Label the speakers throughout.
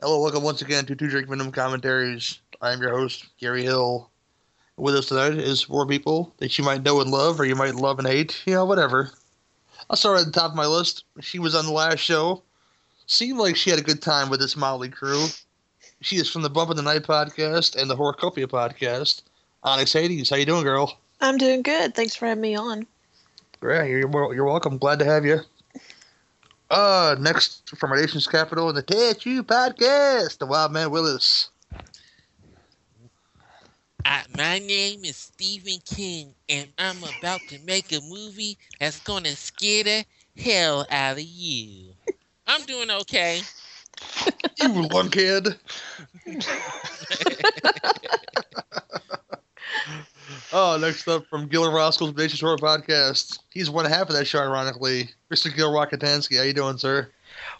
Speaker 1: Hello, welcome once again to Two Drink Minimum Commentaries. I am your host, Gary Hill. With us tonight is four people that you might know and love, or you might love and hate. You know, whatever. I'll start at the top of my list. She was on the last show. Seemed like she had a good time with this Motley crew. She is from the Bump of the Night podcast and the Horocopia podcast. Onyx Hades, how you doing, girl?
Speaker 2: I'm doing good. Thanks for having me on.
Speaker 1: Yeah, you're, wel- you're welcome. Glad to have you. Uh, next from our nation's capital in the THU podcast, the Wild Man Willis.
Speaker 3: I, my name is Stephen King, and I'm about to make a movie that's gonna scare the hell out of you. I'm doing okay.
Speaker 1: You lunkhead. oh, next up from Gil Roscoe's Nation's Horror Podcast. He's one half of that show, ironically. Mr. Gil Rockatansky, how you doing, sir?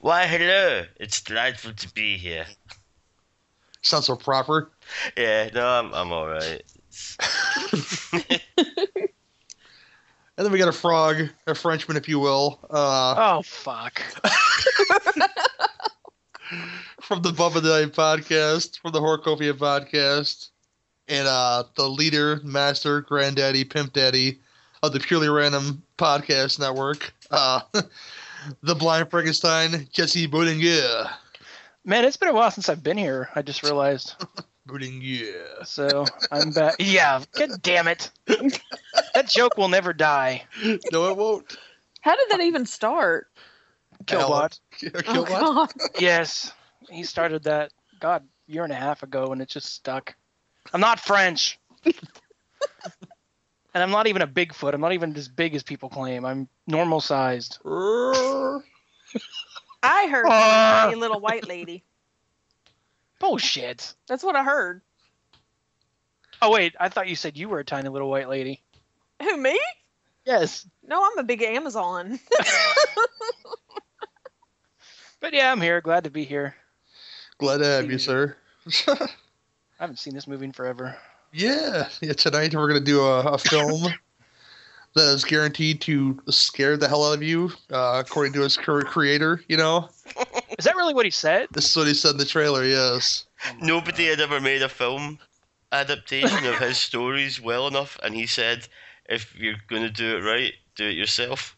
Speaker 4: Why, hello. It's delightful to be here.
Speaker 1: Sounds so proper.
Speaker 4: Yeah, no, I'm, I'm alright.
Speaker 1: And then we got a frog, a Frenchman, if you will, uh,
Speaker 5: Oh fuck!
Speaker 1: from the Bubba the Night Podcast, from the Horcopia Podcast, and uh, the leader, master, granddaddy, pimp daddy of the Purely Random Podcast Network, uh, the Blind Frankenstein, Jesse Boudinger.
Speaker 5: Man, it's been a while since I've been here. I just realized.
Speaker 1: Boudinger.
Speaker 5: So I'm back. Yeah. God damn it! that joke will never die.
Speaker 1: No, it won't.
Speaker 2: How did that even start?
Speaker 5: Killbot.
Speaker 2: Oh,
Speaker 1: Killbot?
Speaker 2: God.
Speaker 5: Yes, he started that. God, year and a half ago, and it just stuck. I'm not French. And I'm not even a Bigfoot. I'm not even as big as people claim. I'm normal sized.
Speaker 2: I heard you
Speaker 5: Ah.
Speaker 2: were a little white lady.
Speaker 5: Bullshit.
Speaker 2: That's what I heard.
Speaker 5: Oh wait, I thought you said you were a tiny little white lady.
Speaker 2: Who me?
Speaker 5: Yes.
Speaker 2: No, I'm a big Amazon.
Speaker 5: But yeah, I'm here. Glad to be here.
Speaker 1: Glad to have you, sir.
Speaker 5: I haven't seen this movie in forever.
Speaker 1: Yeah, yeah. Tonight we're gonna do a, a film that is guaranteed to scare the hell out of you, uh, according to its cur- creator. You know,
Speaker 5: Is that really what he said?
Speaker 1: this is what he said in the trailer. Yes,
Speaker 4: Nobody had ever made a film adaptation of his stories well enough, and he said, if you're going to do it right, do it yourself.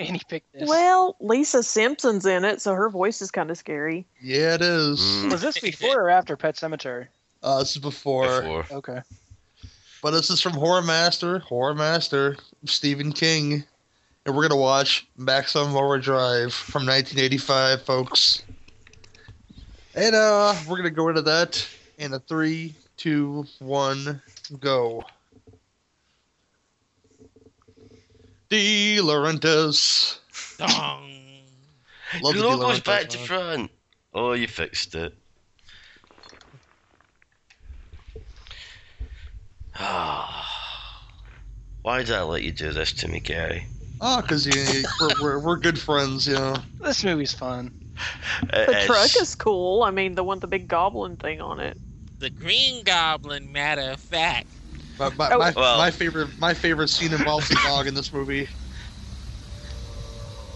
Speaker 5: And he picked this.
Speaker 2: well, Lisa Simpson's in it, so her voice is kind of scary.
Speaker 1: yeah, it is.
Speaker 4: Mm,
Speaker 5: Was this before or after Pet Cemetery?
Speaker 1: Uh, this is before,
Speaker 4: before.
Speaker 5: Okay.
Speaker 1: but this is from Horror Master, Horror Master Stephen King, and we're gonna watch Maximum Overdrive from 1985, folks. And uh, we're gonna go into that in a three, two, one, go. De Laurentiis.
Speaker 3: Dong.
Speaker 1: Love
Speaker 4: the
Speaker 1: the De
Speaker 4: logo's
Speaker 1: Laurentiis
Speaker 4: back to
Speaker 1: one.
Speaker 4: front. Oh, you fixed it. Why did I let you do this to me, Gary?
Speaker 1: Oh, because we're, we're, we're good friends, you know.
Speaker 5: This movie's fun.
Speaker 4: It
Speaker 2: The truck is cool. I mean, the one with the big goblin thing on it.
Speaker 3: The Green Goblin, matter of fact.
Speaker 1: My, my,
Speaker 2: Oh.
Speaker 1: my,
Speaker 4: Well-
Speaker 1: my favorite my favorite scene involves the dog in this movie.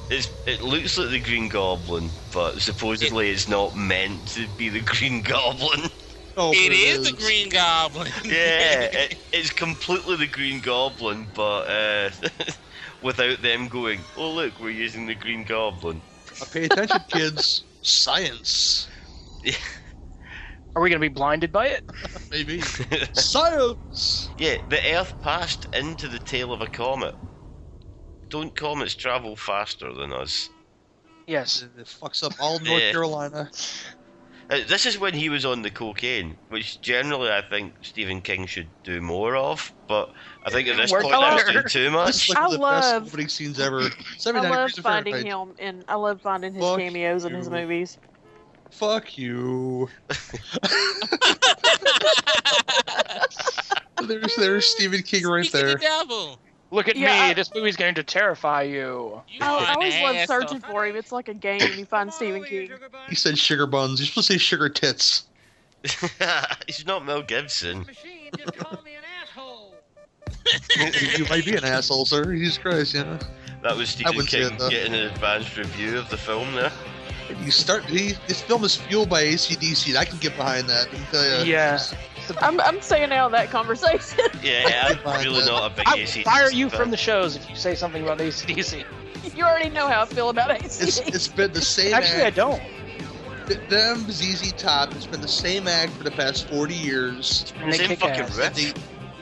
Speaker 4: It's, it looks like the Green Goblin, but supposedly it's not meant to be the Green Goblin.
Speaker 1: Oh, but
Speaker 3: it is, the Green Goblin.
Speaker 4: yeah, it, it's completely the Green Goblin, but uh, without them going, oh look, we're using the Green Goblin.
Speaker 1: Uh, Pay attention, kids. Science,
Speaker 5: Are we gonna be blinded by it?
Speaker 1: maybe. Science.
Speaker 4: Yeah, the Earth passed into the tail of a comet. Don't comets travel faster than us?
Speaker 5: Yes.
Speaker 1: It fucks up all North
Speaker 4: Yeah.
Speaker 1: Carolina.
Speaker 4: Uh, this is when he was on the cocaine, which generally I think Stephen King should do more of, but I think at this
Speaker 5: Work
Speaker 4: point that's
Speaker 5: harder.
Speaker 4: doing too
Speaker 1: This is like
Speaker 4: much.
Speaker 1: one of the
Speaker 2: I love-
Speaker 1: best opening scenes ever.
Speaker 2: I
Speaker 1: 79
Speaker 2: love
Speaker 1: Degrees of
Speaker 2: finding
Speaker 1: Fahrenheit.
Speaker 2: him, and I love finding his
Speaker 1: Fuck
Speaker 2: cameos in his
Speaker 1: you.
Speaker 2: movies.
Speaker 1: Fuck you. There's there's Stephen King right
Speaker 3: Speak of
Speaker 1: there.
Speaker 3: The devil.
Speaker 5: Look at
Speaker 2: Yeah,
Speaker 5: me.
Speaker 2: I-
Speaker 5: this movie's going to terrify you.
Speaker 3: You
Speaker 2: I,
Speaker 3: are
Speaker 2: Oh, I
Speaker 3: an
Speaker 2: always love
Speaker 3: asshole.
Speaker 2: searching for him. It's like a game. You find Stephen King.
Speaker 1: He said sugar buns. You're supposed to say sugar tits.
Speaker 4: He's not Mel Gibson.
Speaker 1: you might be an asshole, sir. Jesus Christ, you know.
Speaker 4: That was Stephen
Speaker 1: wouldn't say
Speaker 4: King
Speaker 1: it, though.
Speaker 4: getting an advanced review of the film there.
Speaker 1: You start. he- This film is fueled by ACDC. and I can get behind that. I can tell you.
Speaker 5: Yeah.
Speaker 2: I'm, I'm staying out of that conversation.
Speaker 4: Yeah, I'm
Speaker 1: Fine,
Speaker 4: really
Speaker 1: but-
Speaker 4: not a big
Speaker 5: I will
Speaker 4: AC.
Speaker 5: fire you from the shows if you say something about ACDC.
Speaker 2: you already know how I feel about
Speaker 1: It's,
Speaker 2: ACDC.
Speaker 1: it's been the same.
Speaker 5: Actually, I
Speaker 1: act.
Speaker 5: don't.
Speaker 1: Th- them ZZ Top. It's been the same act for the past forty years.
Speaker 5: And they
Speaker 4: Same
Speaker 5: kick
Speaker 4: fucking
Speaker 5: ass.
Speaker 1: And they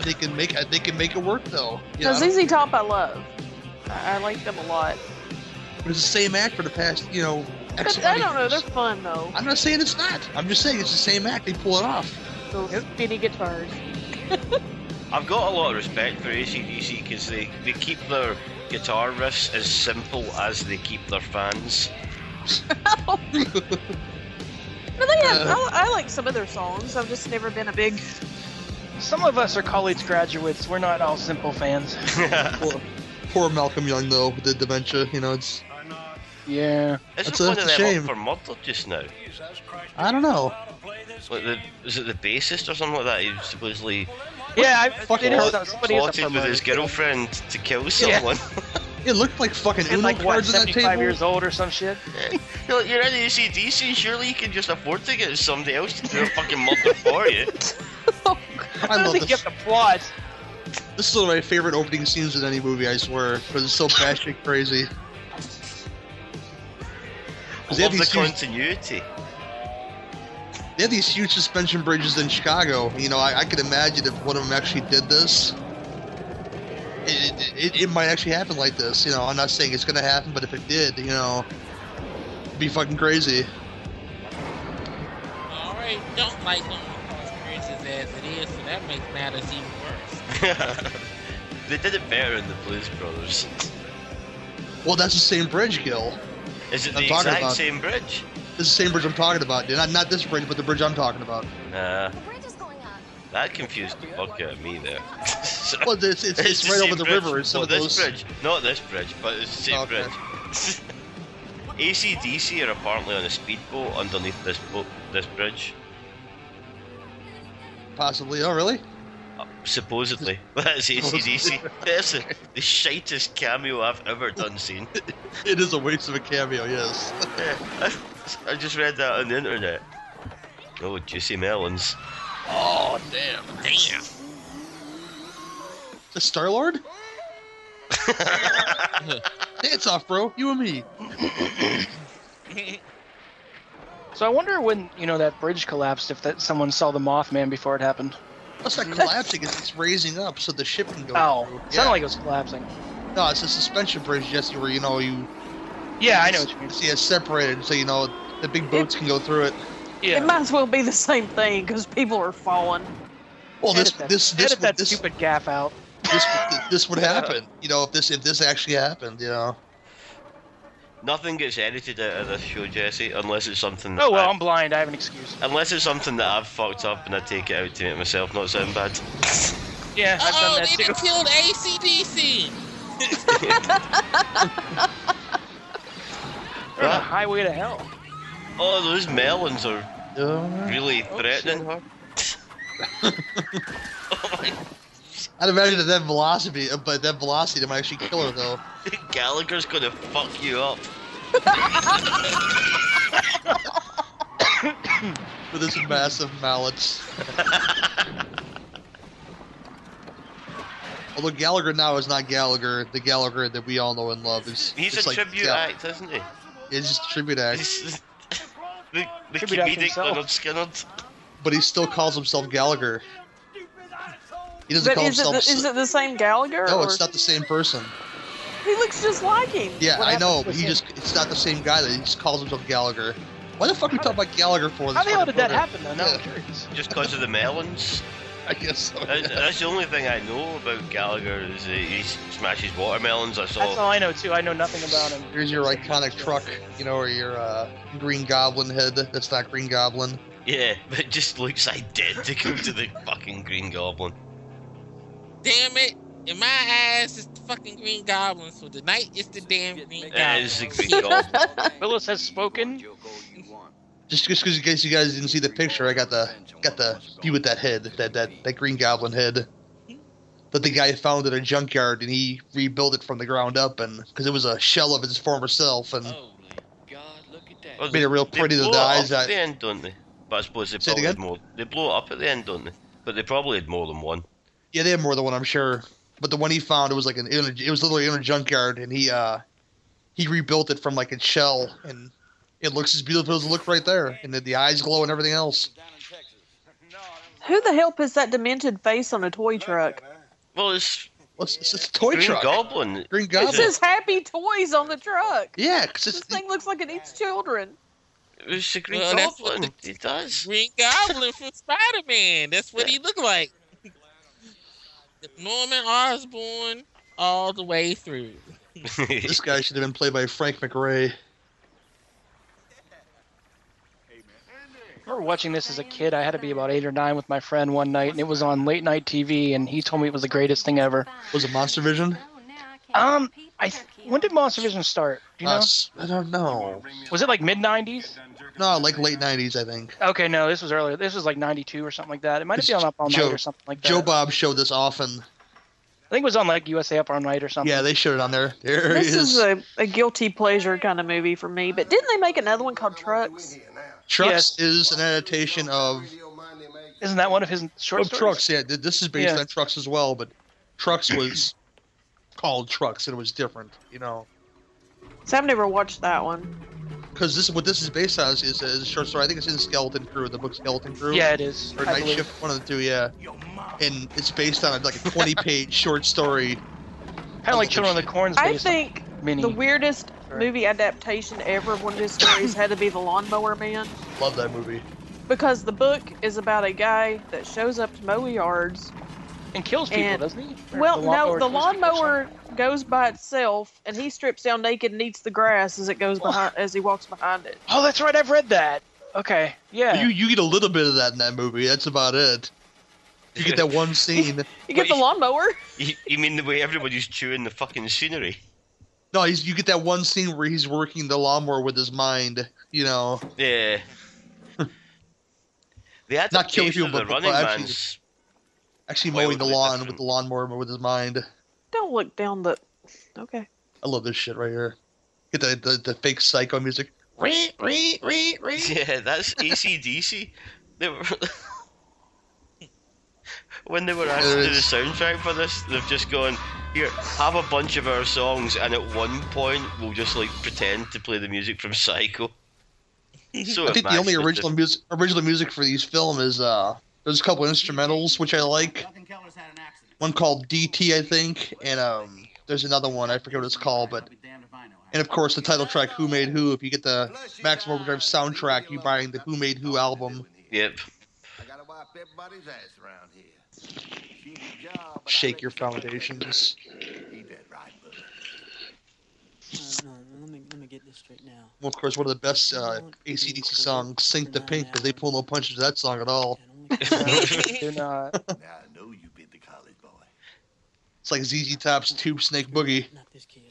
Speaker 1: they can make they can make it work though. You
Speaker 2: No,
Speaker 1: know?
Speaker 2: ZZ Top I love. I, I like them a lot.
Speaker 1: But it's the same act for the past you know. X
Speaker 2: But I
Speaker 1: amount of
Speaker 2: don't know,
Speaker 1: years.
Speaker 2: they're fun though.
Speaker 1: I'm not saying it's not. I'm just saying it's the same act. They pull it off.
Speaker 2: Those spinny guitars.
Speaker 4: I've got a lot of respect for ACDC because they, they keep their guitar riffs as simple as they keep their fans.
Speaker 2: No, they have.
Speaker 1: Uh.
Speaker 2: I, I like some of their songs. I've just never been a big.
Speaker 5: Some of us are college graduates. We're not all simple fans.
Speaker 4: Isn't
Speaker 1: Poor, poor Malcolm Young though with the dementia. You know, it's
Speaker 5: Yeah.
Speaker 1: That's a-
Speaker 4: one
Speaker 1: that's
Speaker 4: of
Speaker 1: a
Speaker 4: them
Speaker 1: shame.
Speaker 4: up for murder just now?
Speaker 1: I don't know.
Speaker 4: Like the, is it the bassist or something like that? He supposedly
Speaker 5: Yeah, I
Speaker 1: Fuck
Speaker 5: it is
Speaker 1: all-
Speaker 5: some- somebody is up for
Speaker 4: plotted with his
Speaker 5: murder.
Speaker 4: girlfriend to kill
Speaker 5: Yeah.
Speaker 4: someone.
Speaker 1: It looked like fucking
Speaker 5: And
Speaker 1: Uno
Speaker 5: like what,
Speaker 1: cards on that
Speaker 5: 75
Speaker 1: table.
Speaker 5: years old or some shit?
Speaker 4: You're, you're in ACDC, surely you can just afford to get somebody else to do a fucking murder for you.
Speaker 1: I love
Speaker 5: think
Speaker 1: this.
Speaker 5: you have the plot.
Speaker 1: This is one of my favorite opening scenes in any movie. I swear, because it's so batshit crazy.
Speaker 4: I
Speaker 1: They have,
Speaker 4: love the
Speaker 1: these huge,
Speaker 4: continuity.
Speaker 1: they have these huge suspension bridges in Chicago. You know, I, I could imagine if one of them actually did this, it, it, it, it might actually happen like this. You know, I'm not saying it's gonna happen, but if it did, you know, it'd be fucking crazy.
Speaker 3: I already don't like Lone experiences as it is, so that makes matters even worse.
Speaker 4: they did it better in the Blues Brothers.
Speaker 1: Well, that's the same bridge, Gil.
Speaker 4: Is it
Speaker 1: I'm
Speaker 4: the
Speaker 1: talking
Speaker 4: exact
Speaker 1: about-
Speaker 4: same bridge?
Speaker 1: It's the same bridge I'm talking about. dude. Not not this bridge, but the bridge I'm talking about.
Speaker 4: Nah,
Speaker 6: The bridge is going up.
Speaker 4: that confused the fuck out of me there. So-
Speaker 1: Well, it's it's, it's,
Speaker 4: the
Speaker 1: right
Speaker 4: same
Speaker 1: over the
Speaker 4: bridge.
Speaker 1: river. It's some of
Speaker 4: Well, this
Speaker 1: those.
Speaker 4: bridge, not this bridge, but it's the same
Speaker 1: Oh, okay.
Speaker 4: bridge. ACDC are apparently on a speedboat underneath this boat, this bridge,
Speaker 1: Possibly. Oh, really?
Speaker 4: Uh, supposedly. That's ACDC. That's the, the shitest cameo I've ever done seen.
Speaker 1: It is a waste of a cameo. Yes.
Speaker 4: I just read that on the internet. Oh, juicy melons.
Speaker 1: Oh damn.
Speaker 3: Damn.
Speaker 1: The Star Lord? Dance off, bro. You and me.
Speaker 5: So I wonder when, you know, that bridge collapsed if that someone saw the Mothman before it happened.
Speaker 1: It's not collapsing. it's it's raising up so the ship can go.
Speaker 5: Oh,
Speaker 1: through.
Speaker 5: it
Speaker 1: yeah.
Speaker 5: sounded like it was collapsing.
Speaker 1: no, it's a suspension bridge, Jesse, where you know you
Speaker 5: Yeah, I know what you mean.
Speaker 1: see it's separated, so you know the big boats can go through it.
Speaker 5: Yeah.
Speaker 2: It might as well be the same thing because people are falling.
Speaker 1: Well, this
Speaker 5: Edit that-
Speaker 1: this this
Speaker 5: edit
Speaker 1: would,
Speaker 5: that
Speaker 1: this,
Speaker 5: stupid gaff out.
Speaker 1: this would- this would happen. You know, if this if this actually happened, you know.
Speaker 4: Nothing gets edited out of this show, Jesse, unless it's something.
Speaker 5: Oh well,
Speaker 4: I-
Speaker 5: I'm blind. I have an excuse.
Speaker 4: Unless it's something that I've fucked up and I take it out to make myself not sound bad.
Speaker 5: Yeah, I've
Speaker 3: oh,
Speaker 1: Uh,
Speaker 5: done that
Speaker 3: they
Speaker 5: too.
Speaker 3: done killed ACDC.
Speaker 5: We're on a highway to hell.
Speaker 4: Oh, those melons are
Speaker 1: Uh,
Speaker 4: really
Speaker 5: Oh,
Speaker 4: threatening.
Speaker 1: I'd imagine that that velocity, uh, but that velocity might actually kill her though.
Speaker 4: Gallagher's gonna fuck you up.
Speaker 1: With his massive mallets. Although Gallagher now is not Gallagher, the Gallagher that we all know and love is.
Speaker 4: He's
Speaker 1: it's
Speaker 4: a
Speaker 1: like
Speaker 4: tribute
Speaker 1: Gal-
Speaker 4: act, isn't he?
Speaker 1: It's just a tribute act,
Speaker 4: He's the, the
Speaker 5: Tribute act
Speaker 4: comedic
Speaker 5: himself.
Speaker 4: Leonard Skinner.
Speaker 1: but he still calls himself Gallagher. He doesn't
Speaker 2: But
Speaker 1: call
Speaker 2: is it,
Speaker 1: himself.
Speaker 2: the, is it the same Gallagher?
Speaker 1: no,
Speaker 2: or-
Speaker 1: it's not the same person.
Speaker 2: He looks just like him.
Speaker 1: Yeah,
Speaker 5: What
Speaker 1: I know,
Speaker 5: happened
Speaker 1: but
Speaker 5: with
Speaker 1: he
Speaker 5: him?
Speaker 1: just—it's not the same guy. That he just calls himself Gallagher. Why the fuck are we talking about Gallagher for? in This
Speaker 5: How the hell
Speaker 1: fucking
Speaker 5: did
Speaker 1: program?
Speaker 5: that happen though? Now I'm curious.
Speaker 4: Just because of the melons.
Speaker 1: I guess so.
Speaker 4: That's,
Speaker 1: yeah.
Speaker 4: that's the only thing I know about Gallagher is that he smashes watermelons. That's
Speaker 5: That's
Speaker 4: all.
Speaker 5: all I know too. I know nothing about him.
Speaker 1: Here's your iconic truck, you know, or your uh, Green Goblin head. That's not Green Goblin.
Speaker 4: Yeah, but it just looks identical to the fucking Green Goblin.
Speaker 3: Damn it. In my eyes, it's the fucking Green Goblin. So tonight, it's the damn Green
Speaker 4: Yeah,
Speaker 3: Goblin.
Speaker 4: it's the Green Goblin.
Speaker 5: Willis has spoken.
Speaker 1: Just just 'cause in case you guys didn't see the picture, I got the got the view with that head, that that that Green Goblin head that the guy found at a junkyard, and he rebuilt it from the ground up, and because it was a shell of his former self, and
Speaker 3: Holy
Speaker 4: Well,
Speaker 1: Made it real
Speaker 4: They
Speaker 1: pretty to
Speaker 4: blow
Speaker 1: the
Speaker 4: it up
Speaker 1: eyes.
Speaker 4: at
Speaker 1: That
Speaker 4: the end, don't they? But I suppose they
Speaker 1: Say it
Speaker 4: probably had
Speaker 1: again?
Speaker 4: more. They blow it up at the end, don't they? But they probably had more than one.
Speaker 1: Yeah, they had more than one, I'm sure. But the one he found, it was like an in a- it was literally in a junkyard, and he uh he rebuilt it from like a shell, and it looks as beautiful as it looked right there, and the, the eyes glow and everything else.
Speaker 2: Who the help is that demented face on a toy truck?
Speaker 4: Well, it's
Speaker 1: Well, it's, it's a toy
Speaker 4: Green
Speaker 1: truck,
Speaker 4: Goblin.
Speaker 1: Green
Speaker 2: It
Speaker 1: Goblin.
Speaker 2: says happy toys on the truck.
Speaker 1: Yeah, 'cause
Speaker 2: This
Speaker 1: it's
Speaker 2: thing looks like it eats children.
Speaker 4: It's the Green
Speaker 3: Well, that's what
Speaker 4: Goblin. He does.
Speaker 3: Green Goblin from Spider Man. That's what he looked like. Norman Osborn all the way through.
Speaker 1: this guy should have been played by Frank McRae.
Speaker 5: I remember watching this as a kid. I had to be about eight or nine with my friend one night, and it was on late night TV, and he told me it was the greatest thing ever.
Speaker 1: Was it Monster Vision?
Speaker 5: Um, I th- when did Monster Vision start? Do you know?
Speaker 1: Us? I don't know.
Speaker 5: Was it like mid '90s?
Speaker 1: Oh. No, like late '90s, I think.
Speaker 5: Okay, no, this was earlier. This was like '92 or something like that. It might have
Speaker 1: It's
Speaker 5: been on Up All
Speaker 1: Joe-
Speaker 5: Night or something like that.
Speaker 1: Joe Bob showed this often.
Speaker 5: I think it was on like USA Up All Night or something.
Speaker 1: Yeah, they showed it on there. There
Speaker 2: This
Speaker 1: it
Speaker 2: is
Speaker 1: is.
Speaker 2: a, a guilty pleasure kind of movie for me. But didn't they make another one called Trucks?
Speaker 1: Trucks is an adaptation of
Speaker 5: Isn't that one of his short
Speaker 1: Of
Speaker 5: stories?
Speaker 1: trucks, yeah. th- This is based
Speaker 5: Yeah.
Speaker 1: on trucks as well, but trucks was called trucks and it was different, you know.
Speaker 2: So I've never watched that one.
Speaker 1: Because this what this is based on is, is a, is a short story. I think it's in Skeleton Crew, the book Skeleton Crew.
Speaker 5: Yeah, it is.
Speaker 1: Or
Speaker 5: I
Speaker 1: Night
Speaker 5: believe.
Speaker 1: Shift, one of the two, yeah. And it's based on like a 20 page short story.
Speaker 5: Kind of like Children of the Corn's
Speaker 2: I
Speaker 5: based on
Speaker 2: think
Speaker 5: mini.
Speaker 2: the weirdest
Speaker 5: Sorry.
Speaker 2: movie adaptation ever of one of his stories had to be The Lawnmower Man.
Speaker 1: Love that movie.
Speaker 2: Because the book is about a guy that shows up to mow yards.
Speaker 5: and kills people,
Speaker 2: and-
Speaker 5: doesn't he? Or
Speaker 2: Well, no, the
Speaker 5: lawnmower kills people or
Speaker 2: lawnmower goes by itself, and he strips down naked and eats the grass as it goes
Speaker 5: What?
Speaker 2: behind, as he walks behind it.
Speaker 5: something. Oh, that's right. I've read that. Okay. Yeah.
Speaker 1: You you get a little bit of that in that movie. That's about it. You get that one scene.
Speaker 2: You get the
Speaker 4: Wait.
Speaker 2: lawnmower.
Speaker 4: you, you mean the way everybody's chewing the fucking scenery?
Speaker 1: No, he's, you get that one scene where he's working the lawnmower with his mind. You know,
Speaker 4: Yeah. the adaptation
Speaker 1: Not killing people,
Speaker 4: of the
Speaker 1: but- but
Speaker 4: Running
Speaker 1: actually-
Speaker 4: Man's
Speaker 1: actually
Speaker 4: Wildly
Speaker 1: mowing the lawn
Speaker 4: different.
Speaker 1: with the lawnmower with his mind.
Speaker 2: Don't look down the. Okay.
Speaker 1: I love this shit right here. Get the, the, the fake psycho music.
Speaker 3: Ree, ree, ree, ree.
Speaker 4: Yeah, that's ACDC. They were when they were asked to do the
Speaker 1: it's-
Speaker 4: soundtrack for this, they've just gone here. Have a bunch of our songs, and at one point we'll just like pretend to play the music from Psycho. So
Speaker 1: I think the only original music original music for these film is uh there's a couple instrumentals which I like. One called DT I think, and um there's another one I forget what it's called, but and of course the title track Who Made Who. If you get the Maximum Overdrive soundtrack, you buying the Who Made Who album.
Speaker 4: Yep.
Speaker 6: I gotta wipe everybody's ass around here. Shoot your job, but I
Speaker 1: Shake
Speaker 6: let
Speaker 1: Your
Speaker 6: you take
Speaker 1: Foundations.
Speaker 6: it. Keep that right, bud.
Speaker 7: No, no, let me let me get this straight now.
Speaker 1: Well, of course, one of the best uh, ACDC songs, Sink the Pink, because they pull no punches to that song at all.
Speaker 5: something. No, do not.
Speaker 6: Now I know you been the college boy.
Speaker 1: It's like ZZ Top's Tube Snake Boogie.
Speaker 7: Not this kid.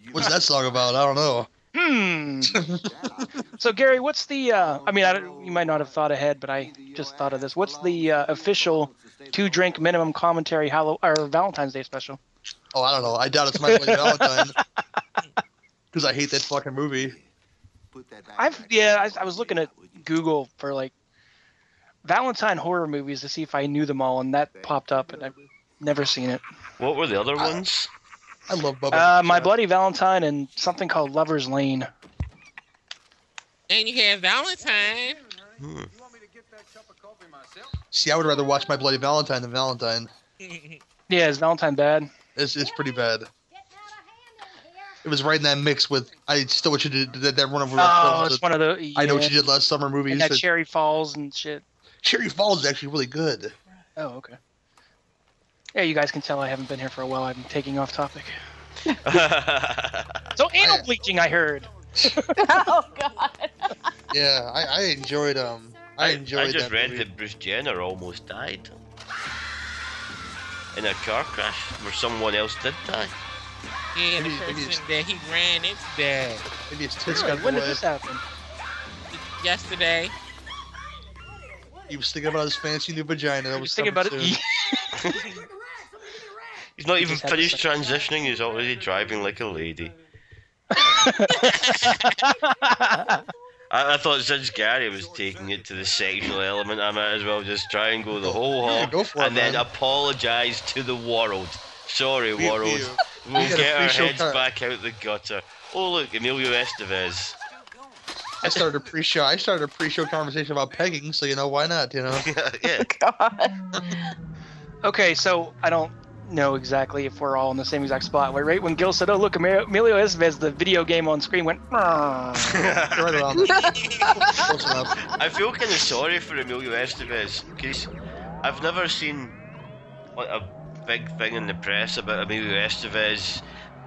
Speaker 6: You
Speaker 1: What's that song about? I don't know.
Speaker 5: Hmm.
Speaker 6: that?
Speaker 5: So Gary, what's the? Uh, I mean, I don't, you might not have thought ahead, but I just thought of this. What's the uh, official two-drink minimum commentary Hallow or Valentine's Day special?
Speaker 1: Oh, I don't know. I doubt it's my Bloody Valentine because I hate that fucking movie.
Speaker 6: Put that back
Speaker 5: I've
Speaker 6: back.
Speaker 5: yeah, I, I was looking at
Speaker 6: Wouldn't you?
Speaker 5: Google for like Valentine horror movies to see if I knew them all, and that popped up, and I've never seen it.
Speaker 4: What were the other ones?
Speaker 1: I love Bubba.
Speaker 5: Uh, My Bloody Valentine and something called Lover's Lane.
Speaker 3: And you had Valentine.
Speaker 4: Hmm.
Speaker 1: See, I would rather watch My Bloody Valentine than Valentine.
Speaker 5: Yeah, is Valentine bad?
Speaker 1: It's, it's pretty bad. It was right in that mix with I still what you did that that one of
Speaker 5: Oh, it's one of the.
Speaker 1: I know
Speaker 5: yeah.
Speaker 1: what you did last summer movies.
Speaker 5: And that
Speaker 1: that-
Speaker 5: Cherry Falls and shit.
Speaker 1: Cherry Falls is actually really good.
Speaker 5: Oh, okay. Yeah, you guys can tell I haven't been here for a while. I'm taking off topic. So anal
Speaker 1: I-
Speaker 5: bleaching, I heard.
Speaker 2: oh God.
Speaker 1: Yeah, I, I enjoyed um I,
Speaker 4: I,
Speaker 1: enjoyed
Speaker 4: I just
Speaker 1: that
Speaker 4: read
Speaker 1: movie.
Speaker 4: that Bruce Jenner almost died in a car crash where someone else did die.
Speaker 3: Yeah, the
Speaker 1: Maybe- maybe
Speaker 3: person that he ran into died
Speaker 1: Maybe it's tits
Speaker 5: Really?
Speaker 1: got
Speaker 5: When did
Speaker 1: away.
Speaker 5: this happen?
Speaker 3: yesterday.
Speaker 1: He was thinking about his fancy new vagina. That
Speaker 5: I
Speaker 1: was
Speaker 5: was thinking about
Speaker 1: coming
Speaker 5: it.
Speaker 1: soon.
Speaker 4: He's not even
Speaker 5: just had to
Speaker 4: finished transitioning. He's already driving like a lady. I, I thought since Gary was taking it to the sexual element, I might as well just try and go the whole
Speaker 1: Yeah,
Speaker 4: hog
Speaker 1: go for it,
Speaker 4: and then
Speaker 1: man.
Speaker 4: apologise to the world. Sorry,
Speaker 1: We- we-
Speaker 4: world. We'll
Speaker 1: had a
Speaker 4: get our
Speaker 1: pre-show
Speaker 4: heads
Speaker 1: cut.
Speaker 4: back out the gutter. Oh look, Emilio Estevez.
Speaker 1: I started a pre-show. I started a pre-show conversation about pegging, so you know why not? You know,
Speaker 4: yeah.
Speaker 2: God.
Speaker 5: okay, so I don't know exactly if we're all in the same exact spot. Wait, right when Gil said, "Oh look, Emilio Emilio Estevez," the video game on screen went. "Ah."
Speaker 1: You're right around close enough.
Speaker 4: I feel kind of sorry for Emilio Estevez because I've never seen like a big thing in the press about Emilio Estevez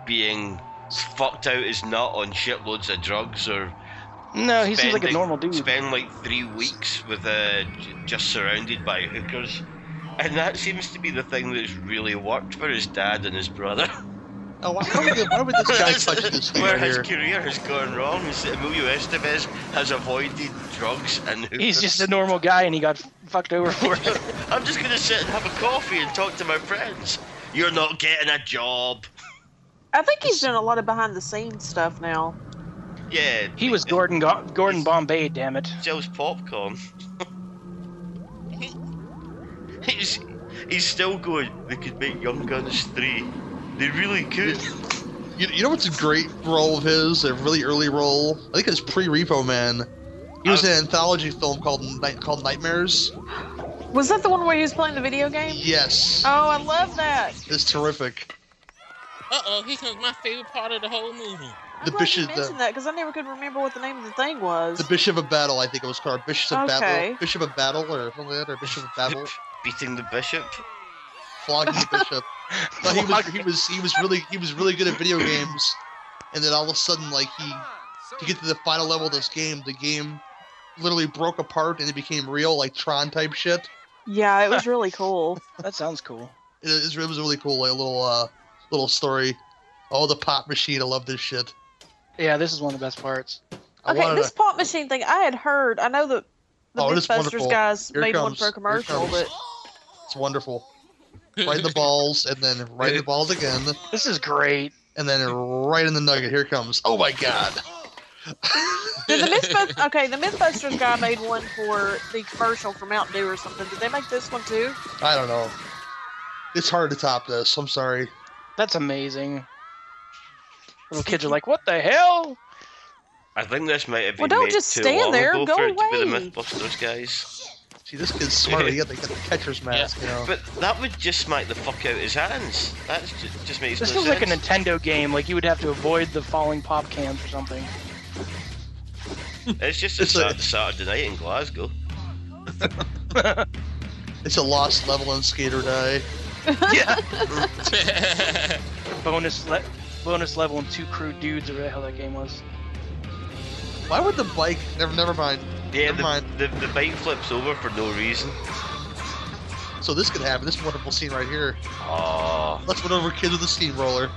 Speaker 4: being fucked out his nut on shitloads of drugs or
Speaker 5: No, he seems like a
Speaker 4: spending-
Speaker 5: normal dude.
Speaker 4: Spend like three weeks with uh, j- just surrounded by hookers, and that seems to be the thing that's really worked for his dad and his brother.
Speaker 1: Oh, why, why, would, why would this guy touch this
Speaker 4: Where
Speaker 1: finger
Speaker 4: his
Speaker 1: here?
Speaker 4: career has gone wrong is that Emilio Estevez has avoided drugs and hookers.
Speaker 5: He's just a normal guy, and he got fucked over for it.
Speaker 4: I'm just gonna sit and have a coffee and talk to my friends. You're not getting a job.
Speaker 2: I think he's doing a lot of behind the scenes stuff now.
Speaker 4: Yeah.
Speaker 5: He was Gordon Go- Gordon Bombay, damn it.
Speaker 4: sells popcorn. he's, he's still going. They could make Young Guns three. They really could.
Speaker 1: You, you know what's a great role of his? A really early role. I think it's pre-Repo Man. He was in an anthology film called Night called Nightmares.
Speaker 2: Was that the one where he was playing the video game?
Speaker 1: Yes,
Speaker 2: Oh, I love that.
Speaker 1: it's terrific.
Speaker 3: Uh oh, here comes my favorite part of the whole movie.
Speaker 2: I'm
Speaker 1: The
Speaker 2: glad you
Speaker 1: bishop,
Speaker 2: mentioned
Speaker 1: the,
Speaker 2: that because I never could remember what the name of the thing was.
Speaker 1: the bishop of battle. I think it was called Bishop of
Speaker 2: Okay.
Speaker 1: battle, Bishop of battle, or something like that, or Bishop of battle,
Speaker 4: Beating the bishop.
Speaker 1: flogging the bishop. But he was, he was he was really he was really good at video games, and then all of a sudden, like he to get to the final level of this game, the game literally broke apart and it became real, like Tron type shit.
Speaker 2: yeah, it was really cool.
Speaker 5: That sounds cool.
Speaker 1: It, is- it was really cool, like a little uh, little story. Oh, the pop machine! I love this shit.
Speaker 5: Yeah, this is one of the best parts.
Speaker 1: I
Speaker 2: Okay,
Speaker 1: wanted
Speaker 2: this pop machine thing I had heard. I know that the
Speaker 1: Oh, it is
Speaker 2: Mythbusters
Speaker 1: wonderful.
Speaker 2: guys
Speaker 1: Here
Speaker 2: made one
Speaker 1: comes-
Speaker 2: for a
Speaker 1: here
Speaker 2: commercial,
Speaker 1: comes.
Speaker 2: but
Speaker 1: to, it's wonderful. Right in the balls, and then right in the balls again,
Speaker 5: This is great.
Speaker 1: and then right in the nugget. Here it comes. Oh my god!
Speaker 2: did the Mythbusters? Okay, the Mythbusters guy made one for the commercial for Mountain Dew or something. Did they make this one too?
Speaker 1: I don't know. It's hard to top this. I'm sorry.
Speaker 5: That's amazing. Little kids are like, what the hell?
Speaker 4: I think this might have been
Speaker 2: Well, don't
Speaker 4: made
Speaker 2: just
Speaker 4: too
Speaker 2: stand
Speaker 4: long
Speaker 2: there,
Speaker 4: ago
Speaker 2: go
Speaker 4: for it to be the
Speaker 2: away.
Speaker 4: MythBusters guys.
Speaker 1: See, this kid's smart. He got the, got the catcher's mask, you know.
Speaker 4: But that would just smack the fuck out of his hands. That just, just makes
Speaker 5: This
Speaker 4: no
Speaker 5: feels
Speaker 4: sense.
Speaker 5: like a Nintendo game. Like you would have to avoid the falling pop cans or something.
Speaker 4: it's just a
Speaker 1: It's a-
Speaker 4: Sat- Saturday night in Glasgow.
Speaker 1: It's a lost level on Skater Die.
Speaker 5: yeah. bonus le- bonus level and two crude dudes or whatever the hell that game was.
Speaker 1: Why would the bike? Never, never mind.
Speaker 4: Yeah,
Speaker 1: Never mind.
Speaker 4: the, the, the bike flips over for no reason.
Speaker 1: So this could happen. This wonderful scene right here.
Speaker 4: Aww.
Speaker 1: Let's win over kids with a steamroller.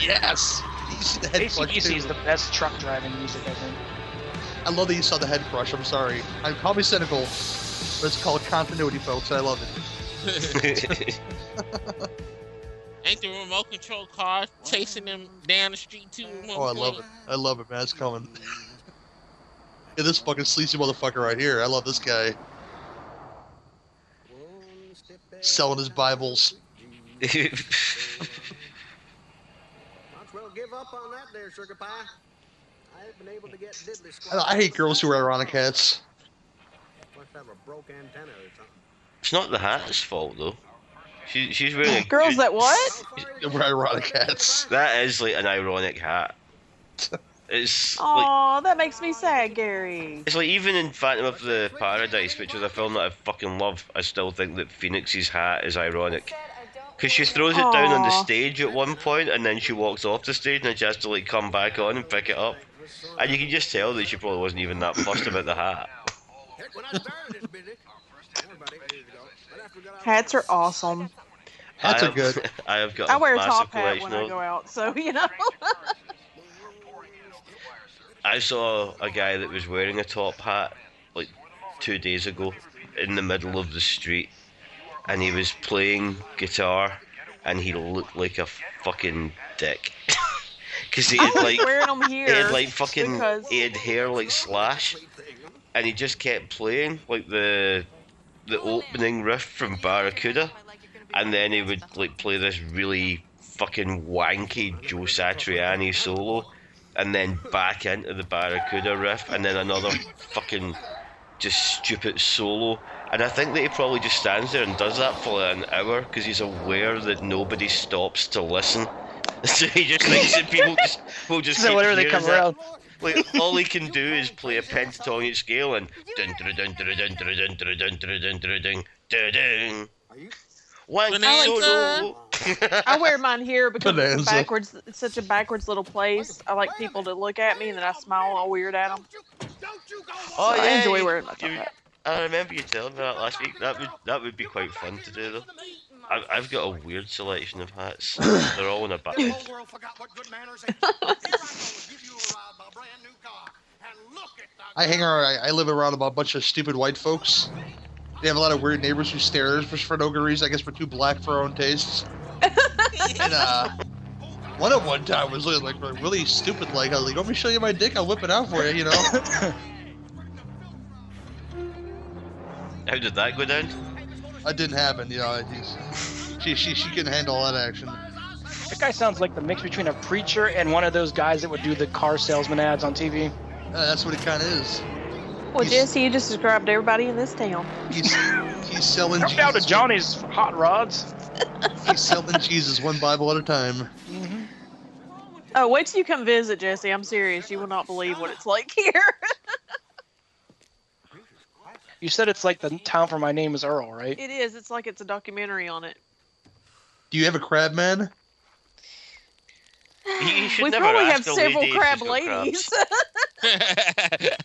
Speaker 1: Yes. You see the head crush
Speaker 5: ACDC
Speaker 1: too.
Speaker 5: is the best truck driving music, I think.
Speaker 1: I love that you saw the head crush. I'm sorry. I'm probably cynical, but it's called continuity, folks. and I love it.
Speaker 3: Ain't the remote control car chasing them down the street too? at one
Speaker 1: Oh, I love
Speaker 3: point?
Speaker 1: it. I love it, man. It's coming. yeah, this fucking sleazy motherfucker right here. I love this guy selling his Bibles.
Speaker 6: Might as well give up on that there, Sugar Pie. I ain't been able to get diddly
Speaker 1: I, I hate girls who wear ironic hats.
Speaker 6: Must have a broke antenna or something.
Speaker 4: It's not the hat's fault though. She, she's wearing a
Speaker 2: Girls
Speaker 4: good-
Speaker 2: that what?
Speaker 1: They wear ironic hats.
Speaker 4: that is like an ironic hat. It's like
Speaker 2: Aw, that makes me sad, Gary.
Speaker 4: it's like even in Phantom of the Paradise, which is a film that I fucking love, I still think that Phoenix's hat is ironic. Because she throws it down on the
Speaker 2: Aw.
Speaker 4: stage at one point and then she walks off the stage and she has to like come back on and pick it up. And you can just tell that she probably wasn't even that fussed about the hat.
Speaker 6: Heck, when I started this business, that was about eight years ago, right after we got out of
Speaker 2: Hats are
Speaker 6: business,
Speaker 2: awesome.
Speaker 1: Hats
Speaker 4: I
Speaker 1: are
Speaker 4: have-
Speaker 1: good.
Speaker 4: I have got a
Speaker 2: I wear a
Speaker 4: massive
Speaker 2: top hat
Speaker 4: collection
Speaker 2: when I
Speaker 4: of-
Speaker 2: go out, so you know.
Speaker 4: I saw a guy that was wearing a top hat like two days ago in the middle of the street and he was playing guitar and he looked like a fucking dick. because he
Speaker 2: I
Speaker 4: had
Speaker 2: was
Speaker 4: like
Speaker 2: wearing them here.
Speaker 4: he had like fucking
Speaker 2: because-
Speaker 4: he had hair like Slash, and he just kept playing like the the opening riff from Barracuda, and then he would like play this really fucking wanky Joe Satriani solo, and then back into the Barracuda riff, and then another fucking just stupid solo. And I think that he probably just stands there and does that for like an hour because he's aware that nobody stops to listen. So he just thinks that people just will just
Speaker 5: So
Speaker 4: keep
Speaker 5: whenever they
Speaker 4: hearing
Speaker 5: come
Speaker 4: that.
Speaker 5: around,
Speaker 4: Like all he can do is play a pentatonic scale and dun dun dun dun dun dun dun dun dun dun dun dun dun dun dun.
Speaker 6: Are you
Speaker 4: One solo.
Speaker 2: I wear mine here because it's
Speaker 1: Bonanza.
Speaker 2: backwards. It's such a backwards little place. I like people to look at me and then I smile all weird at them.
Speaker 4: Oh
Speaker 2: I
Speaker 4: yeah.
Speaker 2: enjoy
Speaker 4: you-
Speaker 2: wearing my top
Speaker 4: you-
Speaker 2: hat.
Speaker 4: I remember you telling me that last week. That would that would be quite fun to do though. I, I've got a weird selection of hats. They're all in a bag.
Speaker 6: The whole world oh, forgot what good manners is. Here I go and give you a ride by a brand new car. And look at the
Speaker 1: I hang around. I, I live around about a bunch of stupid white folks. They have a lot of weird neighbors who stare at us for, for no good reason. I guess we're too black for our own tastes. and uh, one at one time was really like really stupid. Like I was like, "Let me show you my dick. I'll whip it out for you." You know.
Speaker 4: How did that go down?
Speaker 1: That didn't happen. You know. I just- she she she couldn't handle that action. Uh,
Speaker 5: that guy sounds like the mix between a preacher and one of those guys that would do the car salesman ads on TV.
Speaker 1: Uh, that's what it kind of is.
Speaker 2: Well,
Speaker 1: He's-
Speaker 2: Jesse, you just described everybody in this town.
Speaker 1: He's he's selling.
Speaker 5: Come down to
Speaker 1: Jesus-
Speaker 5: Johnny's for hot rods.
Speaker 1: He's selling Jesus one Bible at a time.
Speaker 2: Oh, wait till you come visit, Jesse. I'm serious. You will not believe what it's like here.
Speaker 5: You said it's like the town for my name is Earl, right?
Speaker 2: it is. It's like it's a documentary on it.
Speaker 1: Do you have a crab man?
Speaker 4: You- you should
Speaker 2: we
Speaker 4: never
Speaker 2: probably
Speaker 4: ask
Speaker 2: have
Speaker 4: a
Speaker 2: several
Speaker 4: lady if
Speaker 2: crab
Speaker 4: she's got crabs.
Speaker 2: ladies.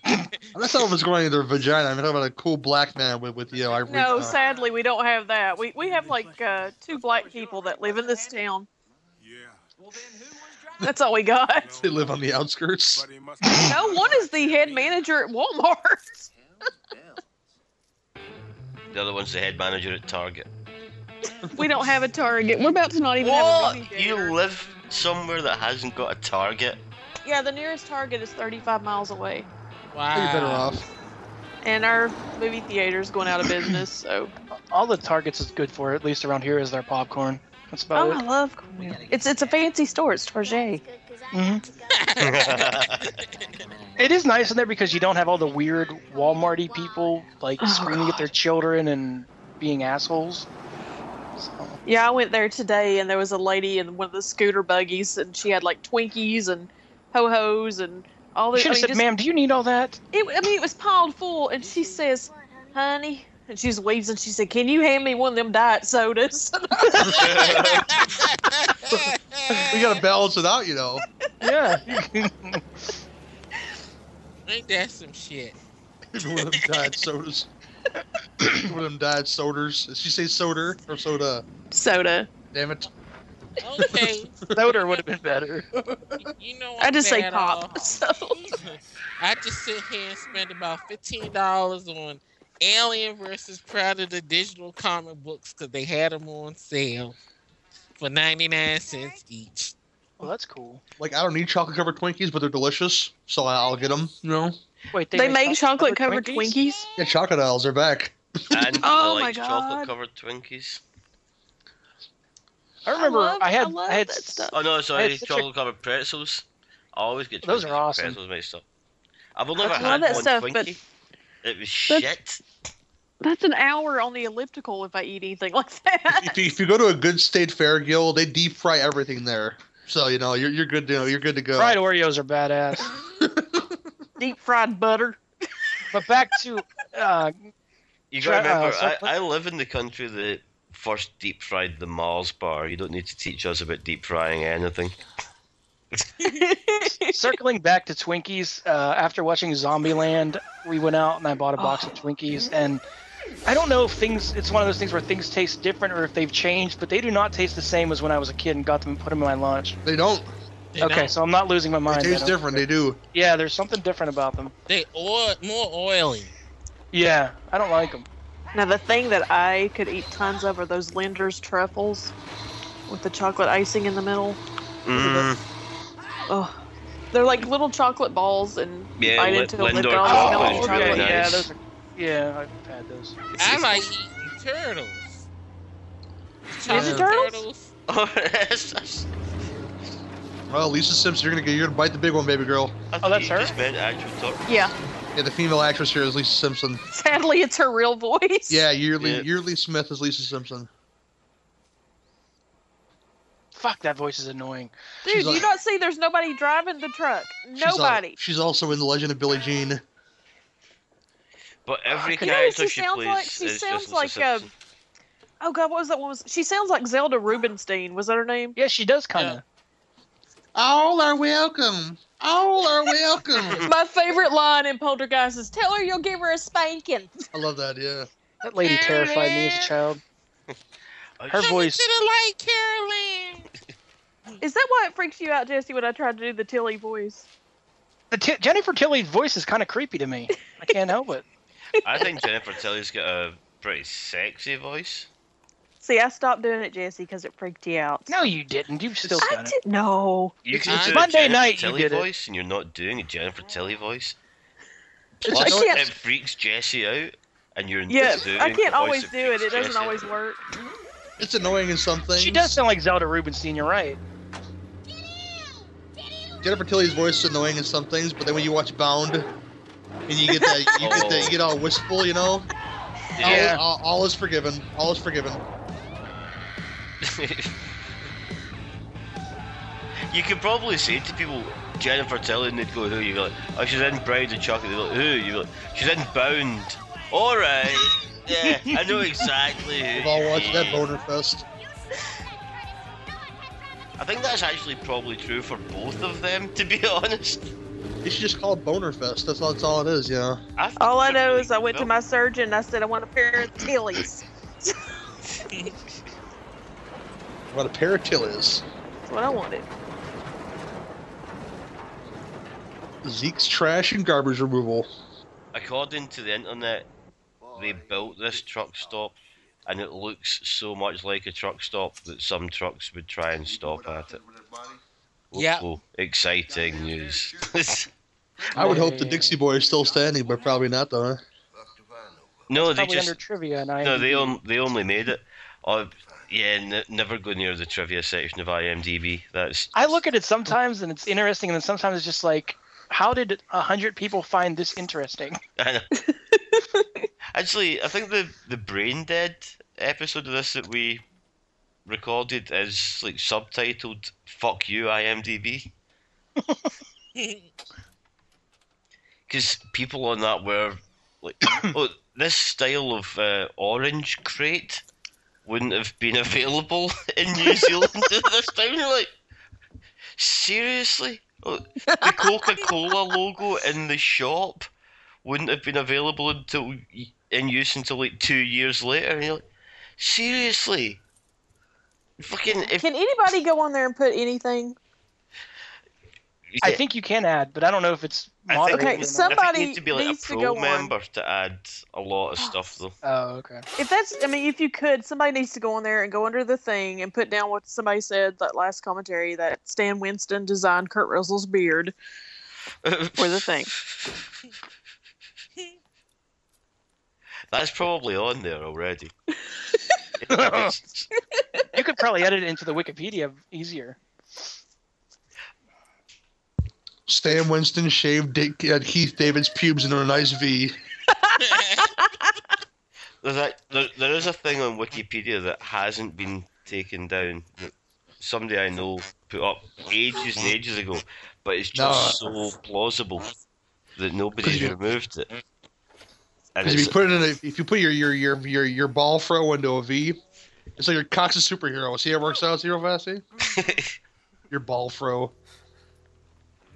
Speaker 1: That's not what's going in their vagina. I'm talking about a cool black man with with you know. uh, I
Speaker 2: no, sadly, we don't have that. We we have like uh, two black people that live in this town. That's all we got.
Speaker 1: They live on the outskirts.
Speaker 2: No, one is the head manager at Walmart.
Speaker 4: The other one's the head manager at Target.
Speaker 2: We don't have a Target. We're about to not even
Speaker 4: What?
Speaker 2: have a movie theater.
Speaker 4: You live somewhere that hasn't got a Target?
Speaker 2: Yeah, the nearest Target is 35 miles away,
Speaker 3: wow.
Speaker 1: You're better off.
Speaker 2: and our movie theater's going out of business. So,
Speaker 5: All the Targets is good for, at least around here, is their popcorn. That's about
Speaker 2: oh,
Speaker 5: it.
Speaker 2: I love cornmeal. It's it's a fancy store. It's Target.
Speaker 1: Mm-hmm.
Speaker 5: It is nice in there because you don't have all the weird Walmarty people like
Speaker 2: Oh,
Speaker 5: screaming at their children and being assholes. So,
Speaker 2: Yeah, I went there today, and there was a lady in one of the scooter buggies, and she had like Twinkies and ho hos and all
Speaker 5: you
Speaker 2: this.
Speaker 5: should have said, "Ma'am, do you need all that?"
Speaker 2: It, I mean, it was piled full, and she says, "Honey," and she's waves, and she said, "Can you hand me one of them diet sodas?"
Speaker 1: We gotta balance it out, you know.
Speaker 5: Yeah.
Speaker 3: Ain't that some shit?
Speaker 1: One of them diet sodas. One of them diet soders. Did she say soda or soda?
Speaker 2: Soda.
Speaker 1: Damn it.
Speaker 3: Okay.
Speaker 5: Soda would have been better.
Speaker 3: You know
Speaker 2: I
Speaker 3: I'm
Speaker 2: just say
Speaker 3: bad
Speaker 2: pop.
Speaker 3: off.
Speaker 2: So
Speaker 3: I just sit here and spend about fifteen dollars on Alien versus Predator the digital comic books because they had them on sale for ninety nine cents each.
Speaker 5: Well, that's cool.
Speaker 1: Like I don't need chocolate covered Twinkies, but they're delicious, so I'll get them. You know.
Speaker 5: Wait,
Speaker 2: they, make chocolate covered Twinkies.
Speaker 1: Yeah, chocolate aisles are back.
Speaker 4: And
Speaker 2: Oh
Speaker 4: like
Speaker 2: my God.
Speaker 4: chocolate covered Twinkies.
Speaker 5: I remember I,
Speaker 2: love- I
Speaker 5: had
Speaker 2: love
Speaker 5: I had
Speaker 2: that
Speaker 5: s-
Speaker 2: stuff.
Speaker 4: Oh no, sorry,
Speaker 5: such a-
Speaker 4: chocolate covered pretzels. I always get
Speaker 5: Those
Speaker 4: Twinkies
Speaker 5: are awesome.
Speaker 4: pretzels mixed up. I've only ever
Speaker 2: I love
Speaker 4: had
Speaker 2: that
Speaker 4: one
Speaker 2: stuff,
Speaker 4: Twinkie.
Speaker 2: but-
Speaker 4: It was
Speaker 2: That's-
Speaker 4: shit.
Speaker 2: That's an hour on the elliptical if I eat anything like that.
Speaker 1: If you, if you go to a good state fair, Gil, they deep fry everything there, so you know you're you're good to you're good to go.
Speaker 5: fried Oreos are badass.
Speaker 2: Deep fried butter.
Speaker 5: but back to uh,
Speaker 4: You gotta
Speaker 5: Try- uh,
Speaker 4: remember,
Speaker 5: chocolate-
Speaker 4: I, I live in the country that first deep fried the Mars bar. You don't need to teach us about deep frying anything.
Speaker 5: circling back to Twinkies. Uh, after watching Zombieland, we went out and I bought a box
Speaker 2: Oh,
Speaker 5: of Twinkies, and I don't know if things. It's one of those things where things taste different or if they've changed, but they do not taste the same as when I was a kid and got them and put them in my lunch.
Speaker 1: They don't.
Speaker 3: They
Speaker 5: okay,
Speaker 3: don't-
Speaker 5: so I'm not losing my
Speaker 1: They
Speaker 5: mind. I
Speaker 1: taste
Speaker 5: don't-
Speaker 1: different. They do.
Speaker 5: Yeah, there's something different about them.
Speaker 3: they oil more oily.
Speaker 5: Yeah, I don't like them.
Speaker 2: Now the thing that I could eat tons of are those Linder's truffles with the chocolate icing in the middle.
Speaker 4: Mm,
Speaker 2: Ugh. They're like little chocolate balls, and you
Speaker 4: Yeah,
Speaker 2: bite
Speaker 4: Lin-
Speaker 2: into them and
Speaker 4: Lindor
Speaker 2: all
Speaker 3: Oh,
Speaker 2: the milk chocolate.
Speaker 4: chocolate is really
Speaker 5: yeah,
Speaker 4: nice.
Speaker 5: yeah, those are, yeah, I've had those.
Speaker 3: I like eating turtles.
Speaker 2: Ninja
Speaker 3: Chocolate
Speaker 2: Turtles?
Speaker 3: turtles?
Speaker 4: Oh, that's, that's,
Speaker 1: Well, Lisa Simpson, you're gonna go- you're gonna bite the big one, baby girl.
Speaker 4: I
Speaker 5: Oh, that's
Speaker 4: thought you
Speaker 5: her?
Speaker 4: Just meant actual turtles.
Speaker 2: Yeah.
Speaker 1: Yeah, the female actress here is Lisa Simpson.
Speaker 2: Sadly, it's her real voice.
Speaker 1: Yeah, Yearly
Speaker 4: Yeah.
Speaker 1: Yearly Smith is Lisa Simpson.
Speaker 5: Fuck, that voice is annoying.
Speaker 2: Dude,
Speaker 1: She's
Speaker 2: you
Speaker 1: like-
Speaker 2: not see there's nobody driving the truck.
Speaker 1: She's al-
Speaker 2: Nobody.
Speaker 1: She's also in The Legend of Billie Jean.
Speaker 4: But every
Speaker 2: Ah, You know,
Speaker 4: character
Speaker 2: she
Speaker 4: she,
Speaker 2: sounds
Speaker 4: plays
Speaker 2: like- she
Speaker 4: is
Speaker 2: sounds
Speaker 4: just
Speaker 2: like a-
Speaker 4: Lisa Simpson.
Speaker 2: Oh god, what was that one? Was she sounds like Zelda Rubinstein? Was that her name?
Speaker 5: Yeah, she does kind of.
Speaker 1: All are welcome. All are welcome.
Speaker 2: My favorite line in Poltergeist is "Tell her you'll give her a spanking."
Speaker 1: I love that. Yeah.
Speaker 5: That lady terrified me as a child. Her
Speaker 3: Come
Speaker 5: voice.
Speaker 3: to the light, Carolyn.
Speaker 2: Is that why it freaks you out, Jesse? When I tried to do the Tilly voice?
Speaker 5: The Ti- Jennifer Tilly's voice is kind of creepy to me. I can't help it.
Speaker 4: I think Jennifer Tilly's got a pretty sexy voice.
Speaker 2: See, I stopped doing it, Jesse, because it freaked you out.
Speaker 5: No, you didn't. You've still
Speaker 2: I
Speaker 5: done it.
Speaker 2: didn't know.
Speaker 4: You can
Speaker 3: It's
Speaker 4: do
Speaker 5: Monday
Speaker 4: a Jennifer
Speaker 5: night you
Speaker 4: Tilly
Speaker 5: did it.
Speaker 4: voice, and you're not doing a Jennifer Tilly voice.
Speaker 1: It's
Speaker 4: Plus,
Speaker 1: like-
Speaker 4: it freaks Jesse out, and you're
Speaker 2: Yeah,
Speaker 4: doing
Speaker 2: I
Speaker 4: the voice
Speaker 2: can't always
Speaker 4: that
Speaker 2: do it.
Speaker 4: freaks
Speaker 2: It doesn't
Speaker 4: Jesse
Speaker 2: always
Speaker 4: out.
Speaker 2: work.
Speaker 1: It's annoying in some things.
Speaker 5: She does sound like Zelda Rubinstein. You're right.
Speaker 1: Jennifer Tilly's voice is annoying in some things, but then when you watch Bound, and you get that, you get that, you get all wistful, you know.
Speaker 5: Yeah.
Speaker 1: All, all, all is forgiven. All is forgiven.
Speaker 4: you could probably say to people Jennifer Tilly, and they'd go, "Who?" You'd be like, "Oh, she's in Bride and Chocolate." They'd be like, "Who?" You'd be like, "She's in Bound." All right. Yeah, I know exactly. who
Speaker 1: We've
Speaker 4: you
Speaker 1: all watched that
Speaker 4: mean.
Speaker 1: boner fest.
Speaker 4: I think that's actually probably true for both of them, to be honest.
Speaker 1: You should just call it boner fest. That's all. That's all it is. You know.
Speaker 4: I think
Speaker 2: All I
Speaker 4: it's a
Speaker 2: know
Speaker 4: really
Speaker 2: is I went to
Speaker 4: good
Speaker 2: my surgeon. and I said I want a pair of Tillys.
Speaker 1: What a pair of Tillys.
Speaker 2: That's what I wanted.
Speaker 1: Zeke's trash and garbage removal.
Speaker 4: film. According to the internet, they built this truck stop, and it looks so much like a truck stop that some trucks would try and stop at it.
Speaker 3: Yeah.
Speaker 4: Whoa, exciting news.
Speaker 1: I would hope the Dixie Boy is still standing, but probably not though. huh?
Speaker 4: no, they
Speaker 5: Probably
Speaker 4: just
Speaker 5: under trivia, and I.
Speaker 4: no, they on, they only made it. Oh, yeah, n- never go near the trivia section of IMDb. That's
Speaker 5: I look at it sometimes, and it's interesting, and then sometimes it's just like, how did a hundred people find this interesting?
Speaker 4: I know. Actually, I think the the brain dead episode of this that we recorded is like subtitled "Fuck You IMDb" because people on that were like, "Oh, this style of uh, orange crate wouldn't have been available in New Zealand at this time." You're like, seriously? Oh, the Coca Cola logo in the shop wouldn't have been available until in use until like two years later. And you're like, seriously, fucking. If,
Speaker 2: Can anybody go on there and put anything?
Speaker 5: I think you can add, but I don't know if it's moderated.
Speaker 2: Okay,
Speaker 5: or not.
Speaker 4: I think
Speaker 2: somebody
Speaker 4: you need to be like
Speaker 2: needs
Speaker 4: a
Speaker 2: to
Speaker 4: pro
Speaker 2: go on.
Speaker 4: member to add a lot of stuff though.
Speaker 5: Oh, okay.
Speaker 2: If that's, I mean, if you could, somebody needs to go on there and go under the thing and put down what somebody said that last commentary that Stan Winston designed Kurt Russell's beard for the thing.
Speaker 4: That's probably on there already. It's-
Speaker 5: You could probably edit it into the Wikipedia easier.
Speaker 1: Stan Winston shaved Dick, uh, Keith David's pubes into a nice V.
Speaker 4: There's a, there, there is a thing on Wikipedia that hasn't been taken down. that Somebody I know put up ages and ages ago, but it's just so plausible that nobody's
Speaker 1: Could you-
Speaker 4: removed it. And
Speaker 1: Because if
Speaker 4: it's,
Speaker 1: you put it in, a, if you put your your your your your ball throw into a V, it's like your cock's a superhero. See how it works out, zero Fasty? your ball throw.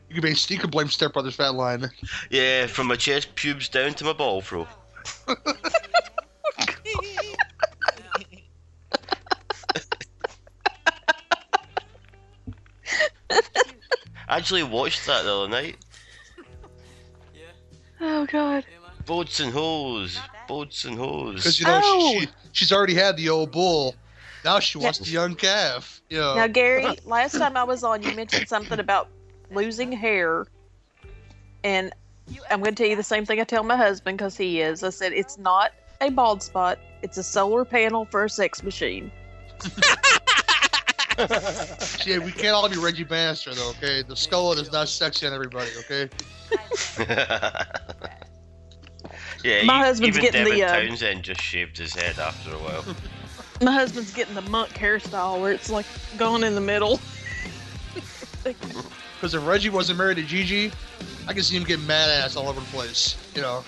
Speaker 1: You can be, you can blame Step Brothers Fat Line.
Speaker 4: yeah, from my chest pubes down to my ball throw. I actually watched that the other night.
Speaker 7: Yeah.
Speaker 2: Oh God!
Speaker 7: Am I?
Speaker 4: Boats and hoes, boats and
Speaker 1: Because
Speaker 4: hoes.
Speaker 1: you know
Speaker 2: Oh.
Speaker 1: she, she she's already had the old bull. Now she wants the young calf. Yeah.
Speaker 2: Now, Gary, last time I was on, you mentioned something about losing hair. And I'm going to tell you the same thing I tell my husband because he is. I said, it's not a bald spot, it's a solar panel for a sex machine.
Speaker 1: Yeah, we can't all be Reggie Bannister though. Okay, the skull is not sexy on everybody. Okay,
Speaker 4: yeah,
Speaker 2: My
Speaker 4: e-
Speaker 2: husband's
Speaker 4: even
Speaker 2: getting the,
Speaker 4: Devin
Speaker 2: uh,
Speaker 4: Townsend just shaved his head after a while.
Speaker 2: My husband's getting the monk hairstyle where it's like gone in the middle.
Speaker 1: because if Reggie wasn't married to Gigi, I could see him getting mad ass all over the place. You know,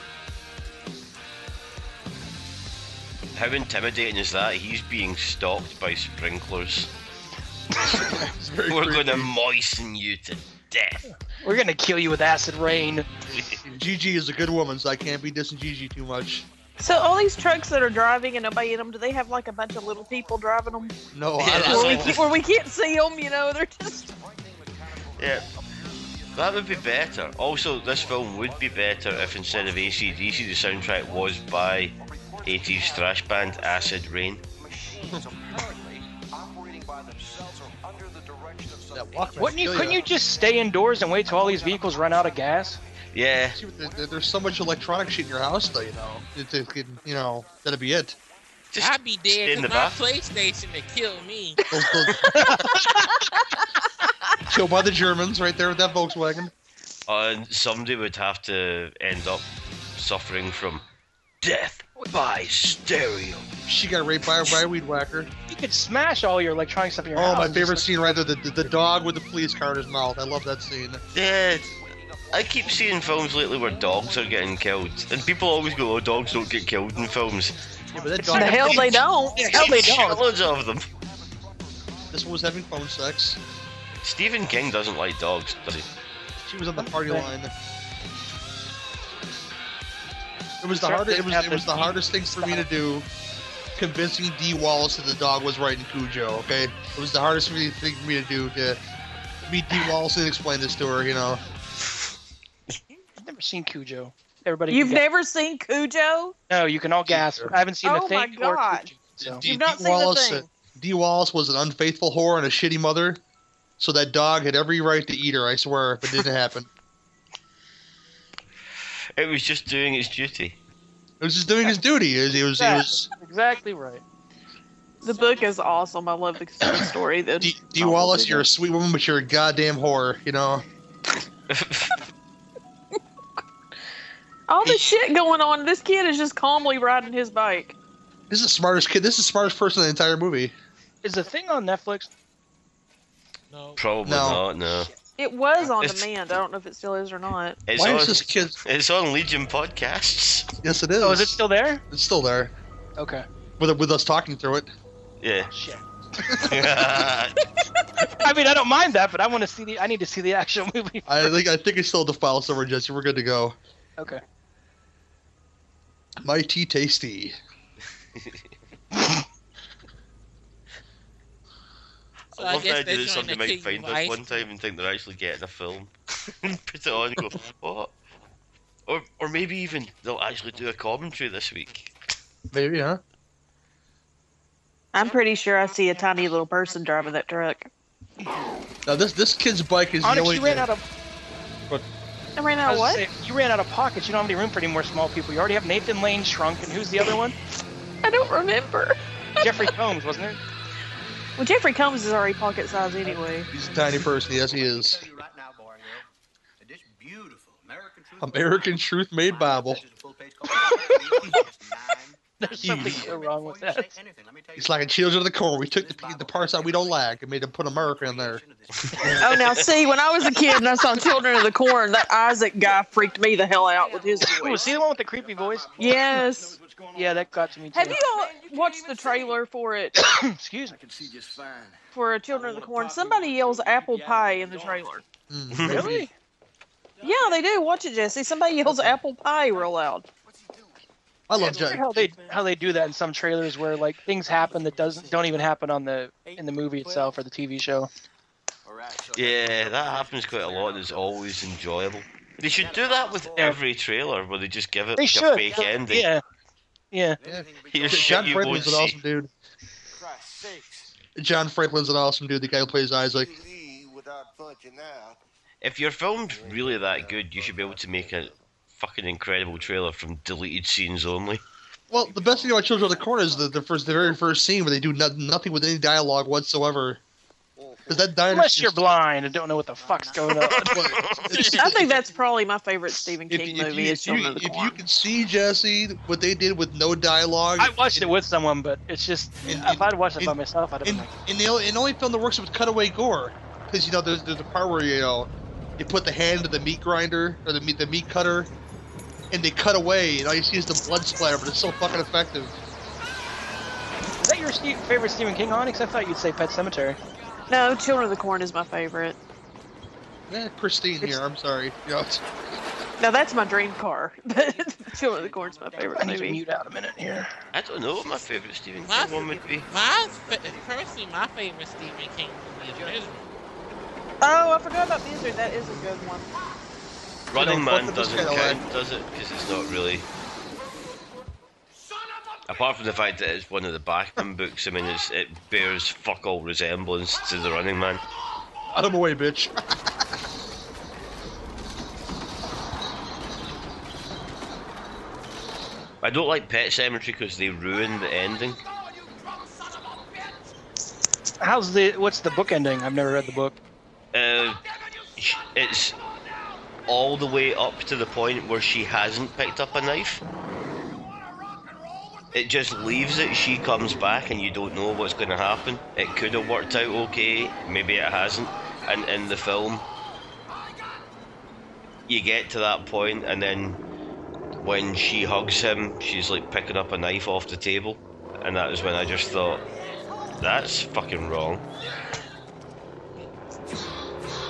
Speaker 4: How intimidating is that? He's being stalked by sprinklers.
Speaker 1: it's very
Speaker 4: We're
Speaker 1: creepy.
Speaker 4: gonna moisten you to death.
Speaker 5: We're gonna kill you with acid rain.
Speaker 1: Gigi is a good woman, so I can't be dissing Gigi too much.
Speaker 2: So all these trucks that are driving and nobody in them, do they have like a bunch of little people driving them?
Speaker 1: No,
Speaker 4: Yeah,
Speaker 1: I
Speaker 4: that's
Speaker 1: don't.
Speaker 2: Where we,
Speaker 1: know.
Speaker 2: can't, where we can't see them, you know? They're just
Speaker 4: Yeah. That would be better. Also, this film would be better if instead of ACDC, the soundtrack was by 80s thrash band Acid Rain.
Speaker 1: That Walkman
Speaker 5: Wouldn't you?
Speaker 1: kill
Speaker 5: Couldn't you just stay indoors and wait till all these vehicles run out of gas?
Speaker 4: Yeah,
Speaker 1: See, there- there- There's so much electronic shit in your house, though. You know, it, it, it- you know that'd be it.
Speaker 4: just
Speaker 3: I'd be
Speaker 4: stay
Speaker 3: dead
Speaker 4: in
Speaker 3: to
Speaker 4: the
Speaker 3: my
Speaker 4: back.
Speaker 3: PlayStation to kill me.
Speaker 1: Those- those- Killed by the Germans right there with that Volkswagen.
Speaker 4: uh, somebody would have to end up suffering from death by stereo.
Speaker 1: She got raped by, by a weed whacker.
Speaker 5: You could smash all your electronic stuff in your
Speaker 1: Oh,
Speaker 5: house.
Speaker 1: my
Speaker 5: Just
Speaker 1: favorite
Speaker 5: like-
Speaker 1: scene right there the, the, the dog with the police car in his mouth. I love that scene.
Speaker 4: Yeah, I keep seeing films lately where dogs are getting killed, and people always go, "Oh, dogs don't get killed in films."
Speaker 1: Yeah, but that
Speaker 2: the
Speaker 1: dog,
Speaker 2: hell they don't.
Speaker 4: Yeah,
Speaker 2: Hell they don't.
Speaker 4: shitloads of them.
Speaker 1: this one was having phone sex.
Speaker 4: Stephen King doesn't like dogs, does he?
Speaker 1: She was on the party
Speaker 5: Okay.
Speaker 1: line. It was the
Speaker 5: Sure,
Speaker 1: hardest. It
Speaker 5: this
Speaker 1: was, it was the
Speaker 5: happened.
Speaker 1: hardest thing for me to do. Convincing D Wallace that the dog was right in Cujo. Okay, it was the hardest thing for me to do to meet D Wallace and explain this to her. You know,
Speaker 5: I've never seen Cujo. Everybody,
Speaker 2: You've
Speaker 5: can gas.
Speaker 2: never seen Cujo?
Speaker 5: No, you can all gas.
Speaker 1: Sure.
Speaker 5: I haven't seen
Speaker 2: Oh
Speaker 5: a
Speaker 2: my
Speaker 5: thing. or
Speaker 2: God.
Speaker 5: Cujo, so.
Speaker 1: D-
Speaker 2: You've not
Speaker 1: D
Speaker 2: seen the
Speaker 1: Wallace,
Speaker 2: thing.
Speaker 1: D Wallace was an unfaithful whore and a shitty mother, so that dog had every right to eat her. I swear, but it didn't happen.
Speaker 4: It was just doing its duty.
Speaker 1: It was just doing his duty. It was, it was, it was
Speaker 5: Exactly right.
Speaker 2: The book is awesome. I love the story. The
Speaker 1: D, D
Speaker 2: novel,
Speaker 1: Wallace,
Speaker 2: isn't
Speaker 1: you're a
Speaker 2: it?
Speaker 1: sweet woman, but you're a goddamn whore. You know.
Speaker 2: all this shit going on. This kid is just calmly riding his bike.
Speaker 1: This is the smartest kid. This is the smartest person in the entire movie.
Speaker 5: Is the thing on Netflix?
Speaker 3: No.
Speaker 4: Probably
Speaker 1: No.
Speaker 4: not. No.
Speaker 2: It was on
Speaker 4: It's-
Speaker 2: demand. I don't know if it still is or not.
Speaker 4: It's
Speaker 1: Why
Speaker 4: on.
Speaker 1: is this kid?
Speaker 4: It's on Legion podcasts.
Speaker 1: Yes, it is.
Speaker 5: Oh, is it still there?
Speaker 1: It's still there
Speaker 5: Okay.
Speaker 1: with with us talking through it.
Speaker 4: Yeah.
Speaker 5: Shit.
Speaker 4: I
Speaker 5: I mean, I don't mind that, but I want to see the. I need to see the actual movie.
Speaker 1: I think I think it's still the file somewhere, Jesse. We're good to go.
Speaker 5: Okay.
Speaker 1: My tea tasty.
Speaker 3: So I
Speaker 4: love the
Speaker 3: guess
Speaker 4: idea
Speaker 3: they're
Speaker 4: that
Speaker 3: trying
Speaker 4: somebody
Speaker 3: to
Speaker 4: might
Speaker 3: keep
Speaker 4: find
Speaker 3: life.
Speaker 4: us one time and think they're actually getting a film, and put it on and go, what? Or, or maybe even they'll actually do a commentary this week.
Speaker 1: Maybe, huh?
Speaker 2: I'm pretty sure I see a tiny little person driving that truck.
Speaker 1: Now this this kid's bike is
Speaker 5: Onyx,
Speaker 1: the only.
Speaker 5: you ran out of.
Speaker 2: I ran
Speaker 5: I
Speaker 2: out of
Speaker 5: was gonna
Speaker 2: what?
Speaker 5: say, you ran out of pockets. You don't have any room for any more small people. You already have Nathan Lane shrunk, and who's the other one?
Speaker 2: I don't remember.
Speaker 5: Jeffrey Combs, wasn't it?
Speaker 2: Well, Jeffrey Combs is already pocket size anyway.
Speaker 1: He's a tiny person. Yes, he is.
Speaker 6: Right now, Barrio, that this beautiful American truth-
Speaker 1: American Truth Made Bible.
Speaker 5: There's something so wrong with that.
Speaker 1: It's like a children of the corn. We took the, the parts out we don't like and made them put America in there.
Speaker 2: Oh, now see, when I was a kid and I saw Children of the Corn, that Isaac guy freaked me the hell out with his
Speaker 5: Ooh,
Speaker 2: voice.
Speaker 5: Oh, see the one with the creepy voice?
Speaker 2: Yes.
Speaker 5: Yeah, that got to me too.
Speaker 2: Have you all watched the trailer for it
Speaker 5: Excuse me.
Speaker 6: can see just fine.
Speaker 2: for Children of the Corn? Somebody yells apple pie in the trailer.
Speaker 1: Mm.
Speaker 5: Really?
Speaker 2: Yeah, they do. Watch it, Jesse. Somebody yells apple pie real loud.
Speaker 1: I love
Speaker 5: It's weird
Speaker 1: Jack.
Speaker 5: how they how they do that in some trailers where like things happen that doesn't don't even happen on the in the movie itself or the TV show.
Speaker 4: Yeah, that happens quite a lot and it's always enjoyable. They should do that with every trailer where they just give it
Speaker 5: They
Speaker 4: like
Speaker 5: should.
Speaker 4: a fake ending.
Speaker 5: Yeah. Yeah.
Speaker 4: Here's shit
Speaker 1: John
Speaker 4: you won't
Speaker 1: Franklin's an
Speaker 4: see.
Speaker 1: awesome dude. John Franklin's an awesome dude. The guy who plays Isaac.
Speaker 4: if your film's really that good, you should be able to make a fucking incredible trailer from deleted scenes only.
Speaker 1: Well, the best thing about Children of the Corn is the, the first, the very first scene where they do no, nothing with any dialogue whatsoever. Because that dinosaur.
Speaker 5: Unless you're blind and don't know what the fuck's going on.
Speaker 2: I think that's probably my favorite Stephen
Speaker 1: If,
Speaker 2: King
Speaker 1: if
Speaker 2: movie
Speaker 1: you,
Speaker 2: is
Speaker 1: if,
Speaker 2: Children
Speaker 1: you,
Speaker 2: of the
Speaker 1: if
Speaker 2: Corn.
Speaker 1: you can see Jesse, what they did with no dialogue,
Speaker 5: I watched it with someone, but it's just
Speaker 1: In-
Speaker 5: if I'd watched it by
Speaker 1: in-
Speaker 5: myself, I'd have
Speaker 1: and,
Speaker 5: been like,
Speaker 1: and the only, and the only film that works with cutaway gore, because you know there's there's a part where you know you put the hand to the meat grinder or the meat the meat cutter, and they cut away, and all you see is the blood splatter, but it's so fucking effective.
Speaker 5: "Is that your Steve, favorite Stephen King, Onyx?" I thought you'd say Pet Cemetery.
Speaker 2: No, Children of the Corn is my favorite.
Speaker 1: Eh, Christine here, I'm sorry. You know, it's-
Speaker 2: Now that's my dream car. Children of the Corn's my favorite
Speaker 5: I need to
Speaker 2: movie.
Speaker 5: mute out a minute here.
Speaker 4: I don't know what my favourite Stephen
Speaker 3: Why?
Speaker 4: King one would be.
Speaker 3: My fa- personally, my favorite Stephen King movie is Misery.
Speaker 2: Oh, I forgot about Misery. That is a good one.
Speaker 4: Running
Speaker 1: You know,
Speaker 4: Man
Speaker 1: fuck with this
Speaker 4: doesn't
Speaker 1: guy,
Speaker 4: count, does it? Because it's not really. Apart from the fact that it's one of the Bachman books, I mean, it's, it bears fuck all resemblance to the Running Man.
Speaker 1: out of my way, bitch.
Speaker 4: I don't like Pet Cemetery because they ruin the ending.
Speaker 5: How's the what's the book ending? I've never read the book.
Speaker 4: Uh, sh- it's all the way up to the point where she hasn't picked up a knife. It just leaves it. She comes back, and you don't know what's going to happen. It could have worked out okay. Maybe it hasn't. And in the film, you get to that point, and then when she hugs him, she's like picking up a knife off the table, and that is when I just thought, that's fucking wrong.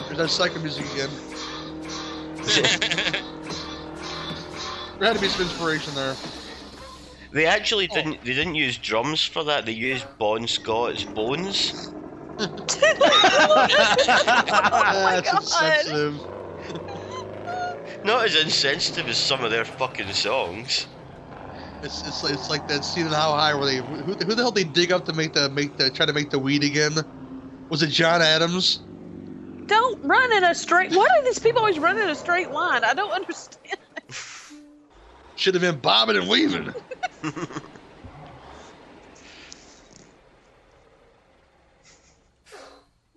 Speaker 1: There's that psycho music again. There had to be some inspiration there.
Speaker 4: They actually didn't. They didn't use drums for that. They used Bon Scott's bones.
Speaker 5: Oh
Speaker 1: That's
Speaker 2: God.
Speaker 1: insensitive.
Speaker 4: Not as insensitive as some of their fucking songs.
Speaker 1: It's, it's like- it's like that scene in How High where they who, who the hell they dig up to make the make the try to make the weed again? Was it John Adams?
Speaker 2: Don't run in a straight. Why do these people always run in a straight line? I don't understand.
Speaker 1: Should have been bobbing and weaving.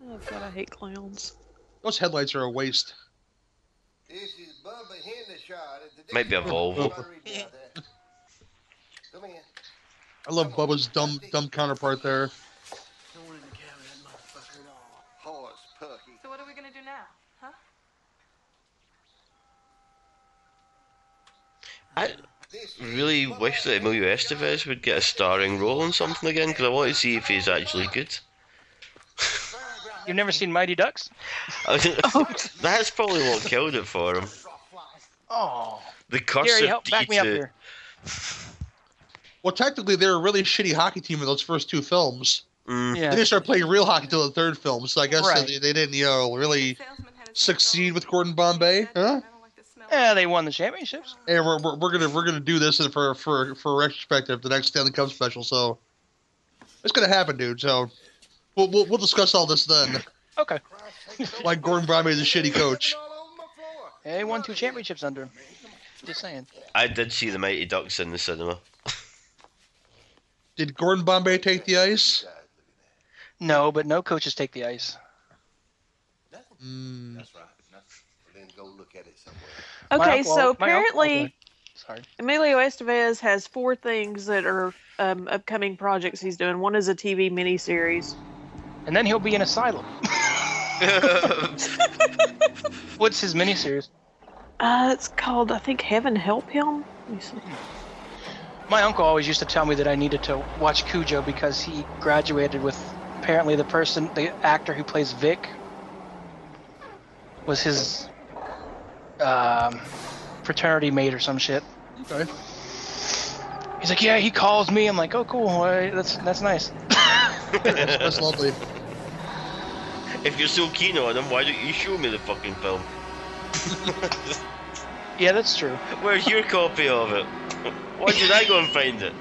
Speaker 2: Oh god, I hate clowns.
Speaker 1: Those headlights are a waste.
Speaker 6: This is Bubba Hendershot at the
Speaker 4: Might be a Volvo.
Speaker 6: Come in.
Speaker 1: I love Bubba's dumb dumb counterpart there.
Speaker 6: No one in the cabin, that motherfucker. No. Horse pucky.
Speaker 8: So what are we gonna do now?
Speaker 4: I
Speaker 6: This is
Speaker 4: really wish that Emilio Estevez would get a starring role in something again because I want to see if he's actually good.
Speaker 5: You've never seen Mighty Ducks?
Speaker 2: Oh,
Speaker 4: That's probably what killed it for him.
Speaker 5: Oh,
Speaker 4: The curse
Speaker 5: Gary,
Speaker 4: of
Speaker 5: help back me up
Speaker 4: D2.
Speaker 5: here.
Speaker 1: Well, technically, they're a really shitty hockey team in those first two films.
Speaker 4: Mm.
Speaker 1: They
Speaker 5: Yeah.
Speaker 1: didn't start playing real hockey until the third film, so I guess
Speaker 5: Right.
Speaker 1: they, they didn't, you know, really. Succeed with Gordon Bombay, huh?
Speaker 5: Yeah, they won the championships.
Speaker 1: Hey, we're, we're, we're gonna we're gonna do this for for for retrospective, the next Stanley Cup special. So it's gonna happen, dude. So we'll we'll, we'll discuss all this then.
Speaker 5: Okay.
Speaker 1: Why Gordon Bombay is a shitty coach.
Speaker 5: They won two championships under him. Just saying.
Speaker 4: I did see the Mighty Ducks in the cinema.
Speaker 1: Did Gordon Bombay take the ice?
Speaker 5: No, but no coaches take the ice.
Speaker 1: Mm,
Speaker 6: That's right. Then go look at it somewhere.
Speaker 2: Okay,
Speaker 5: My
Speaker 2: so
Speaker 5: fault. My fault.
Speaker 2: apparently
Speaker 5: Sorry.
Speaker 2: Emilio Estevez has four things that are um, upcoming projects he's doing. One is a TV miniseries.
Speaker 5: And then he'll be in asylum. What's his miniseries?
Speaker 2: Uh, it's called, I think, Heaven Help Him. Let me see.
Speaker 5: My uncle always used to tell me that I needed to watch Cujo because he graduated with apparently the person, the actor who plays Vic, was his um, fraternity mate or some shit.
Speaker 1: okay.
Speaker 5: He's like, yeah, he calls me. I'm like, oh, cool. all right, That's that's nice.
Speaker 1: That's lovely.
Speaker 4: if you're so keen on him, why don't you show me the fucking film?
Speaker 5: Yeah, that's true.
Speaker 4: Where's your copy of it? Why did I go and find it?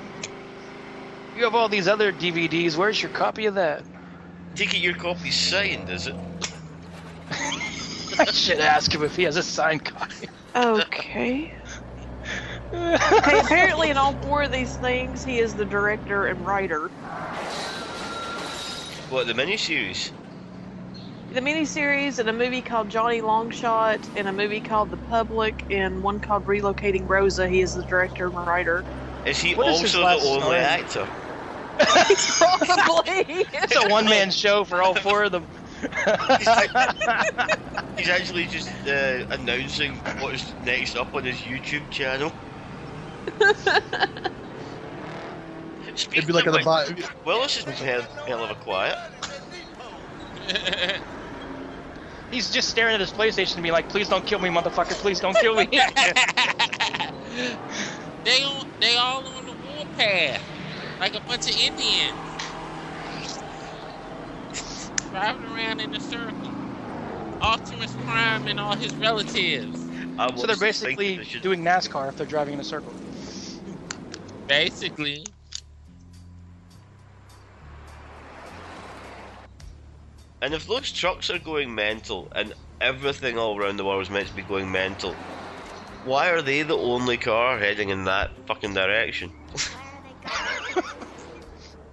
Speaker 5: You have all these other DVDs. Where's your copy of that?
Speaker 4: Take it your copy's signed, is it?
Speaker 5: I should ask him if he has a signed copy.
Speaker 2: Okay. Okay, apparently in all four of these things, he is the director and writer.
Speaker 4: What the miniseries?
Speaker 2: The miniseries and a movie called Johnny Longshot and a movie called The Public and one called Relocating Rosa. He is the director and writer.
Speaker 4: Is he
Speaker 5: What is
Speaker 4: also
Speaker 5: his
Speaker 4: the
Speaker 5: last
Speaker 4: only
Speaker 5: name?
Speaker 4: actor?
Speaker 2: Probably.
Speaker 5: It's a one-man show for all four of them.
Speaker 4: He's actually just uh, announcing what's next up on his YouTube channel.
Speaker 1: It'd be like at the bottom.
Speaker 4: Willis has been hell, hell of a quiet.
Speaker 5: He's just staring at his PlayStation and being like, "Please don't kill me, motherfucker! Please don't kill me!"
Speaker 3: they on, they all on the warpath, like a bunch of Indians, driving around in a circle. Optimus Prime and all his relatives,
Speaker 4: I watched this
Speaker 5: so they're
Speaker 4: thing
Speaker 5: basically
Speaker 4: that should-
Speaker 5: doing NASCAR if they're driving in a circle.
Speaker 3: basically.
Speaker 4: And if those trucks are going mental, and everything all around the world is meant to be going mental, why are they the only car heading in that fucking direction?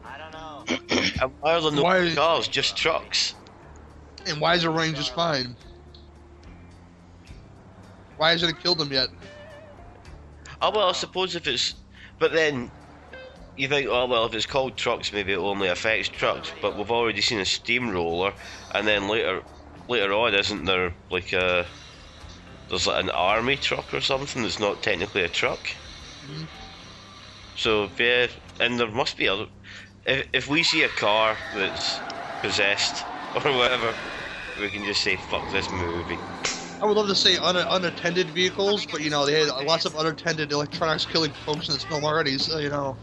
Speaker 8: I don't know.
Speaker 4: And why are there no
Speaker 1: Why-
Speaker 4: cars, just trucks?
Speaker 1: And why is it running just fine? Why hasn't it killed him yet?
Speaker 4: Oh well, I suppose if it's, but then you think, oh well, if it's called trucks, maybe it only affects trucks. But we've already seen a steamroller, and then later, later on, isn't there like a there's like an army truck or something that's not technically a truck?
Speaker 1: Mhm.
Speaker 4: So yeah, and there must be other. If if we see a car that's possessed or whatever, we can just say fuck this movie.
Speaker 1: I would love to say un- unattended vehicles, but you know they had lots of unattended electronics killing folks in this film already. So you know,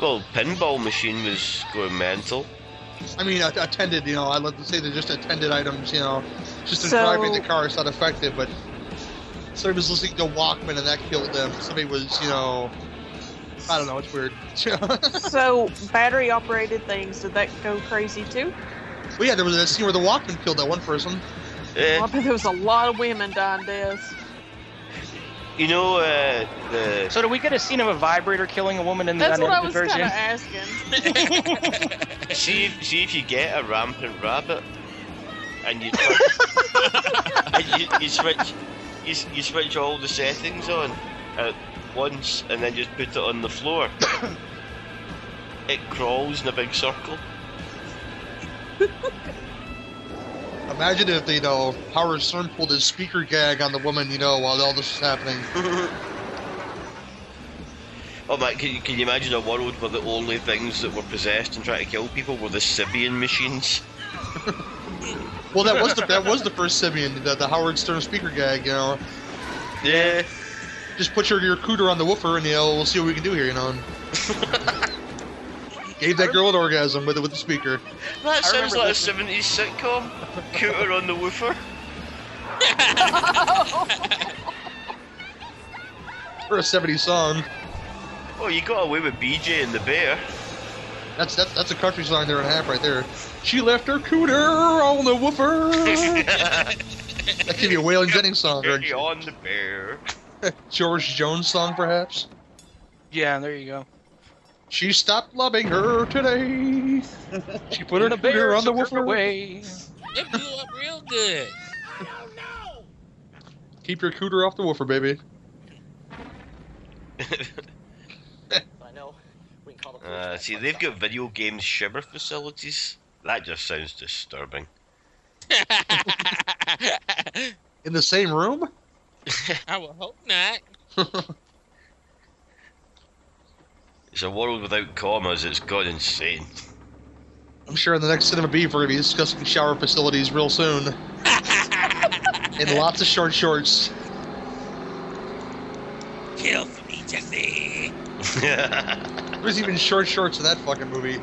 Speaker 4: Well, pinball machine was going mental.
Speaker 1: I mean a- attended. You know, I'd love to say they're just attended items. You know, just in
Speaker 2: So-
Speaker 1: driving the car it's not effective, but somebody was listening to Walkman and that killed them. Somebody was you know, I don't know. It's weird. well,
Speaker 2: so battery operated things, did that go crazy too?
Speaker 1: yeah, there was a scene where the Walkman killed that one person.
Speaker 4: Eh.
Speaker 2: Well, I bet there was a lot of women dying deaths.
Speaker 4: You know, uh, the
Speaker 5: So do we get a scene of a vibrator killing a woman in the
Speaker 2: That's what I
Speaker 5: unedited
Speaker 2: was kind of
Speaker 5: version?
Speaker 2: asking.
Speaker 4: see if, see if you get a rampant rabbit, and you and you, you switch you, s- you switch all the settings on at once, and then just put it on the floor. it crawls in a big circle.
Speaker 1: Imagine if you know Howard Stern pulled his speaker gag on the woman. You know, while all this is happening.
Speaker 4: Oh man, can you, can you imagine a world where the only things that were possessed and trying to kill people were the Sibian machines?
Speaker 1: Well, that was the that was the first Simeon, the, the Howard Stern speaker gag. You know,
Speaker 4: Yeah.
Speaker 1: just put your your cooter on the woofer, and you know, we'll see what we can do here. You know. Gave that girl an orgasm with with the speaker.
Speaker 4: That
Speaker 5: I
Speaker 4: sounds
Speaker 5: remember
Speaker 4: like a
Speaker 5: this
Speaker 4: 70s sitcom. Cooter on the woofer.
Speaker 1: For a 70 song.
Speaker 4: Oh, you got away with BJ and the bear.
Speaker 1: That's that's that's a country song there and a half right there. She left her cooter on the woofer. That could be a Waylon Jennings song or
Speaker 4: Dirty on the bear.
Speaker 1: a George Jones song, perhaps.
Speaker 5: Yeah, there you go.
Speaker 1: She stopped loving her today. She put her
Speaker 5: the
Speaker 1: cooter
Speaker 5: bear
Speaker 1: on the woofer.
Speaker 5: away.
Speaker 3: It blew up real good.
Speaker 1: Keep your cooter off the woofer, baby.
Speaker 8: But I know we can call the police.
Speaker 4: Uh,
Speaker 8: back
Speaker 4: see,
Speaker 8: once
Speaker 4: they've
Speaker 8: up.
Speaker 4: got video game shiver facilities. That just sounds disturbing.
Speaker 3: I
Speaker 1: In the same room?
Speaker 3: would hope not.
Speaker 4: It's a world without commas. It's gone insane.
Speaker 1: I'm sure in the next Cinema Beef, we're going to be discussing shower facilities real soon. And lots of short shorts.
Speaker 3: Kill for me, Jesse.
Speaker 1: There's even short shorts in that fucking movie.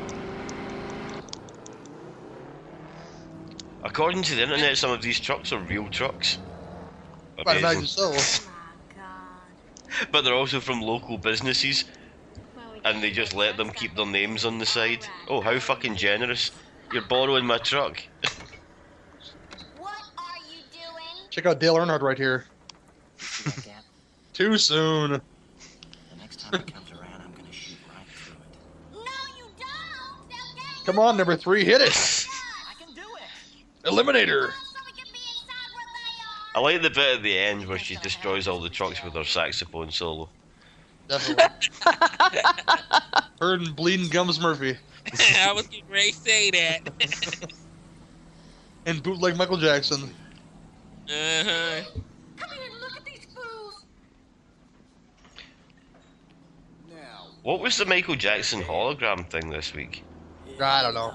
Speaker 4: According to the internet, some of these trucks are real trucks.
Speaker 1: But imagine
Speaker 4: Amazing.
Speaker 1: so.
Speaker 4: But they're also from local businesses, and they just let them keep their names on the side. Oh, how fucking generous! You're borrowing my truck.
Speaker 9: What are you
Speaker 1: Check out Dale Earnhardt right here.
Speaker 8: Goddamn.
Speaker 1: Too soon.
Speaker 8: The next time it comes around, I'm gonna shoot right through it.
Speaker 9: No, you don't. They'll get you.
Speaker 1: Come on, number three, hit it.
Speaker 8: I can do it.
Speaker 1: Eliminator.
Speaker 9: So we can be inside where they are.
Speaker 4: I like the bit at the end where she destroys all the trucks with her saxophone solo.
Speaker 1: Definitely. Heard and bleeding gums Murphy
Speaker 3: I was getting ready to say that.
Speaker 1: and bootleg Michael Jackson.
Speaker 3: uh-huh.
Speaker 9: Come here and look at these fools.
Speaker 8: Now.
Speaker 4: What was the Michael Jackson hologram thing this week?
Speaker 1: I don't know.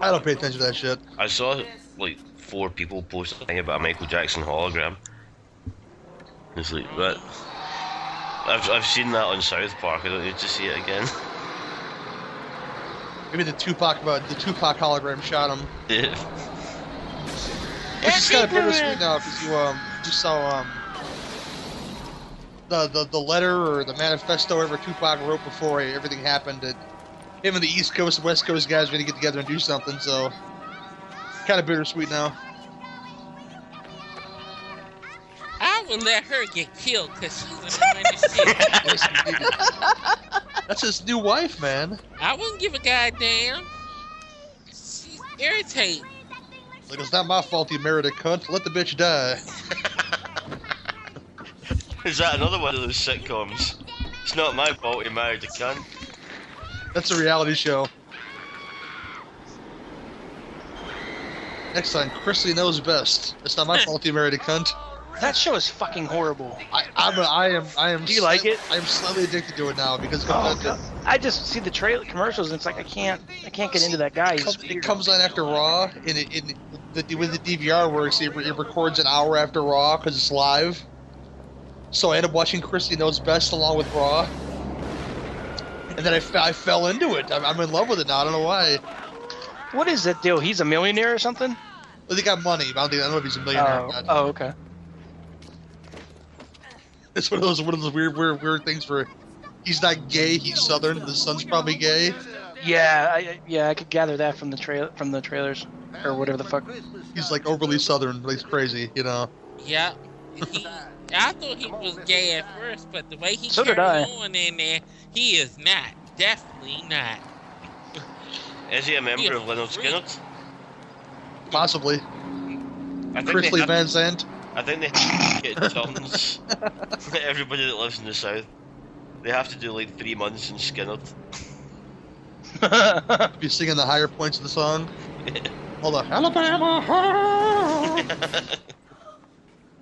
Speaker 1: I don't pay attention to that shit.
Speaker 4: I saw like four people post a thing about a Michael Jackson hologram. It's like that. I've, I've seen that on South Park. I don't need to see it again.
Speaker 1: Maybe the Tupac about the Tupac hologram shot him.
Speaker 4: Yeah.
Speaker 1: Which is kind of bittersweet now because you um you saw um the, the the letter or the manifesto ever Tupac wrote before everything happened that him and the East Coast and West Coast guys were gonna get together and do something. So kind of bittersweet now.
Speaker 3: I would let her get killed because she's annoying as shit.
Speaker 1: Yes, indeed. That's his new wife, man.
Speaker 3: I wouldn't give a goddamn. She's irritating.
Speaker 1: Like it's not my fault you married a cunt. Let the bitch die.
Speaker 4: Is that another one of those sitcoms? It's not my fault he married a cunt.
Speaker 1: That's a reality show. Next time, Christy knows best. It's not my fault you married a cunt.
Speaker 5: That show is fucking horrible.
Speaker 1: I, I'm a, I am I am.
Speaker 5: Do you like it?
Speaker 1: I am slightly addicted to it now because
Speaker 5: Oh,
Speaker 1: it,
Speaker 5: God. I just see the trailer commercials and it's like I can't I can't get into that guy. He's
Speaker 1: comes, it
Speaker 5: weird.
Speaker 1: comes on after Raw, and it, it the way the DVR works, it, it records an hour after Raw because it's live. So I ended up watching Christy Knows Best along with Raw, and then I, fe- I fell into it. I'm, I'm in love with it now. I don't know why.
Speaker 5: What is that deal? He's a millionaire or something?
Speaker 1: Well, they got money. But I don't think I don't know if he's a millionaire. or
Speaker 5: Oh,
Speaker 1: not.
Speaker 5: oh, okay.
Speaker 1: It's one of those one of those weird weird weird things where he's not gay. He's Southern. The son's probably gay.
Speaker 5: Yeah, I- I, yeah, I could gather that from the trail from the trailers or whatever the fuck.
Speaker 1: He's like overly Southern, but he's crazy. You know.
Speaker 3: Yep. He, I thought he was gay at first, but the way he
Speaker 5: So did
Speaker 3: carried
Speaker 5: I.
Speaker 3: on in there, he is not. Definitely not.
Speaker 4: Is he a member
Speaker 3: Yeah.
Speaker 4: of Leonard Skinner?
Speaker 1: Possibly.
Speaker 4: I think, they
Speaker 1: Chrisley
Speaker 4: have,
Speaker 1: Van Zandt.
Speaker 4: I think they have to get turns. Everybody that lives in the south, they have to do like three months in Skinner.
Speaker 1: Be singing the higher points of the song. All the Alabama,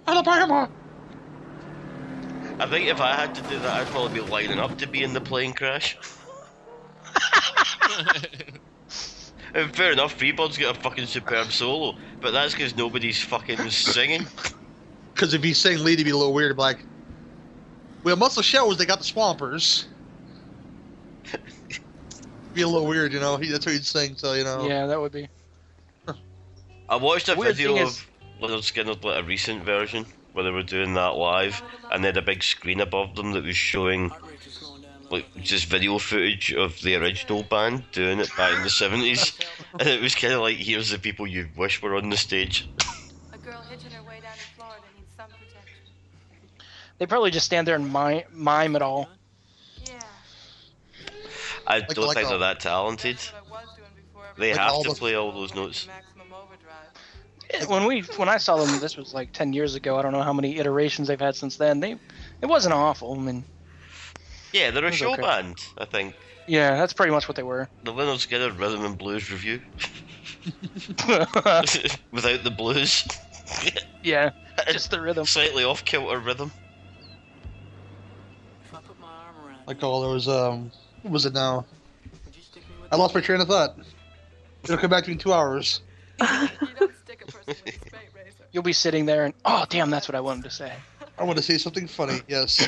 Speaker 1: Alabama.
Speaker 4: I think if I had to do that, I'd probably be lining up to be in the plane crash. And fair enough, Freebird's got a fucking superb solo, but that's because nobody's fucking singing.
Speaker 1: Because if he sang lead, he'd be a little weird. Like, well, muscle shows they got the Swampers. be a little weird, you know. He, that's what he'd sing. So you know.
Speaker 5: yeah, that would be.
Speaker 4: I watched a
Speaker 5: Weird
Speaker 4: video
Speaker 5: thing
Speaker 4: of
Speaker 5: is-
Speaker 4: Leonard Skinner, like a recent version, where they were doing that live, and they had a big screen above them that was showing like just video footage of the original band doing it back in the 70s. and it was kind of like, here's the people you wish were on the stage.
Speaker 9: A girl hitching her way down to Florida needs some protection.
Speaker 5: They probably just stand there and mime, mime it all.
Speaker 9: Yeah.
Speaker 4: I
Speaker 1: Like-
Speaker 4: don't
Speaker 1: like
Speaker 4: think
Speaker 1: a-
Speaker 4: they're that talented. They
Speaker 1: Like
Speaker 4: have
Speaker 1: all
Speaker 4: to
Speaker 1: the-
Speaker 4: play all those notes.
Speaker 5: Eh, When we when I saw them, this was like ten years ago. I don't know how many iterations they've had since then. They it wasn't awful. I mean,
Speaker 4: Yeah, they're a
Speaker 5: It's
Speaker 4: show
Speaker 5: okay.
Speaker 4: band, I think.
Speaker 5: yeah, that's pretty much what they were.
Speaker 4: The Leonard Skinner Rhythm and Blues review.
Speaker 5: yeah,
Speaker 4: Without the blues.
Speaker 5: just the rhythm.
Speaker 4: Slightly off kilter rhythm.
Speaker 1: Like all those um, what was it now? I lost my train of thought. It'll come back to me in two hours.
Speaker 5: You'll be sitting there and oh damn, that's what I wanted to say.
Speaker 1: I want to say something funny. Yes.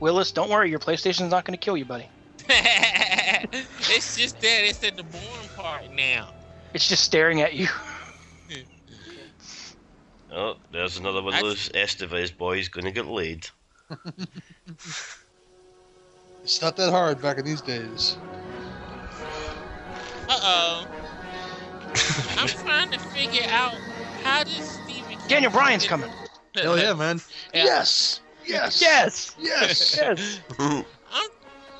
Speaker 5: Willis, don't worry, your PlayStation's not going to kill you, buddy.
Speaker 3: it's just that it's in the boring part now.
Speaker 5: It's just staring at you.
Speaker 4: Oh, there's another one of those Estevez boys gonna get laid.
Speaker 1: It's not that hard back in these days.
Speaker 3: Uh oh. I'm trying to figure out how does Stephen King
Speaker 5: Daniel Bryan's coming.
Speaker 1: Hell yeah, man.
Speaker 3: Yeah.
Speaker 1: Yes. Yes.
Speaker 5: Yes.
Speaker 1: Yes.
Speaker 5: Yes.
Speaker 3: I'm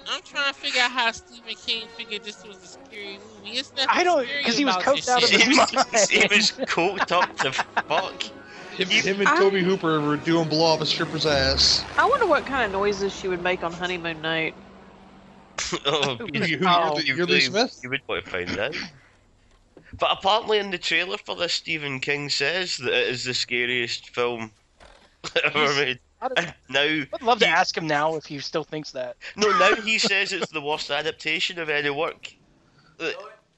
Speaker 3: I'm trying to figure out how Stephen King figured this was a scary movie. It's nothing
Speaker 5: I don't
Speaker 3: scary
Speaker 5: because he was
Speaker 3: about
Speaker 5: coked
Speaker 3: this
Speaker 5: out of
Speaker 3: shit.
Speaker 5: his
Speaker 4: He
Speaker 5: mind.
Speaker 4: He was coked up to fuck.
Speaker 1: Him, him and Toby Hooper were doing blow off a stripper's ass.
Speaker 2: I wonder what kind of noises she would make on honeymoon night.
Speaker 4: Oh,
Speaker 1: Who- who-
Speaker 5: Oh.
Speaker 1: you're, you're Lee Smith?
Speaker 4: You would want to find that. But apparently, in the trailer for this, Stephen King says that it is the scariest film ever made.
Speaker 5: I don't-
Speaker 4: And now,
Speaker 5: I'd love to ask him now if he still thinks that.
Speaker 4: no, now he says it's the worst adaptation of any work. Uh,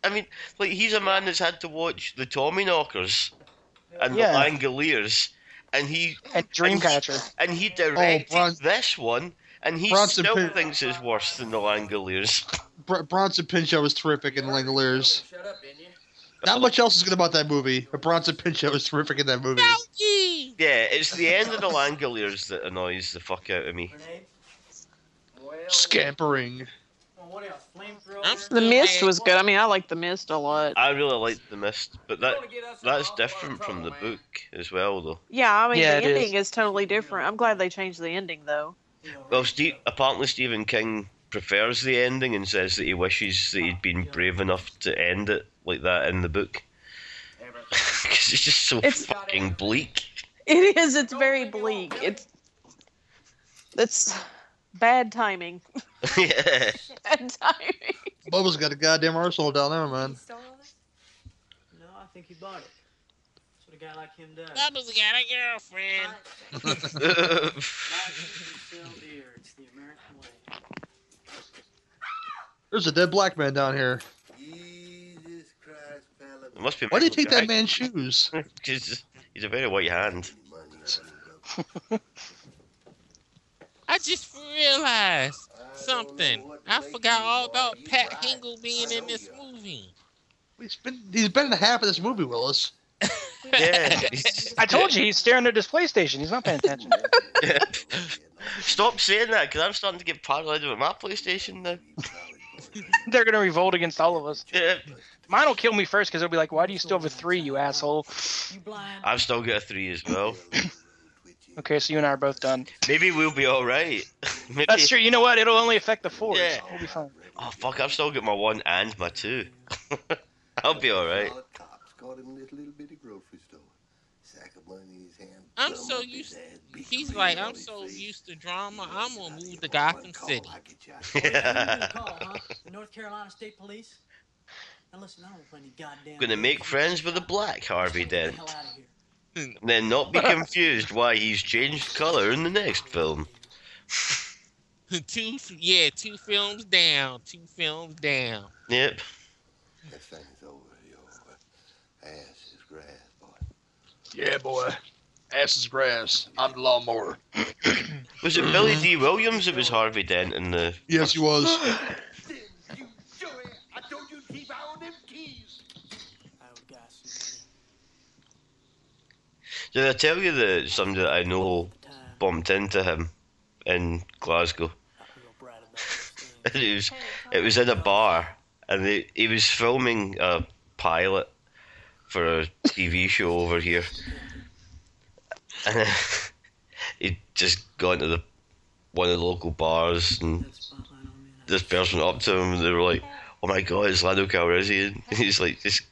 Speaker 4: I mean, like he's a man that's had to watch the Tommy Knockers and
Speaker 5: Yeah.
Speaker 4: the Langoliers, and he
Speaker 5: And Dreamcatcher.
Speaker 4: and he directed
Speaker 1: Bron-
Speaker 4: this one, and he
Speaker 1: Oh, Bronson
Speaker 4: still
Speaker 1: Pin-
Speaker 4: thinks it's worse than the Langoliers.
Speaker 1: Br- Bronson Pinchot was terrific in Langoliers.
Speaker 8: Shut up, didn't you?
Speaker 1: Not much else is good about that movie, but Bronson Pinchot was terrific in that movie.
Speaker 3: Yogi!
Speaker 4: Yeah, it's the end of the Langoliers that annoys the fuck out of me.
Speaker 8: Grenade? Well,
Speaker 1: Scampering.
Speaker 8: well, what else? Flamethrower?
Speaker 3: I'm still
Speaker 2: The Mist
Speaker 3: mad.
Speaker 2: was good. I mean, I like The Mist a lot.
Speaker 4: I really liked The Mist, but that
Speaker 8: Gonna get us in an awful lot
Speaker 4: that's
Speaker 8: of
Speaker 4: different
Speaker 8: trouble,
Speaker 4: from the
Speaker 8: man.
Speaker 4: book as well, though.
Speaker 2: Yeah, I mean,
Speaker 5: Yeah,
Speaker 2: the
Speaker 5: it is.
Speaker 2: ending is. totally different. I'm glad they changed the ending, though.
Speaker 8: You know,
Speaker 4: Well, Steve, apparently Stephen King prefers the ending and says that he wishes that he'd been brave enough to end it like that in the book
Speaker 8: everything.
Speaker 4: because it's just so
Speaker 2: It's-
Speaker 4: fucking bleak.
Speaker 2: It is. It's very bleak. It's. It's bad timing.
Speaker 4: yeah.
Speaker 2: Bad timing.
Speaker 1: Bubba's got a goddamn arsenal down there, man.
Speaker 9: Stole all this?
Speaker 7: No, I think he bought it. That's what a guy like him does.
Speaker 3: That was got a girlfriend.
Speaker 7: Life should be still dear. It's the American way.
Speaker 1: There's a dead black man down here.
Speaker 6: Jesus Christ, fella.
Speaker 4: it must be.
Speaker 1: Why do you
Speaker 4: Michael
Speaker 1: take that
Speaker 4: Jackson.
Speaker 1: man's shoes?
Speaker 4: 'Cause he's a very white hand.
Speaker 3: I just realized something. I forgot all about Pat Hingle being in this movie.
Speaker 1: He's been he's been in half of this movie, Willis.
Speaker 4: Yeah.
Speaker 5: I told you he's staring at his PlayStation. He's not paying attention.
Speaker 4: Stop saying that because I'm starting to get paranoid with my PlayStation now.
Speaker 5: They're gonna revolt against all of us.
Speaker 4: Yeah.
Speaker 5: Mine'll kill me first because they'll be like, "Why do you still have a three, you asshole?"
Speaker 7: You blind?
Speaker 4: I've still got a three as well.
Speaker 5: Okay, so you and I are both done.
Speaker 4: Maybe we'll be all right. Maybe.
Speaker 5: That's true. You know what? It'll only affect the fours.
Speaker 4: Yeah.
Speaker 5: We'll be fine.
Speaker 4: Oh fuck! I've still got my one and my two. I'll be all right.
Speaker 6: Cops caught him in this little bitty grocery store. Sack of money in his hand.
Speaker 3: I'm
Speaker 6: gum
Speaker 3: so
Speaker 6: up his
Speaker 3: used-
Speaker 6: ass, big
Speaker 3: He's
Speaker 6: grin
Speaker 3: like,
Speaker 6: on
Speaker 3: I'm
Speaker 6: his
Speaker 3: so
Speaker 6: face.
Speaker 3: used to drama, I'm gonna
Speaker 6: Out here
Speaker 3: move to
Speaker 6: on one
Speaker 3: Gotham
Speaker 6: call,
Speaker 3: City.
Speaker 6: I get you out.
Speaker 7: Wait, who you gonna call, huh? The North Carolina State Police? Now listen, I don't play any goddamn.
Speaker 4: Gonna make friends with a black Harvey
Speaker 7: Get the
Speaker 4: Dent,
Speaker 7: hell out of here.
Speaker 4: and then not be confused why he's changed color in the next film.
Speaker 3: two, yeah, two films down, two films down.
Speaker 4: Yep.
Speaker 6: That thing's over. Your ass is grass, boy.
Speaker 1: Yeah, boy. Ass is grass. I'm the lawnmower.
Speaker 4: Was it Billy D. Williams? It was Harvey Dent in the.
Speaker 1: Yes, he was.
Speaker 6: You do it. I told you keep out on them keys.
Speaker 7: I owe the guy some
Speaker 4: Did I tell you that somebody that I know
Speaker 7: money. Time.
Speaker 4: bumped into him in Glasgow?
Speaker 7: I feel bad about this thing.
Speaker 4: And it was
Speaker 9: Hey,
Speaker 4: It was in a bar, and they, he was filming a pilot for a TV show over here. And he'd just gone to the one of the local bars, and
Speaker 7: That's fine, I don't mean that.
Speaker 4: this person went up to him, and they were like, "Oh my God, it's Lando Calrissian!" And he's like, just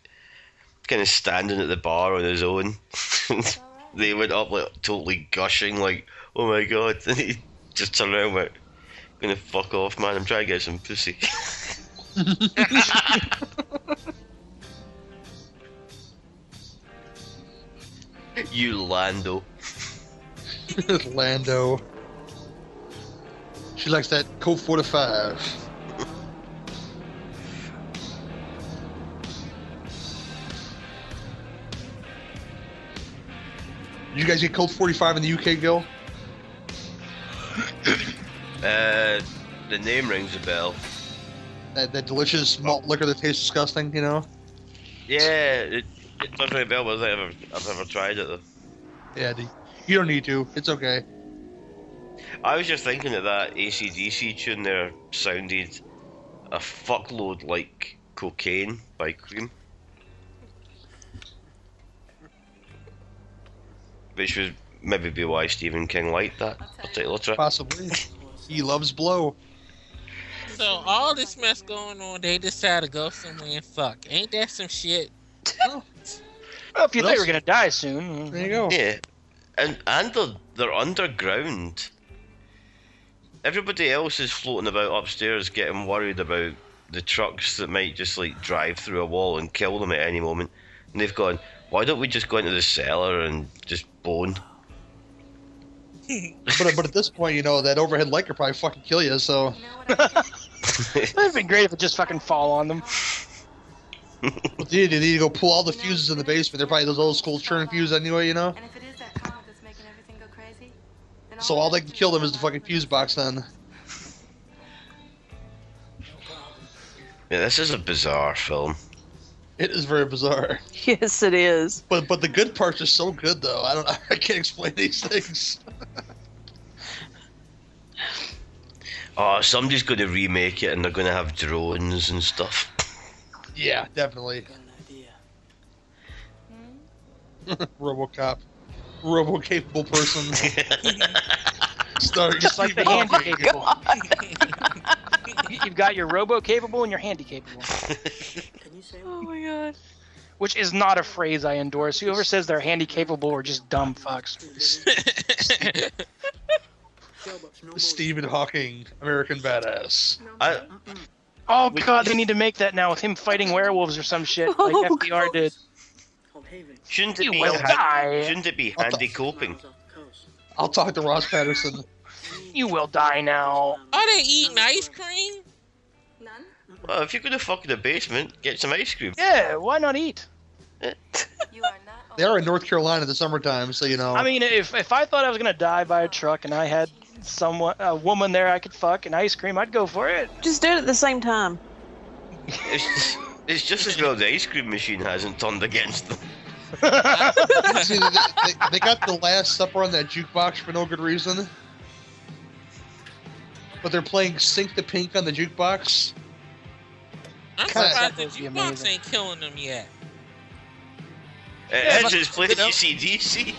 Speaker 4: kind of standing at the bar on his own.
Speaker 9: it's all right.
Speaker 4: they went up like totally gushing, like, "Oh my God!" And he just turned around, and went, "Gonna fuck off, man! I'm trying to get some pussy." You Lando.
Speaker 1: Lando. She likes that Colt 45. You guys get Colt 45 in the UK, Gil?
Speaker 4: Uh, the name rings a bell.
Speaker 1: That, that delicious malt liquor that tastes disgusting, you know?
Speaker 4: Yeah, it, it does ring a bell, but I don't think I've ever, I've never tried it though.
Speaker 1: Yeah, the- you don't need to. It's okay.
Speaker 4: I was just thinking that that ACDC tune there sounded a fuckload like cocaine by Cream. which would maybe be why Stephen King liked that particular track.
Speaker 1: Possibly. He loves blow.
Speaker 3: So all this mess going on, they decide to go somewhere and fuck. Ain't that some shit?
Speaker 5: Well, if you
Speaker 1: What
Speaker 5: thought
Speaker 1: else?
Speaker 5: you were gonna die soon, mm-hmm.
Speaker 1: There you go.
Speaker 4: Yeah, and and they're, they're underground. Everybody else is floating about upstairs, getting worried about the trucks that might just like drive through a wall and kill them at any moment. And they've gone, why don't we just go into the cellar and just bone?
Speaker 1: But but at this point, you know that overhead light could probably fucking kill you. So
Speaker 9: You know what I think?
Speaker 5: it'd be great if it just fucking fall on them.
Speaker 1: but they need they need to go pull all the fuses in the basement. They're probably those old school churn fuse anyway, you know.
Speaker 9: and if it is that comet that's making everything go crazy, then
Speaker 1: So all
Speaker 9: the
Speaker 1: they can kill them is the fucking fuse box. Then
Speaker 4: Yeah, this is a bizarre film.
Speaker 1: it is very bizarre.
Speaker 2: Yes, it is.
Speaker 1: But but the good parts are so good though. I don't I can't explain these things.
Speaker 4: Oh, somebody's going to remake it, and they're going to have drones and stuff.
Speaker 1: Yeah, definitely.
Speaker 7: Got an idea.
Speaker 1: RoboCop, robo capable person. Start
Speaker 5: Just like
Speaker 1: Oh
Speaker 5: the handy capable. You- You've got your robo capable and your handy capable,
Speaker 7: Can you say
Speaker 2: Oh my god.
Speaker 5: which is not a phrase I endorse. Whoever says they're handy capable are just dumb fucks.
Speaker 7: Shellbucks, no more.
Speaker 1: Stephen Hawking, American badass.
Speaker 4: I,
Speaker 5: Oh god, they need to make that now with him fighting werewolves or some shit like
Speaker 2: Oh,
Speaker 5: FDR did.
Speaker 7: Called Haven.
Speaker 4: shouldn't it
Speaker 5: You
Speaker 4: be
Speaker 5: will die.
Speaker 4: Shouldn't it be
Speaker 1: What the-
Speaker 4: handy coping?
Speaker 7: Miles off the coast.
Speaker 1: I'll talk to Ross Patterson.
Speaker 5: You will die now.
Speaker 3: Are they eating ice cream?
Speaker 9: None?
Speaker 4: Well, if you're going to fuck in the basement, get some ice cream.
Speaker 5: Yeah, why not eat?
Speaker 9: You are not.
Speaker 1: They are in North Carolina in the summertime, so you know.
Speaker 5: I mean, if if I thought I was gonna die by a truck and I had someone a woman there I could fuck and ice cream, I'd go for it.
Speaker 2: Just do it at the same time.
Speaker 4: It's, it's just as well the ice cream machine hasn't turned against them.
Speaker 1: See, they, they, they got the Last Supper on that jukebox for no good reason. But they're playing Sink the Pink on the jukebox.
Speaker 3: I'm
Speaker 1: Kinda
Speaker 3: surprised
Speaker 5: sounds
Speaker 3: the
Speaker 5: like it'd be
Speaker 3: jukebox
Speaker 5: amazing.
Speaker 3: ain't killing them yet.
Speaker 4: It
Speaker 5: but-
Speaker 4: is, it's played
Speaker 5: you know-
Speaker 4: at CDC.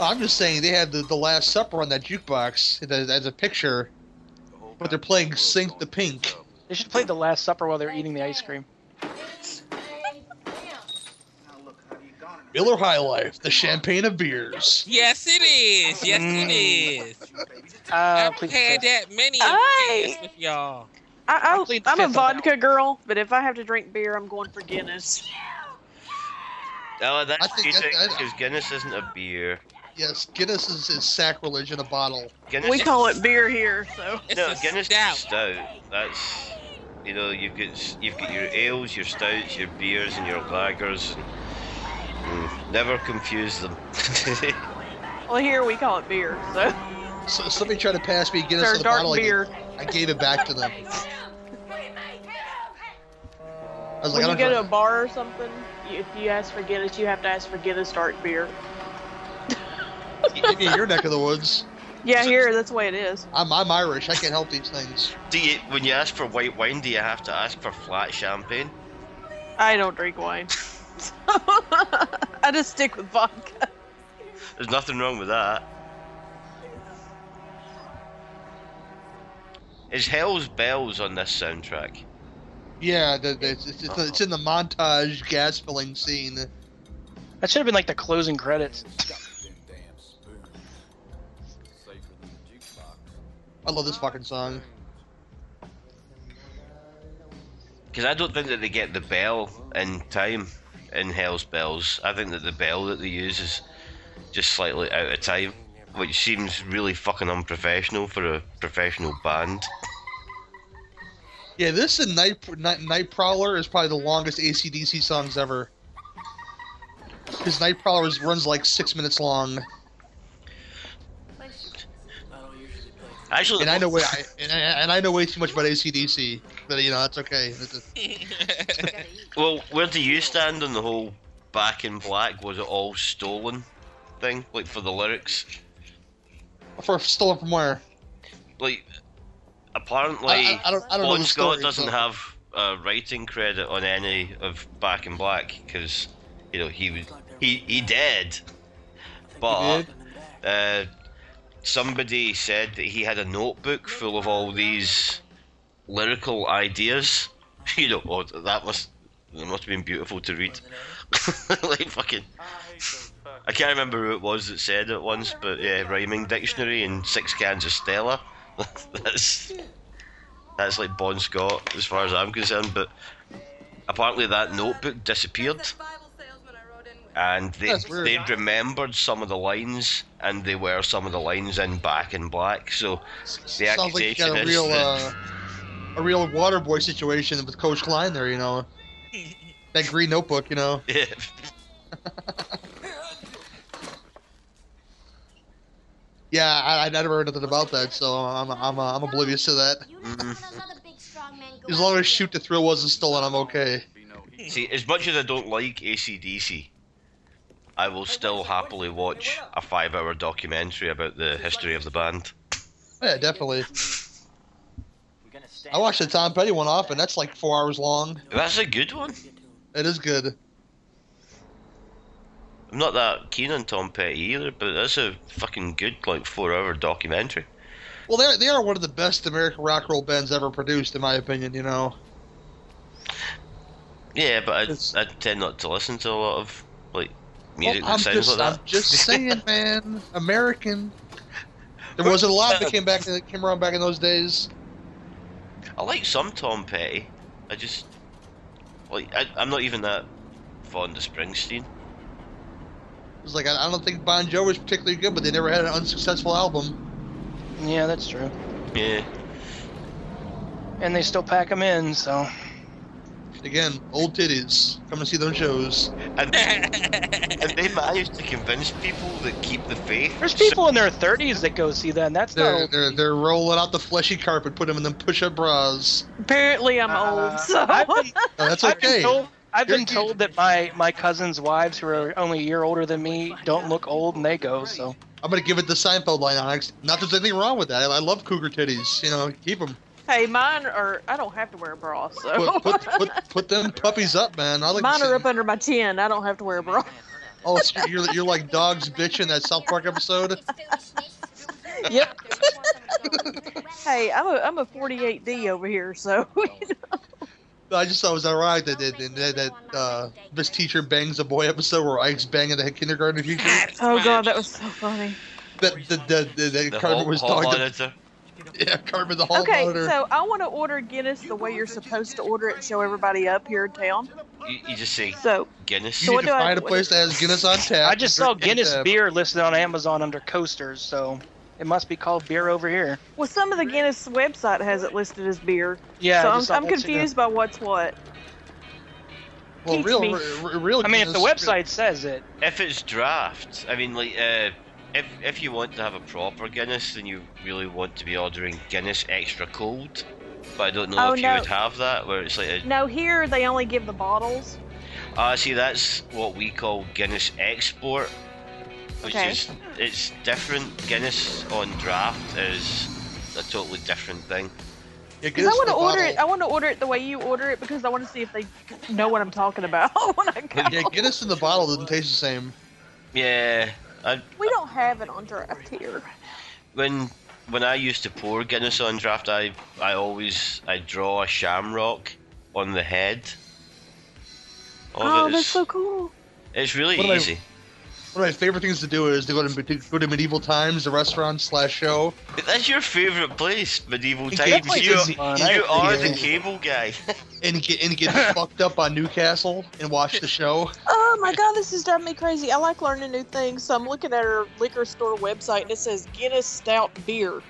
Speaker 1: I'm just saying they had the, the Last Supper on that jukebox as, as a picture. But they're playing Sink the Pink.
Speaker 5: They should play the Last Supper while they're eating the ice cream.
Speaker 1: Miller High Life, the champagne of beers.
Speaker 3: Yes, it is. Yes, it is.
Speaker 5: Uh,
Speaker 3: I've
Speaker 5: please.
Speaker 3: had that many of
Speaker 2: Aye.
Speaker 3: these with y'all.
Speaker 2: I,
Speaker 5: plead the
Speaker 2: I, I'm a
Speaker 5: fifth on that
Speaker 2: vodka girl, but if I have to drink beer, I'm going for Guinness.
Speaker 4: Oh, that's
Speaker 1: I think that- that-
Speaker 4: because Guinness isn't a beer.
Speaker 1: Yes, Guinness is, is sacrilege in a bottle.
Speaker 4: Guinness
Speaker 2: We
Speaker 4: is-
Speaker 2: call it beer here, so.
Speaker 3: It's
Speaker 4: no
Speaker 3: a
Speaker 4: Guinness is
Speaker 3: stout.
Speaker 4: stout. That's you know you've got you've got your ales, your stouts, your beers, and your lagers. And, mm, never confuse them.
Speaker 2: Well, here we call it beer, so.
Speaker 1: So, somebody tried to pass me Guinness
Speaker 2: They're
Speaker 1: in a bottle. I
Speaker 2: dark
Speaker 1: gave-
Speaker 2: beer.
Speaker 1: I gave it back to them. I was like, I
Speaker 2: When you
Speaker 1: don't
Speaker 2: go to a
Speaker 1: drink-
Speaker 2: bar or something, you, if you ask for Guinness, you have to ask for Guinness dark beer.
Speaker 1: maybe in your neck of the woods.
Speaker 2: Yeah, here, that's the way it is.
Speaker 1: I'm, I'm Irish. I can't help these things.
Speaker 4: do you when you ask for white wine? Do you have to ask for flat champagne?
Speaker 2: I don't drink wine. I just stick with vodka.
Speaker 4: There's nothing wrong with that. Is Hell's Bells on this soundtrack?
Speaker 1: Yeah, the, the, it's, it's, it's in the montage gas filling scene.
Speaker 5: That should have been like the closing credits.
Speaker 1: I love this fucking song.
Speaker 4: Because I don't think that they get the bell in time in Hell's Bells. I think that the bell that they use is just slightly out of time, which seems really fucking unprofessional for a professional band.
Speaker 1: Yeah, this and Night, Night, Night Prowler is probably the longest ACDC songs ever. Because Night Prowler is, runs like six minutes long,
Speaker 7: I don't usually play.
Speaker 4: Actually,
Speaker 1: and I know way I, and, I, and I know way too much about ACDC, but you know that's okay. It's- it's-
Speaker 4: well, where do you stand on the whole "Back in Black"? Was it all stolen thing, like for the lyrics?
Speaker 1: For stolen from where?
Speaker 4: Like, apparently.
Speaker 1: I, I, I don't, I don't know.
Speaker 4: Bon
Speaker 1: the
Speaker 4: Scott
Speaker 1: story,
Speaker 4: doesn't
Speaker 1: so-
Speaker 4: have uh, writing credit on any of Back in Black because you know, he was he he did,
Speaker 1: He
Speaker 4: but
Speaker 1: did?
Speaker 4: uh, somebody said that he had a notebook full of all these lyrical ideas. You know, oh, that must that must have been beautiful to read. like fucking, I can't remember who it was that said it once, but yeah, rhyming dictionary and six cans of Stella. that's that's like Bon Scott as far as I'm concerned. But apparently that notebook disappeared and they
Speaker 1: That's weird.
Speaker 4: they remembered some of the lines, and they were some of the lines in Back in Black. So the
Speaker 1: Sounds like you
Speaker 4: accusation
Speaker 1: got a
Speaker 4: is
Speaker 1: real,
Speaker 4: that
Speaker 1: uh, a real water boy situation with Coach Klein there. You know, that green notebook. You know, yeah, I, I never heard nothing about that, so I'm I'm uh, I'm oblivious to that. As long as Shoot the Thrill wasn't stolen, I'm okay.
Speaker 4: see, as much as I don't like ACDC, I will still happily watch a five-hour documentary about the history of the band.
Speaker 1: Yeah, definitely. I watched the Tom Petty one off, and that's like four hours long.
Speaker 4: That's a good one.
Speaker 1: It is good.
Speaker 4: I'm not that keen on Tom Petty either, but that's a fucking good like four-hour documentary.
Speaker 1: Well, they they are one of the best American rock roll bands ever produced, in my opinion. You know,
Speaker 4: Yeah,
Speaker 1: It's-
Speaker 4: but I, I tend not to listen to a lot of like
Speaker 1: well,
Speaker 4: music
Speaker 1: I'm
Speaker 4: that sounds
Speaker 1: just
Speaker 4: like that.
Speaker 1: I'm just saying, man, American. There wasn't a lot that came back that came around back in those days.
Speaker 4: I like some Tom Petty. I just like I, I'm not even that fond of Springsteen.
Speaker 1: It was like I, I don't think Bon Jovi was particularly good, but they never had an unsuccessful album.
Speaker 5: Yeah, that's true.
Speaker 4: Yeah,
Speaker 5: And they still pack them in, so
Speaker 1: Again, old titties. Come and see those shows.
Speaker 4: and, and they managed to convince people that keep the faith.
Speaker 5: there's people in their 30s that go see that, and that's not.
Speaker 1: They're
Speaker 5: old.
Speaker 1: they're, they're rolling out the fleshy carpet, putting them in them push-up bras.
Speaker 2: Apparently, I'm
Speaker 5: Uh,
Speaker 2: old, so
Speaker 5: I've been,
Speaker 1: Oh, that's
Speaker 5: I've been
Speaker 1: okay.
Speaker 5: told, I've
Speaker 1: You're-
Speaker 5: been told that my, my cousins' wives, who are only a year older than me, don't look old, and they go. So
Speaker 1: I'm gonna give it the Seinfeld line, Onyx. Not that there's anything wrong with that. I, I love cougar titties. You know, keep them.
Speaker 2: hey, mine are. I don't have to wear a bra, so
Speaker 1: Put put, put, put them puppies up, man. I like. to
Speaker 2: mine
Speaker 1: see
Speaker 2: are
Speaker 1: them.
Speaker 2: up under my chin. I don't have to wear a bra.
Speaker 1: Oh, so you're you're like dogs bitch in that South Park episode.
Speaker 5: Yep.
Speaker 2: Hey, I'm a I'm a 48D over here, so
Speaker 1: I just thought it was ironic that that that, that uh, this teacher bangs a boy episode where Ike's banging the kindergarten teacher.
Speaker 2: oh god, that was so funny.
Speaker 1: That the the, the, the,
Speaker 4: The
Speaker 1: Carmen
Speaker 4: whole,
Speaker 1: was
Speaker 4: whole
Speaker 1: talking.
Speaker 4: monitor.
Speaker 1: To, yeah, Carmen the hall
Speaker 2: Okay,
Speaker 1: monitor.
Speaker 2: so I want to order Guinness the way you're supposed to order it and show everybody up here in town.
Speaker 4: You, you just say
Speaker 2: So
Speaker 4: Guinness.
Speaker 1: you
Speaker 2: so what
Speaker 1: need
Speaker 2: do
Speaker 1: to
Speaker 2: I-
Speaker 1: find a place that has Guinness on tap.
Speaker 5: I just saw
Speaker 1: Drink it,
Speaker 5: Guinness
Speaker 1: uh,
Speaker 5: beer listed on Amazon under coasters, so it must be called beer over here.
Speaker 2: well, some of the Guinness website has it listed as beer,
Speaker 5: Yeah, I just
Speaker 2: so
Speaker 5: saw
Speaker 2: I'm, I'm
Speaker 5: that too.
Speaker 2: confused by what's what.
Speaker 1: Well,
Speaker 2: Teach
Speaker 1: real,
Speaker 2: me.
Speaker 1: re- real.
Speaker 5: I mean, if the
Speaker 1: Guinness-
Speaker 5: website says it,
Speaker 4: If it's draft, I mean, like, uh, if if you want to have a proper Guinness, then you really want to be ordering Guinness extra cold. But I don't know
Speaker 2: Oh,
Speaker 4: if
Speaker 2: no.
Speaker 4: you would have that, where it's like, a,
Speaker 2: No, here they only give the bottles.
Speaker 4: Ah, see, that's what we call Guinness export, which
Speaker 2: Okay.
Speaker 4: is it's different. Guinness on draft is a totally different thing.
Speaker 1: Yeah,
Speaker 2: Because
Speaker 1: Guinness
Speaker 2: I want to
Speaker 1: in a
Speaker 2: order
Speaker 1: bottle.
Speaker 2: it. Oh, I want to order it the way you order it because I want to see if they know what I'm talking about when I go.
Speaker 1: Yeah, Guinness in the bottle doesn't taste the same.
Speaker 4: Yeah, I,
Speaker 2: We don't have it on draft here.
Speaker 4: when when I used to pour Guinness on draft, I I always I draw a shamrock on the head. of
Speaker 2: Oh,
Speaker 4: it.
Speaker 2: that's
Speaker 4: It's-
Speaker 2: so cool.
Speaker 4: It's really
Speaker 1: What do I-
Speaker 4: easy.
Speaker 1: One of my favorite things to do is to go to, to go to medieval times, the restaurant slash show.
Speaker 4: But That's your favorite place, medieval
Speaker 1: That
Speaker 4: times.
Speaker 1: place
Speaker 4: You,
Speaker 1: is
Speaker 5: fun. I
Speaker 4: you are
Speaker 1: agree.
Speaker 4: the cable guy.
Speaker 1: and get and get fucked up on Newcastle and watch the show.
Speaker 2: Oh my god, this is driving me crazy. I like learning new things, so I'm looking at our liquor store website and it says Guinness Stout Beer.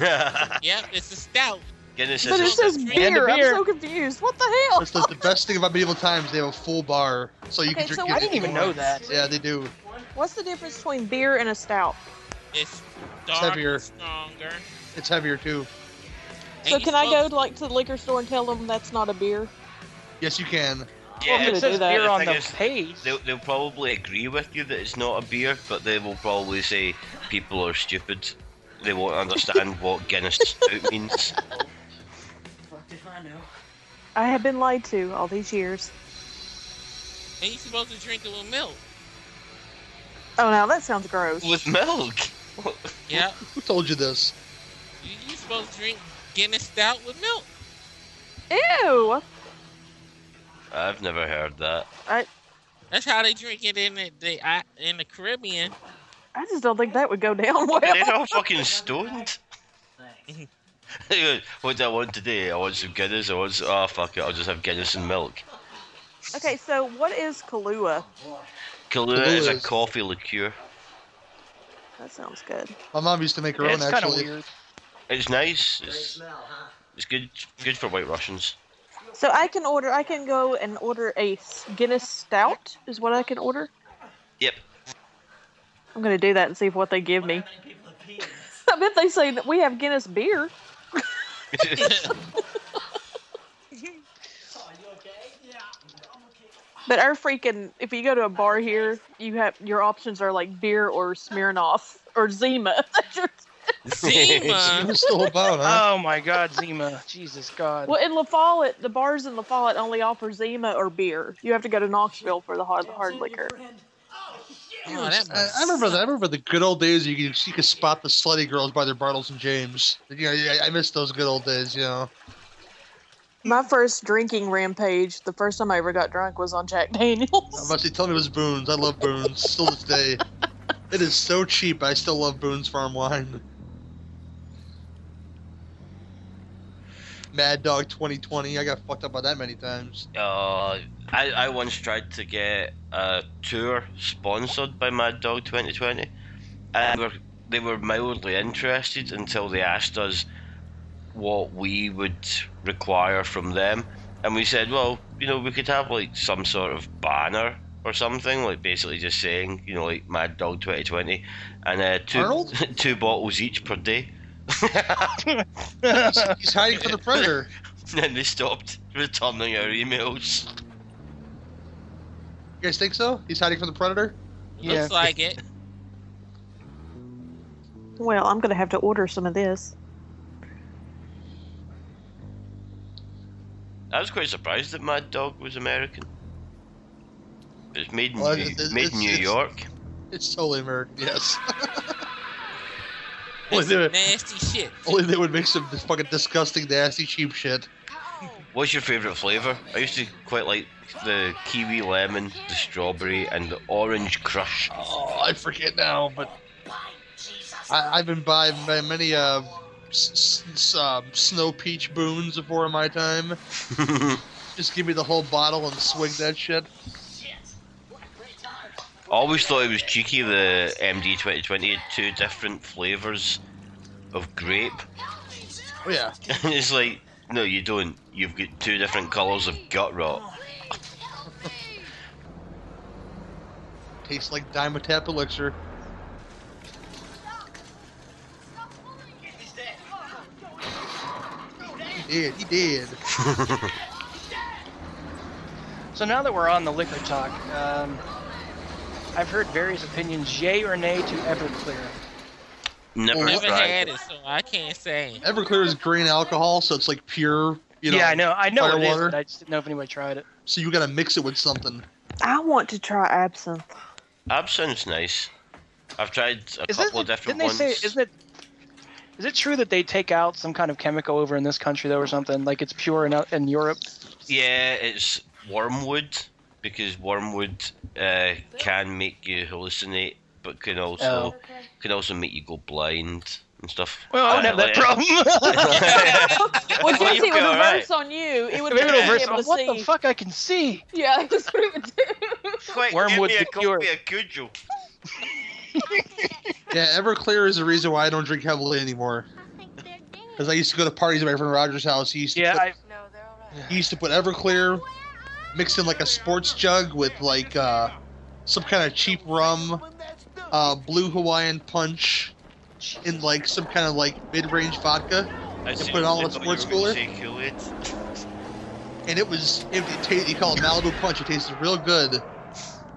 Speaker 3: Yep, it's a stout.
Speaker 4: Guinness
Speaker 2: but it
Speaker 4: is.
Speaker 2: says
Speaker 3: And the
Speaker 2: beer. I'm
Speaker 5: beer.
Speaker 2: so confused. What the hell?
Speaker 1: That's the, the best thing about medieval times. They have a full bar, so you can
Speaker 2: Okay,
Speaker 1: drink.
Speaker 2: so
Speaker 1: it
Speaker 2: I
Speaker 5: I didn't even know that.
Speaker 1: Yeah, they do.
Speaker 2: What's the difference between beer and a stout?
Speaker 3: It's dark,
Speaker 1: heavier.
Speaker 3: and stronger.
Speaker 1: It's heavier too.
Speaker 3: And
Speaker 2: So
Speaker 3: you
Speaker 2: can I go
Speaker 3: supposed-
Speaker 2: like to the liquor store and tell them that's not a beer?
Speaker 1: Yes, you can.
Speaker 4: Yeah,
Speaker 2: I'm
Speaker 5: it
Speaker 2: gonna do
Speaker 5: says
Speaker 2: that.
Speaker 5: beer
Speaker 4: The
Speaker 5: on
Speaker 4: thing
Speaker 5: the
Speaker 4: is,
Speaker 5: page.
Speaker 4: They'll, they'll probably agree with you that it's not a beer, but they will probably say people are stupid. They won't understand what Guinness stout means.
Speaker 7: Fuck if I know.
Speaker 2: I have been lied to all these years.
Speaker 3: And you're supposed to drink it with milk.
Speaker 2: Oh, now that sounds gross.
Speaker 4: With milk.
Speaker 3: Yep.
Speaker 1: Who told you this?
Speaker 3: You, you're supposed to drink Guinness stout with milk.
Speaker 2: Ew.
Speaker 4: I've never heard that.
Speaker 3: That's how they drink it in the, the I- in the Caribbean.
Speaker 2: I just don't think that would go down
Speaker 4: They're
Speaker 2: well.
Speaker 4: all fucking stoned.
Speaker 7: Thanks.
Speaker 4: what do I want today? I want some Guinness. I want some... Oh, fuck it. I'll just have Guinness and milk.
Speaker 2: okay, so what is Kahlua?
Speaker 4: Kahlua is a
Speaker 1: Kahlua is-
Speaker 4: coffee liqueur.
Speaker 2: That sounds good.
Speaker 1: My mom used to make her
Speaker 5: It's
Speaker 1: own
Speaker 5: kind of
Speaker 1: actually.
Speaker 5: weird.
Speaker 4: It's nice.
Speaker 6: Great
Speaker 4: It's,
Speaker 6: smell, huh?
Speaker 4: it's good good for white Russians.
Speaker 2: So I can order. I can go and order a s- Guinness Stout. Is what I can order.
Speaker 4: Yep.
Speaker 2: I'm gonna do that and see what they give me.
Speaker 7: How many people have peed in this?
Speaker 2: I bet they say that we have Guinness beer.
Speaker 7: Oh, you okay? Yeah, I'm okay.
Speaker 2: But our freaking, if you go to a bar here, you have your options are like beer or Smirnoff or Zima.
Speaker 1: It
Speaker 3: Zima.
Speaker 1: was still about, huh?
Speaker 5: Oh my God, Zima! Jesus God!
Speaker 2: well, in La Follette, the bars in La Follette only offer Zima or beer. You have to go to Knoxville for the hard, hard
Speaker 7: Send your
Speaker 2: liquor.
Speaker 7: friend. Oh, shit!
Speaker 3: Oh, that
Speaker 1: I,
Speaker 3: must
Speaker 1: I remember that. I remember the good old days. You could, you could spot the slutty girls by their Bartles and James. You know, yeah, I miss those good old days. You know,
Speaker 2: My first drinking rampage, the first time I ever got drunk, was on Jack Daniels.
Speaker 1: unless you tell me it was Boone's. I love Boone's still this day. It is so cheap. I still love Boone's Farm Wine. Mad Dog 2020. I got fucked up by that many times.
Speaker 4: Uh, I, I once tried to get a tour sponsored by Mad Dog 2020, and we're, they were mildly interested until they asked us what we would require from them. And we said, well, you know, we could have like some sort of banner or something, like basically just saying, you know, like Mad Dog 2020, and uh, two,
Speaker 1: Arnold?
Speaker 4: two bottles each per day.
Speaker 1: He's, he's hiding from the predator.
Speaker 4: and they stopped returning our emails.
Speaker 1: You guys think so? He's hiding from the predator.
Speaker 5: Yeah.
Speaker 3: looks like it.
Speaker 2: Well, I'm gonna have to order some of this.
Speaker 4: I was quite surprised that Mad Dog was American. It's made in,
Speaker 1: Well,
Speaker 4: New,
Speaker 1: it's- it's-
Speaker 4: made in New
Speaker 1: it's-
Speaker 4: York.
Speaker 1: It's totally American. Yes. Only
Speaker 3: That's
Speaker 1: they,
Speaker 3: some
Speaker 1: would,
Speaker 3: nasty shit.
Speaker 1: only they would make some fucking disgusting, nasty, cheap shit.
Speaker 4: What's your favourite flavour? I used to quite like the kiwi lemon, the strawberry, and the orange crush.
Speaker 1: Oh, I forget now, but I, I've been by by many uh, s- s- uh, snow peach boons before in my time. Just give me the whole bottle and swig that shit.
Speaker 4: Always thought it was cheeky. The MD 2020 had two different flavours of grape.
Speaker 1: Oh yeah,
Speaker 4: And it's like, no, you don't. You've got two different colours of gut rot.
Speaker 1: tastes like Dimetapp elixir. He did. He did.
Speaker 5: So now that we're on the liquor talk, um, I've heard various opinions, yay or nay to Everclear.
Speaker 4: Never
Speaker 1: Well,
Speaker 3: Never
Speaker 4: tried.
Speaker 3: had it, so I can't say.
Speaker 1: Everclear is green alcohol, so it's like pure. You know,
Speaker 5: yeah, I know, I know it is,
Speaker 1: Firewater?
Speaker 5: but I just didn't know if anybody tried it.
Speaker 1: So you gotta mix it with something.
Speaker 2: I want to try absinthe.
Speaker 4: Absinthe's nice. I've tried a
Speaker 5: Is
Speaker 4: couple
Speaker 5: it,
Speaker 4: of different
Speaker 5: didn't they
Speaker 4: ones.
Speaker 5: say? Isn't it? Is it true that they take out some kind of chemical over in this country though, or something? Like it's pure in, in Europe.
Speaker 4: Yeah, it's wormwood because wormwood uh, can make you hallucinate, but can
Speaker 1: Oh.
Speaker 4: also can also make you go blind and stuff.
Speaker 5: Well, I would
Speaker 4: Uh,
Speaker 5: have that
Speaker 4: like-
Speaker 5: problem.
Speaker 2: Well,
Speaker 4: Well,
Speaker 2: Jesse, it
Speaker 4: you'd
Speaker 2: would
Speaker 4: be alright.
Speaker 2: reverse on you. It would
Speaker 5: Maybe it'll
Speaker 2: be
Speaker 5: verse.
Speaker 2: able to
Speaker 5: What the
Speaker 2: see.
Speaker 5: fuck? I can see.
Speaker 2: Yeah, that's what it would do.
Speaker 4: Quick,
Speaker 5: Wormwood
Speaker 4: give me
Speaker 5: the
Speaker 4: a
Speaker 5: cure.
Speaker 4: copy of Cujo.
Speaker 1: Yeah, Everclear is the reason why I don't drink heavily anymore. Because I used to go to parties at my friend Roger's house. He used to
Speaker 5: Yeah,
Speaker 1: put
Speaker 5: I,
Speaker 9: No, they're all right.
Speaker 1: He used to put Everclear, mix in like a sports jug with like uh, some kind of cheap rum, uh, blue Hawaiian punch, and like some kind of like mid-range vodka,
Speaker 4: I
Speaker 1: put it all in a sports cooler?
Speaker 4: Kool-Aid.
Speaker 1: and it was it, it ta- you call it Malibu Punch. It tasted real good,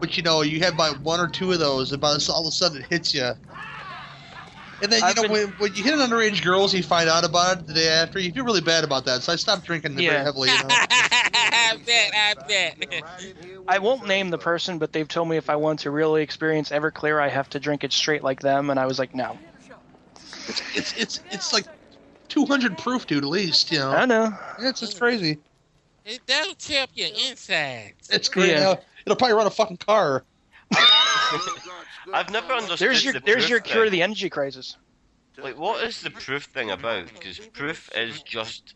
Speaker 1: but you know you have about one or two of those, and by the, all of a sudden it hits you. And then you
Speaker 5: I've
Speaker 1: know
Speaker 5: been-
Speaker 1: when, when you hit an underage girls, you find out about it the day after. You feel really bad about that, so I stopped drinking very
Speaker 5: Yeah.
Speaker 1: heavily. You know?
Speaker 3: I bet, I bet.
Speaker 6: Get right in here with
Speaker 5: I won't name the person, but they've told me if I want to really experience Everclear, I have to drink it straight like them, and I was like, no.
Speaker 1: It's it's it's, it's like 200 proof, dude. At least you know.
Speaker 5: I know.
Speaker 1: It's it's crazy.
Speaker 3: It, that'll tear up your insides.
Speaker 1: It's great.
Speaker 5: Yeah.
Speaker 1: uh, it'll probably run a fucking car.
Speaker 4: I've never understood.
Speaker 5: There's your
Speaker 4: the
Speaker 5: there's
Speaker 4: proof
Speaker 5: your cure to
Speaker 4: thing.
Speaker 5: the energy crisis.
Speaker 4: Like, what is the proof thing about? Because proof is just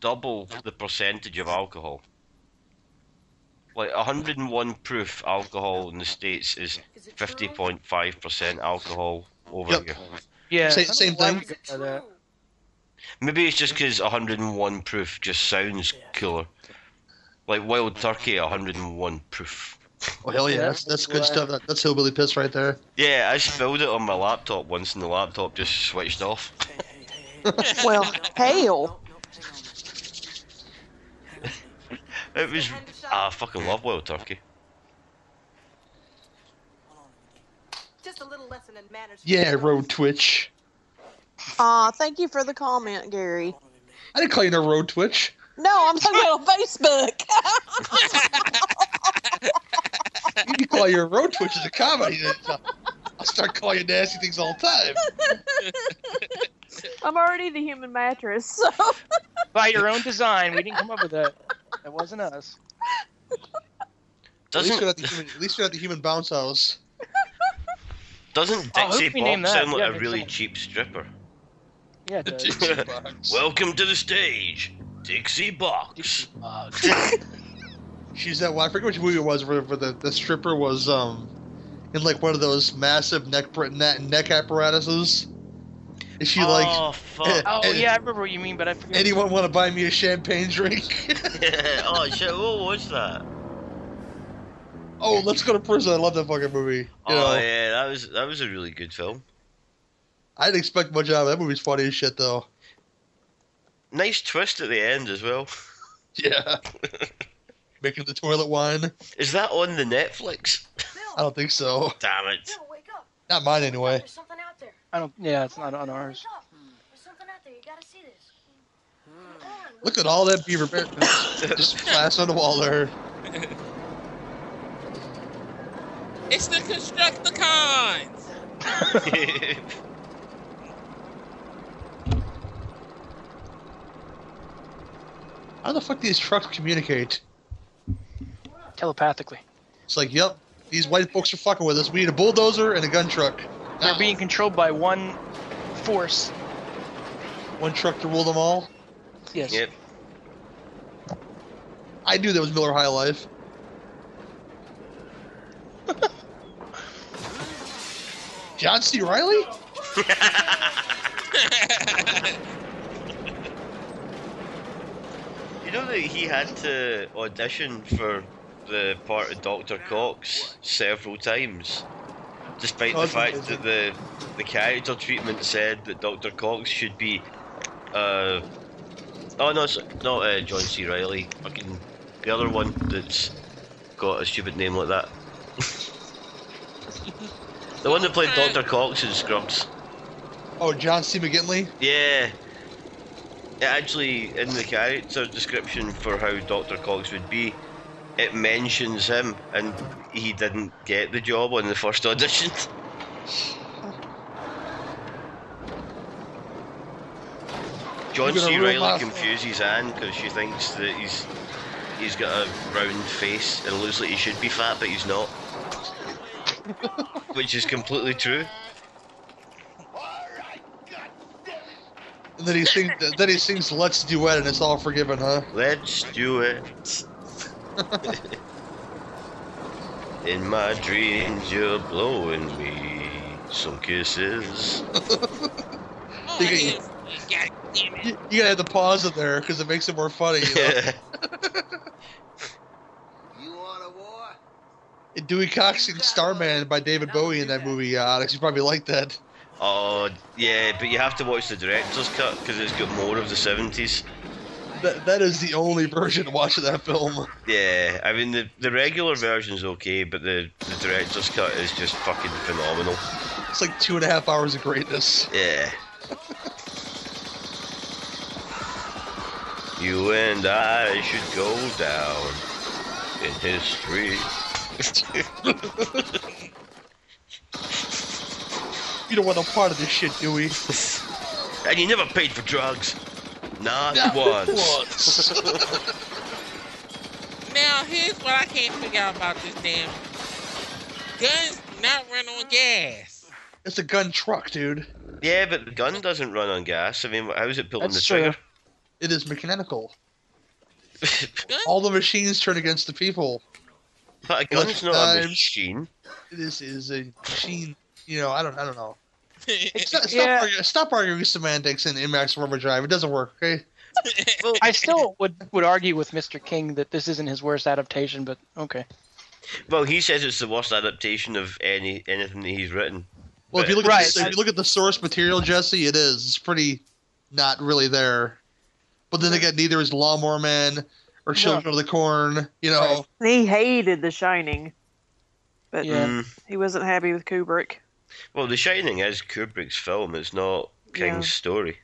Speaker 4: double the percentage of alcohol. Like 101 proof alcohol in the states is 50.5 percent alcohol over
Speaker 1: Yep.
Speaker 4: here.
Speaker 5: Yeah.
Speaker 1: Same-
Speaker 5: I don't
Speaker 1: same
Speaker 5: know why
Speaker 1: thing.
Speaker 5: we go by that.
Speaker 4: Maybe it's just because 101 proof just sounds cooler. Like wild turkey, 101 proof.
Speaker 1: Oh hell yeah,
Speaker 5: Yeah.
Speaker 1: that's that's good stuff. That, that's hillbilly piss right there.
Speaker 4: Yeah, I spilled it on my laptop once, and the laptop just switched off.
Speaker 2: Well, hail.
Speaker 4: It was. Ah, I fucking love wild turkey.
Speaker 9: Just a little lesson in manners.
Speaker 1: Yeah, road twitch.
Speaker 2: Aw, uh, thank you for the comment, Gary.
Speaker 1: I didn't call you no road twitch.
Speaker 2: No, I'm talking about on Facebook.
Speaker 1: You can call your road twitch as a comedy. I'll start calling you nasty things all the time.
Speaker 2: I'm already the human mattress, so
Speaker 5: By your own design, we didn't come up with that. That wasn't us.
Speaker 1: At least,
Speaker 4: Doesn't
Speaker 1: you're not the human, at least you're not the human bounce house.
Speaker 4: doesn't
Speaker 5: Oh, who
Speaker 4: Dixie
Speaker 5: can we name
Speaker 4: Bob
Speaker 5: that?
Speaker 4: sound like
Speaker 5: Yeah,
Speaker 4: a
Speaker 5: make
Speaker 4: really
Speaker 5: someone-
Speaker 4: cheap stripper?
Speaker 5: Yeah, it does.
Speaker 1: Dixie box.
Speaker 4: Welcome to the stage, Dixie Box.
Speaker 1: She's that one. I forget which movie it was where, where the, the stripper was um in like one of those massive neck br- neck, neck apparatuses. Is she like
Speaker 4: oh fuck!
Speaker 5: Oh yeah, I remember what you mean, but I forget.
Speaker 1: anyone want to buy me a champagne drink?
Speaker 4: oh shit! What was that?
Speaker 1: oh, let's go to prison. I love that fucking movie. You know,
Speaker 4: Oh yeah, that was that was a really good film.
Speaker 1: I didn't expect much out of it. that movie's funny as shit though.
Speaker 4: Nice twist at the end as well.
Speaker 1: Yeah. Making the toilet wine?
Speaker 4: Is that on the Netflix?
Speaker 1: I don't think so.
Speaker 4: Damn it!
Speaker 9: wake up.
Speaker 1: Not mine anyway.
Speaker 9: There's something out there.
Speaker 5: I don't. Yeah, it's not on ours.
Speaker 9: Wake up. There's something out there. You gotta see this. Come on,
Speaker 1: Look at all that beaver bear just flash on the wall there.
Speaker 3: It's the Constructicons.
Speaker 1: How the fuck do these trucks communicate?
Speaker 5: Telepathically,
Speaker 1: It's like, yep, these white folks are fucking with us. We need a bulldozer and a gun truck.
Speaker 5: they're
Speaker 1: Oh.
Speaker 5: being controlled by one force.
Speaker 1: One truck to rule them all.
Speaker 5: Yes.
Speaker 4: yep.
Speaker 1: I knew that was Miller High Life. John C. Riley?
Speaker 4: You know that he had to audition for the part of Doctor Cox several times, despite
Speaker 1: Oh,
Speaker 4: the
Speaker 1: that's
Speaker 4: fact
Speaker 1: amazing.
Speaker 4: that the the character treatment said that Doctor Cox should be, uh, oh no, it's not uh, John C. Riley, fucking the other one that's got a stupid name like that. the one that played Doctor Cox in Scrubs.
Speaker 1: Oh, John C. McGinley?
Speaker 4: Yeah. It actually, in the character description for how Dr. Cox would be, it mentions him, and he didn't get the job on the first audition. John
Speaker 1: You're gonna
Speaker 4: C.
Speaker 1: ruin my-
Speaker 4: Riley confuses Anne because she thinks that he's he's got a round face and looks like he should be fat, but he's not, which is completely true.
Speaker 1: And then he sings then he sings Let's Duet and it's all forgiven, huh?
Speaker 4: Let's do it. In my dreams, you're blowing me some kisses.
Speaker 3: Oh,
Speaker 1: Think it-
Speaker 3: yes, God damn it.
Speaker 1: You, you gotta have the pause in there because it makes it more funny. You know?
Speaker 6: You want a war?
Speaker 1: and Dewey Cox sings Starman by David Bowie in that movie, uh, Alex. You probably like that.
Speaker 4: oh, yeah, but you have to watch the director's cut because it's got more of the 70s.
Speaker 1: that. That is the only version to watch of that film.
Speaker 4: Yeah, I mean, the, the regular version's okay, but the, the director's cut is just fucking phenomenal.
Speaker 1: It's like two and a half hours of greatness.
Speaker 4: Yeah. you and I should go down in history.
Speaker 1: You don't want no part of this shit, do we?
Speaker 4: And you never paid for drugs. Not
Speaker 1: Not
Speaker 4: once.
Speaker 1: once.
Speaker 3: Now here's what I can't figure out about this damn guns not run on gas.
Speaker 1: it's a gun truck, dude.
Speaker 4: Yeah, but the gun doesn't run on gas. I mean, how is it pulling the
Speaker 5: That's true.
Speaker 4: trigger?
Speaker 1: It is mechanical.
Speaker 3: Guns
Speaker 1: All the machines turn against the people.
Speaker 4: but a gun's not a
Speaker 1: Knives.
Speaker 4: machine.
Speaker 1: This is a machine. You know, I don't. I don't know.
Speaker 3: it's
Speaker 1: Stop, stop,
Speaker 5: Yeah.
Speaker 1: arguing, stop arguing semantics in Imax Rubber Drive. It doesn't work. Okay.
Speaker 5: I still would would argue with Mr. King that this isn't his worst adaptation, but okay.
Speaker 4: Well, he says it's the worst adaptation of any anything that he's written.
Speaker 1: Well, if you look at
Speaker 5: Right.
Speaker 1: the, if you look at the source material, Jesse, it is. It's pretty not really there. But then again, neither is Lawnmower Man or Children of the Corn. You know,
Speaker 5: Right.
Speaker 2: He hated The Shining, but
Speaker 5: Yeah.
Speaker 4: Mm.
Speaker 2: he wasn't happy with Kubrick.
Speaker 4: Well, The Shining is Kubrick's film. It's not King's
Speaker 2: Yeah.
Speaker 4: story.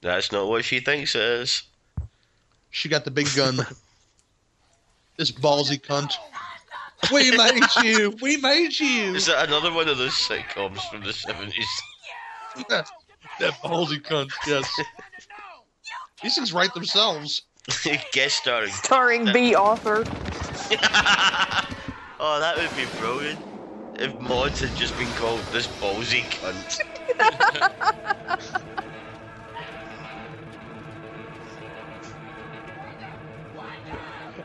Speaker 4: That's not what she thinks it is.
Speaker 1: she got the big gun. this ballsy cunt. We made you. We made you.
Speaker 4: Is that another one of those sitcoms from the 70s?
Speaker 1: that ballsy cunt. Yes. These things write themselves.
Speaker 4: Guest starring.
Speaker 2: Starring B author.
Speaker 4: oh, that would be brilliant. If Mods had just been called this ballsy cunt.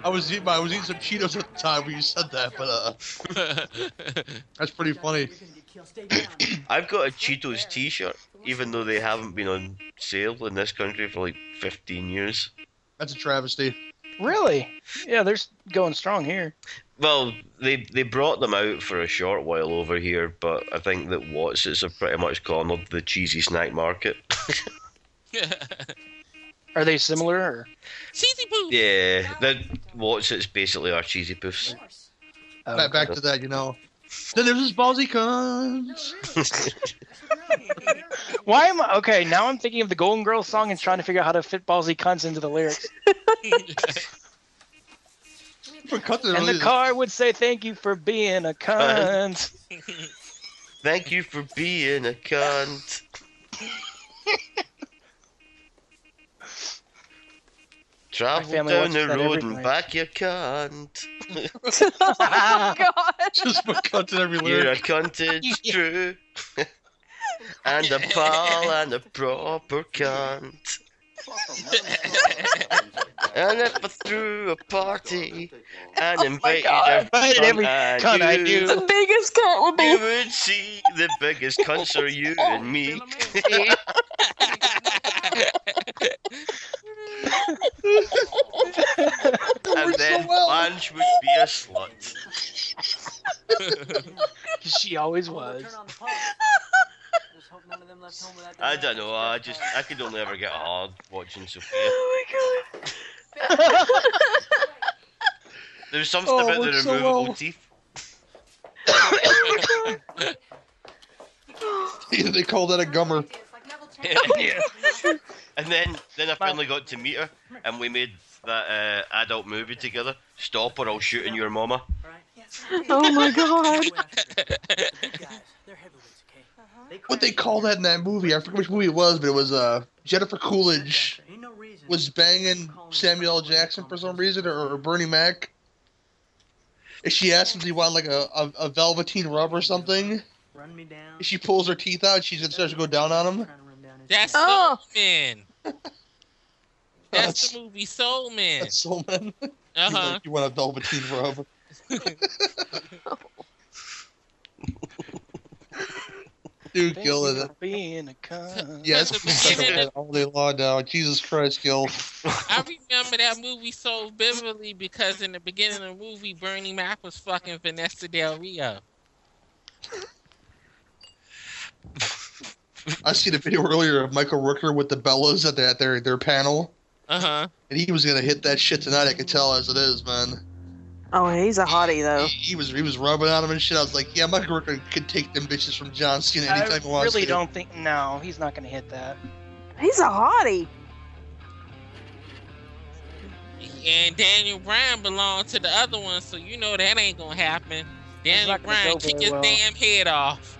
Speaker 1: I was eating, I was eating some Cheetos at the time when you said that, but uh, that's pretty funny.
Speaker 7: You're gonna get killed. Stay down.
Speaker 4: I've got a Cheetos t shirt, even though they haven't been on sale in this country for like 15 years.
Speaker 1: That's a travesty.
Speaker 5: Really? Yeah, they're s- going strong here.
Speaker 4: Well, they they brought them out for a short while over here, but I think that Watsits have pretty much cornered the cheesy snack market.
Speaker 5: Are they similar? Or?
Speaker 3: Cheesy poop.
Speaker 4: yeah, the Watsits basically are cheesy poofs.
Speaker 7: Of course.
Speaker 5: Oh,
Speaker 1: Back, back to that, you know. Then there's this ballsy cunt.
Speaker 5: Why am I okay? Now I'm thinking of the Golden Girls song and trying to figure out how to fit ballsy cunts into the lyrics.
Speaker 1: For cunt,
Speaker 5: And the car would say, "Thank you for being a cunt."
Speaker 4: Thank you for being a cunt. Travel
Speaker 5: family
Speaker 4: down
Speaker 5: watches
Speaker 4: the
Speaker 5: that
Speaker 4: road
Speaker 5: every
Speaker 4: and
Speaker 5: night.
Speaker 4: back your cunt.
Speaker 2: oh gosh.
Speaker 1: just put cunt in every
Speaker 4: You're a
Speaker 1: lyric.
Speaker 4: cunt, it's true. and a pal and a proper cunt. And if I threw a party and invited,
Speaker 5: Oh God,
Speaker 4: every,
Speaker 5: invited every cunt I
Speaker 4: knew,
Speaker 5: knew.
Speaker 2: The biggest cunt would
Speaker 4: You
Speaker 2: be
Speaker 4: would see the biggest cunts are you and me. and then Blanche would be a slut.
Speaker 5: she always
Speaker 7: Well,
Speaker 5: was.
Speaker 7: turn on the pump. Just hope none of them left home without their
Speaker 4: I don't
Speaker 7: matches.
Speaker 4: know. I just I could only ever get hard watching Sophia.
Speaker 2: Oh my god.
Speaker 4: There was something
Speaker 1: Oh,
Speaker 4: about the
Speaker 1: we're so
Speaker 4: removable
Speaker 1: old.
Speaker 4: teeth.
Speaker 1: they call that a gummer.
Speaker 4: yeah. And then then I finally got to meet her, and we made that uh, adult movie together. Stop or I'll shoot in your mama.
Speaker 7: Right?
Speaker 2: Oh my god.
Speaker 7: Way after them. The big guys, they're heavyweights, okay? They
Speaker 1: What
Speaker 7: crash
Speaker 1: they call
Speaker 7: there.
Speaker 1: that in that movie? I forget which movie it was, but it was uh Jennifer Coolidge
Speaker 7: Ain't no reason
Speaker 1: was banging Samuel L. Jackson for some reason, or, or Bernie Mac. And she asks him if he wanted like a, a, a velveteen rub or something.
Speaker 7: Run me down.
Speaker 1: She pulls her teeth out. She just starts to go down on him.
Speaker 7: Trying to run down his
Speaker 3: That's
Speaker 7: mouth.
Speaker 2: Oh.
Speaker 3: Soul Man. That's
Speaker 1: That's-
Speaker 3: the movie Soul Man.
Speaker 1: That's so man.
Speaker 3: Uh huh.
Speaker 1: You want a velveteen rub? Dude,
Speaker 5: Thank
Speaker 1: Gil
Speaker 5: you
Speaker 1: is
Speaker 5: for being a cunt.
Speaker 1: Yes,
Speaker 3: At the beginning
Speaker 1: all day long now. Jesus Christ, Gil.
Speaker 3: I remember that movie so vividly because in the beginning of the movie, Bernie Mac was fucking Vanessa Del Rio.
Speaker 1: I seen a video earlier of Michael Rooker with the Bellas at their at their, their panel,
Speaker 3: Uh
Speaker 5: Uh-huh.
Speaker 3: huh.
Speaker 1: and he was gonna hit that shit tonight. I could tell as it is, man.
Speaker 2: Oh, he's a hottie though.
Speaker 1: He, he was he was rubbing on him and shit. I was like, yeah, Michael Rooker could take them bitches from John Cena
Speaker 5: I
Speaker 1: anytime he wants
Speaker 5: really
Speaker 1: to.
Speaker 5: don't think. No, he's not going to hit that.
Speaker 2: He's a hottie.
Speaker 3: and Daniel Bryan belonged to the other one, so you know that ain't gonna happen. Daniel
Speaker 5: not gonna
Speaker 3: Bryan
Speaker 5: go
Speaker 3: kick
Speaker 5: very
Speaker 3: his
Speaker 5: well.
Speaker 3: damn head off.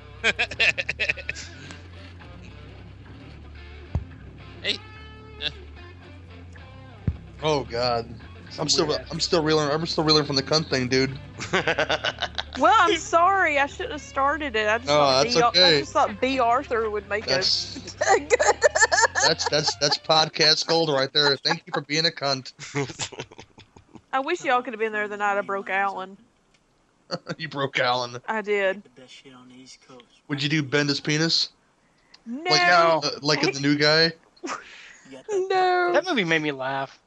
Speaker 1: Oh God,
Speaker 5: Some
Speaker 1: I'm still
Speaker 5: weird ass-
Speaker 1: I'm still reeling I'm still reeling from the cunt thing, dude.
Speaker 2: Well, I'm sorry. I shouldn't have started it. I just,
Speaker 5: Oh,
Speaker 1: No,
Speaker 2: thought,
Speaker 1: that's
Speaker 2: B.
Speaker 1: okay.
Speaker 2: I just thought B. Arthur would make a
Speaker 1: That's that's that's that's podcast gold right there. Thank you for being a cunt.
Speaker 2: I wish y'all could have been there the night I broke Alan.
Speaker 1: You broke Alan.
Speaker 2: I did.
Speaker 7: The best shit on the East Coast.
Speaker 1: Would you do bend his penis
Speaker 2: No.
Speaker 1: like
Speaker 5: No.
Speaker 1: uh, like in the new guy?
Speaker 7: You got that
Speaker 2: No.
Speaker 5: That movie made me laugh.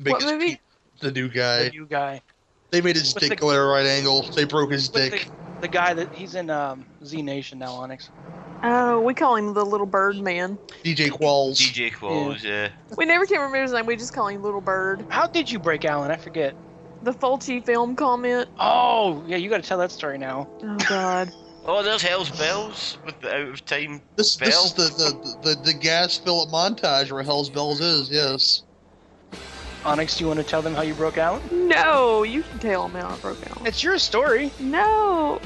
Speaker 1: Biggest
Speaker 2: movie?
Speaker 1: pe- the new
Speaker 5: The
Speaker 1: guy.
Speaker 5: new guy.
Speaker 1: They made his
Speaker 5: What's
Speaker 1: dick
Speaker 5: the-
Speaker 1: go at a right angle. They broke his
Speaker 5: What's
Speaker 1: dick.
Speaker 5: The, the guy that he's in um, Z Nation now, Onyx.
Speaker 2: Oh, we call him the Little Bird Man.
Speaker 1: DJ Qualls.
Speaker 4: DJ Qualls, yeah.
Speaker 2: We never can remember his name. We just call him Little Bird.
Speaker 5: How did you break Alan? I forget.
Speaker 2: The Fulci film comment.
Speaker 5: Oh, yeah, you got to tell that story now.
Speaker 2: Oh God.
Speaker 4: Oh, there's Hell's Bells with the out of time.
Speaker 1: This, this
Speaker 4: Bell?
Speaker 1: is the the, the the gas fill up montage where Hell's Bells is. Yes.
Speaker 5: Onyx, do you want to tell them how you broke Alan?
Speaker 2: No, you can tell him how I broke Alan.
Speaker 5: It's your story.
Speaker 2: No.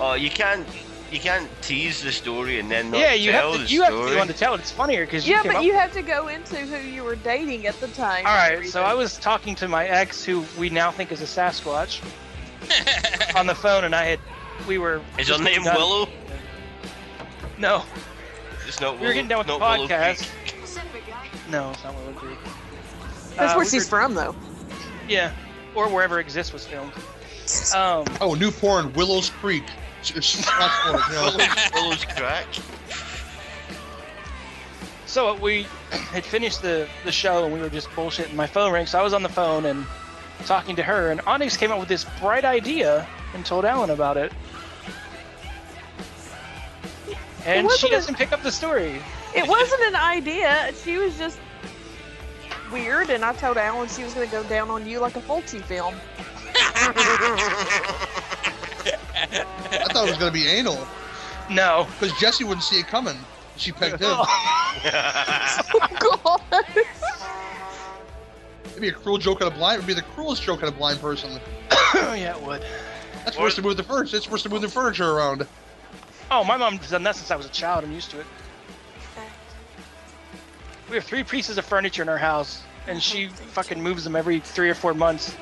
Speaker 4: Oh, you can't you can't tease the story and then not
Speaker 5: yeah, you
Speaker 4: tell
Speaker 5: have to.
Speaker 4: the
Speaker 5: You have to be
Speaker 4: story.
Speaker 5: the one to tell it. It's funnier because
Speaker 2: Yeah,
Speaker 5: you came
Speaker 2: but
Speaker 5: up
Speaker 2: you have to go into who you were dating at the time.
Speaker 5: All right, so I was talking to my ex, who we now think is a Sasquatch, on the phone, and I had, we were.
Speaker 4: Is her
Speaker 5: just
Speaker 4: name
Speaker 5: done-
Speaker 4: Willow?
Speaker 5: No,
Speaker 4: It's not Willow.
Speaker 5: we were getting done with the
Speaker 4: not Willow
Speaker 5: podcast.
Speaker 4: Creek.
Speaker 5: No, it's not Willow Creek.
Speaker 2: That's
Speaker 5: Uh,
Speaker 2: where
Speaker 5: we
Speaker 2: she's from, though.
Speaker 5: were- Yeah, or wherever Exists was filmed. Um,
Speaker 1: Oh, new porn. Willows Creek. It's- it's- that's porn, you know.
Speaker 4: Willow- Willow's crack.
Speaker 5: so we had finished the the show, and we were just bullshitting. My phone rang, so I was on the phone and talking to her, and Onyx came up with this bright idea and told Alan about it. And she
Speaker 2: wasn't a-
Speaker 5: doesn't pick up the story.
Speaker 2: It wasn't an idea. She was just weird, and I told Alan she was going to go down on you like a Fulci film.
Speaker 1: I thought it was gonna be anal
Speaker 5: No.
Speaker 1: because Jesse wouldn't see it coming. She pegged him.
Speaker 2: Oh, God.
Speaker 1: It'd be a cruel joke on a blind. It'd be the cruelest joke on a blind person.
Speaker 5: yeah, it would.
Speaker 1: That's
Speaker 4: Or-
Speaker 1: worse than moving the furniture. That's worse than moving the furniture around.
Speaker 5: Oh, my mom's done that since I was a child. I'm used to it. We have three pieces of furniture in our house, and she fucking moves them every three or four months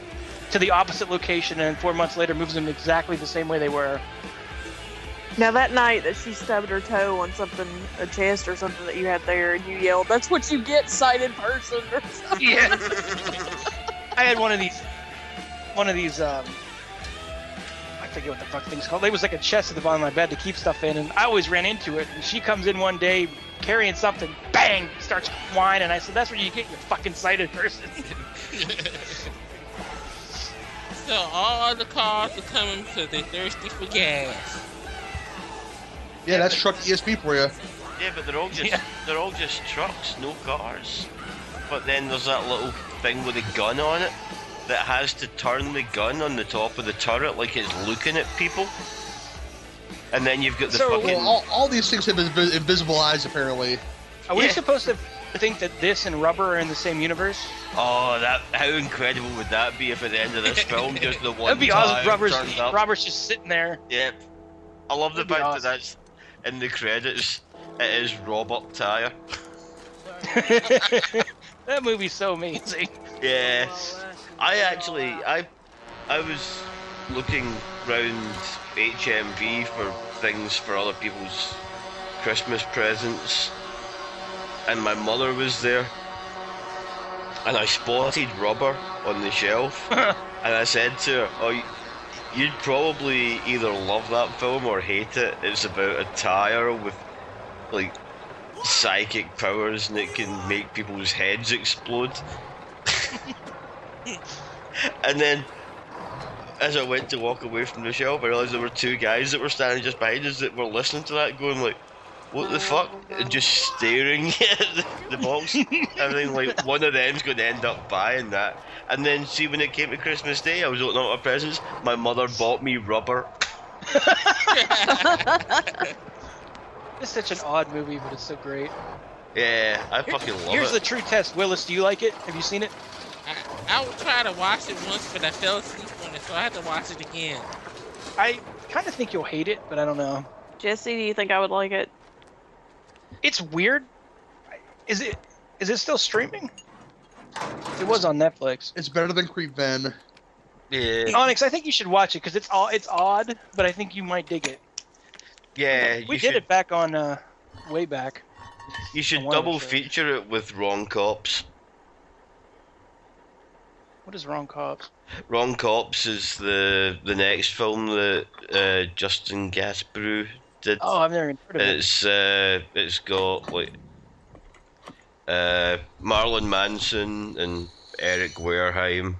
Speaker 5: to the opposite location, and four months later moves them exactly the same way they were.
Speaker 2: Now that night that she stubbed her toe on something, a chest or something that you had there, and you yelled, "That's what you get, sighted person!" Or something.
Speaker 5: Yeah. I had one of these, one of these. um I forget what the fuck thing's called. It was like a chest at the bottom of my bed to keep stuff in, and I always ran into it. And she comes in one day carrying something, bang, starts whining. I said, "That's what you get, you fucking sighted person."
Speaker 3: so all the cars are coming because they're thirsty for gas.
Speaker 1: Yeah, that's truck ESP for you.
Speaker 4: Yeah, but they're all just
Speaker 5: Yeah.
Speaker 4: they're all just trucks, no cars. But then there's that little thing with a gun on it that has to turn the gun on the top of the turret like it's looking at people. And then you've got the
Speaker 5: So,
Speaker 4: fucking
Speaker 1: Well, all, all these things have inv- invisible eyes apparently.
Speaker 5: Are we
Speaker 4: Yeah.
Speaker 5: supposed to think that this and rubber are in the same universe?
Speaker 4: oh that how incredible would that be if at the end of this film just the one
Speaker 5: That'd be
Speaker 4: time
Speaker 5: awesome. Rubber's
Speaker 4: turned up.
Speaker 5: rubber's just sitting there.
Speaker 4: Yep. I love the
Speaker 5: That'd be
Speaker 4: fact
Speaker 5: awesome.
Speaker 4: that that's in the credits. It is Robert Tyre.
Speaker 5: that movie's so amazing.
Speaker 4: Yes. I actually, I, I was looking round HMV for things for other people's Christmas presents, and my mother was there, and I spotted rubber on the shelf, and I said to her, "Oh, y- you'd probably either love that film or hate it. It's about a tire with, like." Psychic powers and it can make people's heads explode. And then, as I went to walk away from the shop, I realised there were two guys that were standing just behind us that were listening to that, going like, "What the fuck?" and just staring at the, the box. I mean, like one of them's going to end up buying that. And then, see, when it came to Christmas Day, I was opening up my presents. My mother bought me rubber.
Speaker 5: It's such an odd movie, but it's so great.
Speaker 4: Yeah, I fucking love
Speaker 5: Here's the
Speaker 4: it.
Speaker 5: true test, Willis. Do you like it? Have you seen it?
Speaker 3: I, I would try to watch it once, but I fell asleep on it, so I had to watch it again.
Speaker 5: I kind of think you'll hate it, but I don't know.
Speaker 2: Jesse, do you think I would like it?
Speaker 5: It's weird. Is it? Is it still streaming? It was on Netflix.
Speaker 1: It's better than Creep Van.
Speaker 4: yeah,
Speaker 5: Onyx, I think you should watch it because it's all it's odd, but I think you might dig it.
Speaker 4: yeah. You
Speaker 5: we
Speaker 4: should,
Speaker 5: did it back on uh, way back.
Speaker 4: You
Speaker 5: I
Speaker 4: should
Speaker 5: wanted
Speaker 4: double
Speaker 5: to.
Speaker 4: feature it with Wrong Cops.
Speaker 5: What is wrong, cops?
Speaker 4: Wrong Cops is the the next film that uh, Justin Gasparu did.
Speaker 5: Oh, I've never even heard of
Speaker 4: And
Speaker 5: it.
Speaker 4: It's uh, it's got like uh, Marlon Manson and Eric Wareheim,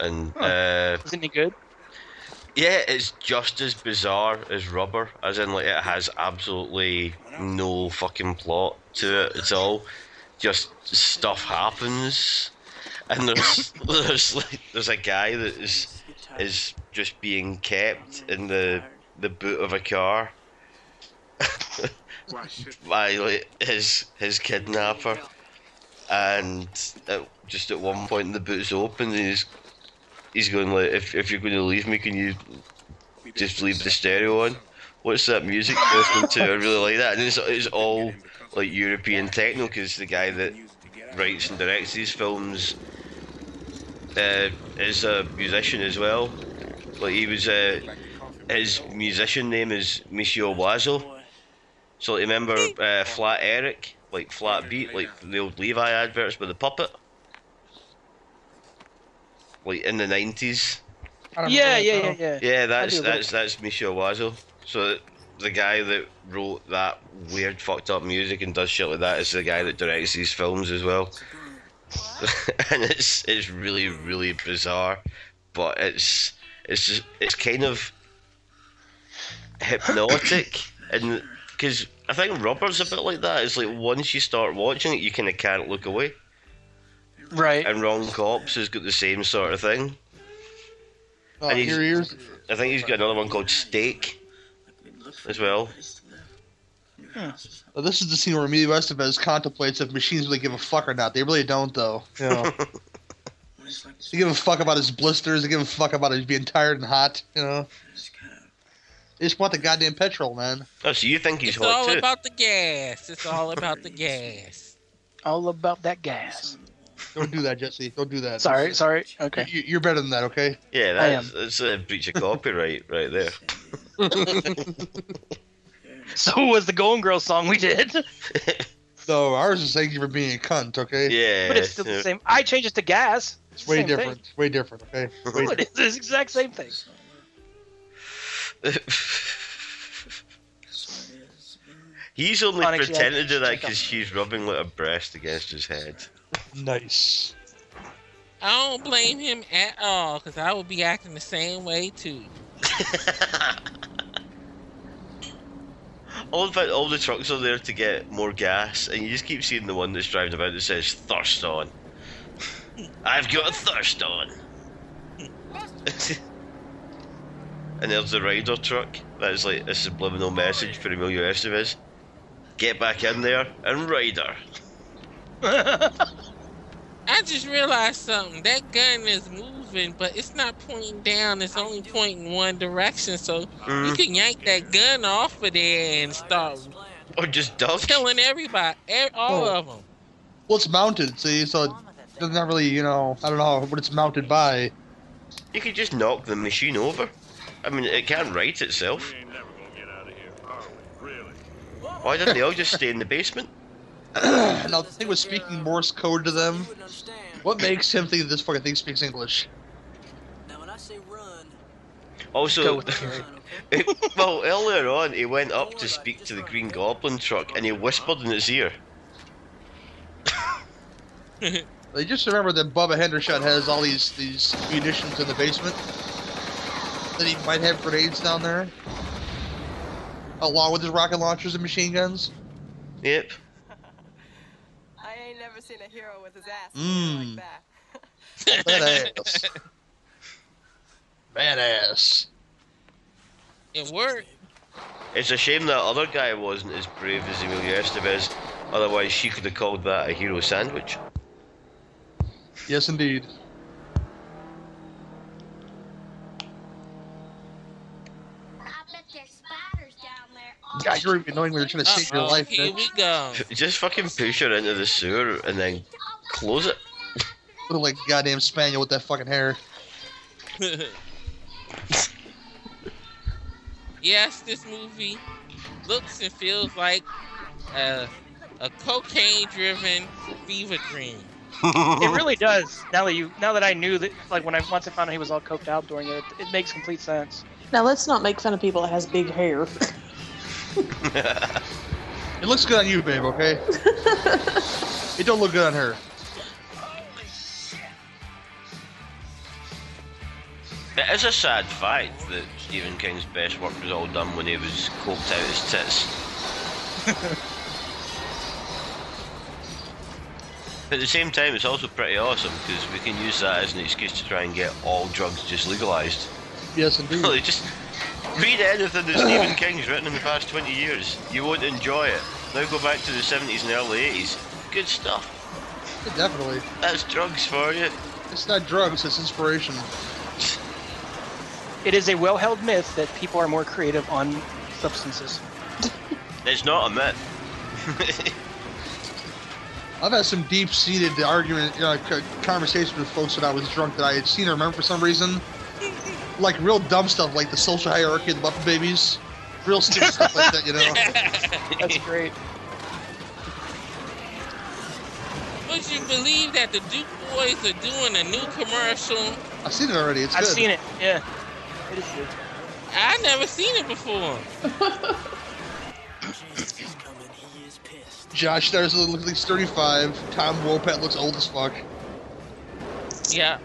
Speaker 4: and
Speaker 5: Huh.
Speaker 4: uh,
Speaker 5: Is it any good?
Speaker 4: yeah, it's just as bizarre as Rubber, as in like it has absolutely no fucking plot to it at all. Just stuff happens, and there's there's like there's a guy that is is just being kept in the the boot of a car by like, his his kidnapper, and at, just at one point the boot's open and he's he's going like, if if you're going to leave me, can you just leave the stereo on? What's that music you're listening to? I really like that, and it's it's all like European techno because the guy that writes and directs these films uh, is a musician as well. Like he was uh, his musician name is Michio Wazo. So you remember uh, Flat Eric, like Flat Beat, like the old Levi adverts with the puppet, like in the nineties.
Speaker 1: I don't
Speaker 5: Yeah,
Speaker 1: know.
Speaker 5: yeah, yeah, yeah.
Speaker 4: Yeah, that's
Speaker 5: do, but-
Speaker 4: that's that's Michio Wazo. So the guy that wrote that weird fucked up music and does shit like that is the guy that directs these films as well. and it's it's really really bizarre, but it's it's just, it's kind of hypnotic and because I think Rubber's a bit like that. It's like once you start watching it, you kind of can't look away.
Speaker 5: Right.
Speaker 4: And Wrong Cops has got the same sort of thing.
Speaker 1: Oh,
Speaker 4: And he's-
Speaker 1: here he is.
Speaker 4: I think he's got another one called Steak as well.
Speaker 1: Oh, This is the scene where Emilio Estevez contemplates if machines really give a fuck or not. They really don't, though. You know. they give a fuck about his blisters. They give a fuck about his being tired and hot. You know, they just want the goddamn petrol, man.
Speaker 4: Oh, so you think he's
Speaker 3: It's
Speaker 4: hot
Speaker 3: all
Speaker 4: too?
Speaker 3: about the gas. It's all about the gas.
Speaker 5: All about that gas.
Speaker 1: Don't do that, Jesse. Don't do that.
Speaker 5: Sorry, sorry. Okay.
Speaker 1: You- You're better than that, okay?
Speaker 4: Yeah,
Speaker 5: I
Speaker 4: that's, that's a breach of copyright right there.
Speaker 5: So was the Golden Girls song we did,
Speaker 1: No, ours is thank you for being a cunt, okay?
Speaker 4: Yeah.
Speaker 5: but it's still
Speaker 4: yeah.
Speaker 5: the same. I changed it to gas. It's
Speaker 1: It's
Speaker 5: the
Speaker 1: way
Speaker 5: same thing.
Speaker 1: different. Way different, okay? Way
Speaker 5: No, it
Speaker 1: different.
Speaker 5: is. It's the exact same thing.
Speaker 4: He's only
Speaker 5: Onyx, yeah,
Speaker 4: pretending to do that
Speaker 5: check up.
Speaker 4: because she's rubbing like a breast against his head.
Speaker 1: Nice.
Speaker 3: I don't blame him at all, because I would be acting the same way too.
Speaker 4: All the, all the trucks are there to get more gas, and you just keep seeing the one that's driving about that says "thirst on." I've got thirst on. and there's the rider truck. That is like a subliminal message for Emilio Estevez. Get back in there and rider.
Speaker 3: I just realized something. That gun is moving, but it's not pointing down. It's only pointing one direction. So you
Speaker 1: Mm-hmm.
Speaker 4: Mm.
Speaker 3: can yank that gun off of there and start
Speaker 4: Or just duck.
Speaker 3: killing everybody, e- all
Speaker 1: Oh.
Speaker 3: of them.
Speaker 1: Well, it's mounted, see, so it doesn't have really, you know, I don't know what it's mounted by.
Speaker 4: You could just knock the machine over. I mean, it can't right itself. Why didn't they all just stay in the basement?
Speaker 1: now, the thing was speaking Morse code to them. What makes him think that this fucking thing speaks English?
Speaker 7: Now, when I say run,
Speaker 4: Also,
Speaker 7: run, okay?
Speaker 4: well, earlier on, he went up to speak to the Green Goblin truck and he whispered in his ear.
Speaker 1: They just remember that Bubba Hendershot has all these these munitions in the basement. That he might have grenades down there, along with his rocket launchers and machine guns.
Speaker 4: Yep.
Speaker 9: I ain't never seen a hero with his ass
Speaker 1: Mm.
Speaker 9: like that.
Speaker 1: Badass. Badass.
Speaker 3: It worked.
Speaker 4: It's a shame that other guy wasn't as brave as Emilio Estevez. Otherwise, she could have called that a hero sandwich.
Speaker 1: Yes, indeed. God, you were annoying when you were trying to save your
Speaker 3: Uh-oh,
Speaker 1: life.
Speaker 3: here
Speaker 1: man.
Speaker 3: we go.
Speaker 4: Just fucking push her into the sewer and then close it.
Speaker 1: Look like a goddamn spaniel with that fucking hair.
Speaker 3: yes, this movie looks and feels like a, a cocaine-driven fever dream.
Speaker 5: It really does. Now that you, now that I knew that, like when I once I found out he was all coked out during it, it makes complete sense.
Speaker 2: Now let's not make fun of people that has big hair.
Speaker 1: It looks good on you, babe. Okay. it don't look good on her.
Speaker 4: It is a sad fact that Stephen King's best work was all done when he was coked out his tits. but at the same time, it's also pretty awesome because we can use that as an excuse to try and get all drugs just legalized.
Speaker 1: Yes, indeed.
Speaker 4: Really, just read anything that Stephen King's written in the past 20 years. You won't enjoy it. Now go back to the 70s and early 80s. Good stuff.
Speaker 1: Definitely.
Speaker 4: That's drugs for you.
Speaker 1: It's not drugs. It's inspiration.
Speaker 5: It is a well-held myth that people are more creative on substances.
Speaker 4: It's not a myth.
Speaker 1: I've had some deep-seated argument uh, c- conversations with folks that I was drunk that I had seen or remember for some reason, like real dumb stuff like the social hierarchy of the Muppet Babies, real stupid stuff like that. You know,
Speaker 5: That's great.
Speaker 3: Would you believe that the Duke Boys are doing a new commercial?
Speaker 1: I've seen it already. It's
Speaker 5: I've
Speaker 1: good.
Speaker 5: seen it. Yeah. It is good.
Speaker 3: I never seen it before.
Speaker 7: Jesus is coming. He is pissed.
Speaker 1: Josh Stars looks like he's 35. Tom Wopat looks old as fuck.
Speaker 3: Yeah.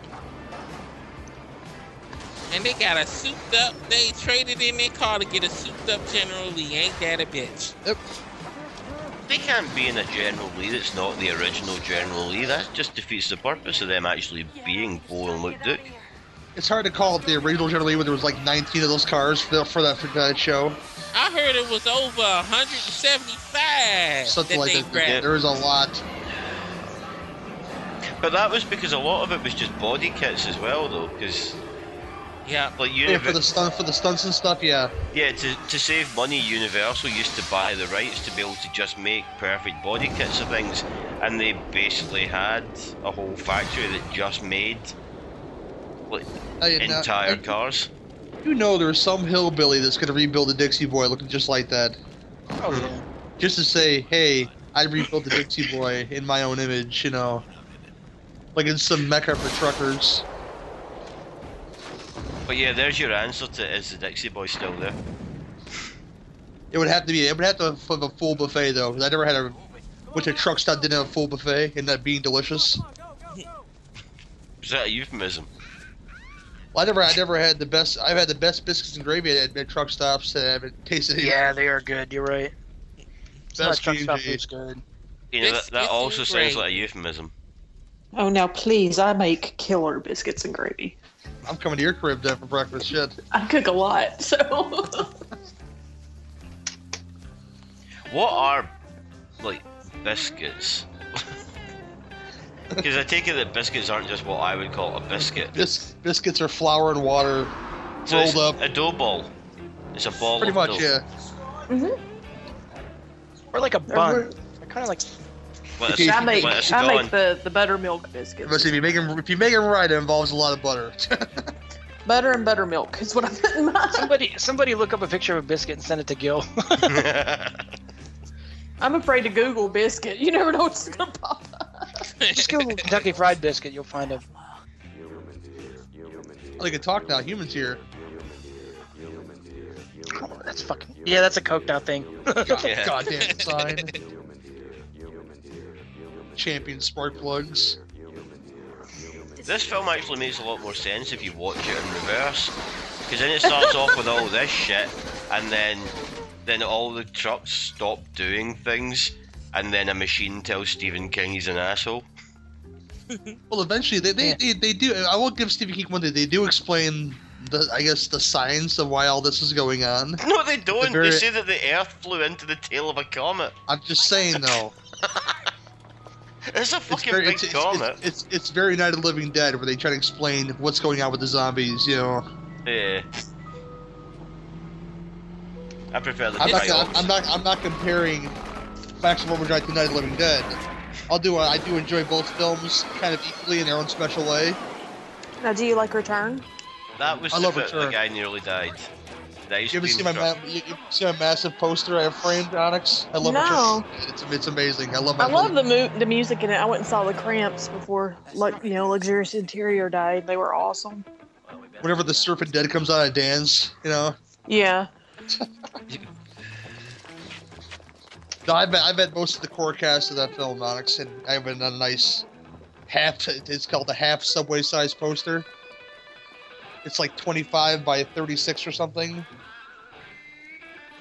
Speaker 3: And they got a souped up. They traded in their car to get a souped up General Lee. Ain't that a bitch?
Speaker 4: They can't be in a General Lee that's not the original General Lee. That just defeats the purpose of them actually being Bo and Luke Duke.
Speaker 1: It's hard to call it the original General Lee when there was like 19 of those cars for, for that for that show.
Speaker 3: I heard it was over 175
Speaker 1: Something
Speaker 3: that
Speaker 1: like
Speaker 3: they
Speaker 1: that.
Speaker 3: grabbed.
Speaker 1: There was a lot.
Speaker 4: But that was because a lot of it was just body kits as well, though, because
Speaker 3: Yeah.
Speaker 4: like
Speaker 1: Yeah, for the
Speaker 4: Univer-
Speaker 1: stunt for the stunts and stuff. Yeah,
Speaker 4: yeah, to, to save money, Universal used to buy the rights to be able to just make perfect body kits of things, and they basically had a whole factory that just made like
Speaker 1: I, and, uh,
Speaker 4: entire
Speaker 1: and
Speaker 4: cars.
Speaker 1: You know, there's some hillbilly that's gonna rebuild a Dixie Boy looking just like that.
Speaker 5: Oh yeah.
Speaker 1: just to say, hey, I rebuilt the Dixie Boy in my own image, you know, like it's some mecca for truckers.
Speaker 4: But yeah, there's your answer to is the Dixie Boy still there?
Speaker 1: It would have to be. It would have to have a full buffet though, because I never had a which a truck stop didn't have a full buffet, and that being delicious.
Speaker 4: Is that a euphemism?
Speaker 1: Well, I never, I never had the best. I've had the best biscuits and gravy at, at truck stops that I haven't tasted. any-
Speaker 5: Yeah, they are good. You're right. Some of
Speaker 1: Best
Speaker 5: that truck stop
Speaker 1: QG.
Speaker 5: food's good.
Speaker 4: You know, that,
Speaker 3: Biscuits
Speaker 4: that
Speaker 3: and
Speaker 4: also sounds
Speaker 3: gravy.
Speaker 4: like a euphemism.
Speaker 2: oh, now please, I make killer biscuits and gravy.
Speaker 1: I'm coming to your crib then for breakfast. Shit.
Speaker 2: I cook a lot, so
Speaker 4: What are like biscuits? Because I take it that biscuits aren't just what I would call a biscuit.
Speaker 1: Bis- biscuits are flour and water.
Speaker 4: So it's
Speaker 1: rolled up.
Speaker 4: a dough ball. It's a ball.
Speaker 1: Pretty
Speaker 4: of
Speaker 1: much,
Speaker 4: dough.
Speaker 1: yeah.
Speaker 5: Or like a bun. They're kind of like
Speaker 4: Like
Speaker 1: If you-
Speaker 4: a,
Speaker 2: I make
Speaker 4: like a
Speaker 2: I
Speaker 4: scone.
Speaker 2: make the, the buttermilk
Speaker 1: But
Speaker 2: biscuits.
Speaker 1: if you make them, if you make them right, it involves a lot of butter.
Speaker 2: Butter and buttermilk is what I put in mine.
Speaker 5: somebody. Somebody look up a picture of a biscuit and send it to Gil.
Speaker 2: I'm afraid to Google biscuit. You never know what's gonna pop up.
Speaker 5: Just Google Kentucky Fried Biscuit. You'll find a
Speaker 1: they can talk now. Humans here.
Speaker 5: That's fucking. Yeah, that's a coked out thing.
Speaker 4: Yeah.
Speaker 1: goddamn sign. Champion spark plugs.
Speaker 4: This film actually makes a lot more sense if you watch it in reverse, because then it starts off with all this shit, and then then all the trucks stop doing things, and then a machine tells Stephen King he's an asshole.
Speaker 1: Well, eventually they they,
Speaker 5: Yeah.
Speaker 1: they, they do. I will give Stephen King one day. They do explain the I guess the science of why all this is going on.
Speaker 4: No, they don't.
Speaker 1: very-
Speaker 4: They say that the Earth flew into the tail of a comet.
Speaker 1: I'm just saying though.
Speaker 4: It's a
Speaker 1: It's
Speaker 4: fucking
Speaker 1: very,
Speaker 4: big
Speaker 1: it's, it's,
Speaker 4: comet.
Speaker 1: it's, it's, it's very Night of the Living Dead where they try to explain what's going on with the zombies. You know,
Speaker 4: yeah. I prefer the
Speaker 1: I'm not,
Speaker 4: trials.
Speaker 1: I'm not, I'm not comparing Maximum Overdrive to Night of the Living Dead. I'll do, I do enjoy both films kind of equally in their own special way.
Speaker 2: Now, do you like Return?
Speaker 4: That was
Speaker 1: I
Speaker 4: the,
Speaker 1: love
Speaker 4: bit
Speaker 1: it,
Speaker 4: the
Speaker 1: sure.
Speaker 4: guy nearly died. The ice
Speaker 1: You ever
Speaker 4: cream
Speaker 1: see my
Speaker 4: truck.
Speaker 1: ma- you, you see my massive poster I have framed, Onyx? I love
Speaker 2: No.
Speaker 1: it. It's it's amazing. I love my
Speaker 2: I love the mu- the music in it. I went and saw the Cramps before, like you know, Luxurious Interior died. They were awesome.
Speaker 1: whenever the Serpent Dead comes out, I dance. You know,
Speaker 2: Yeah.
Speaker 1: no, I've met, I've met most of the core cast of that film, Onyx, and I've been on a nice half. It's called the half subway size poster. It's like 25 by 36 or something.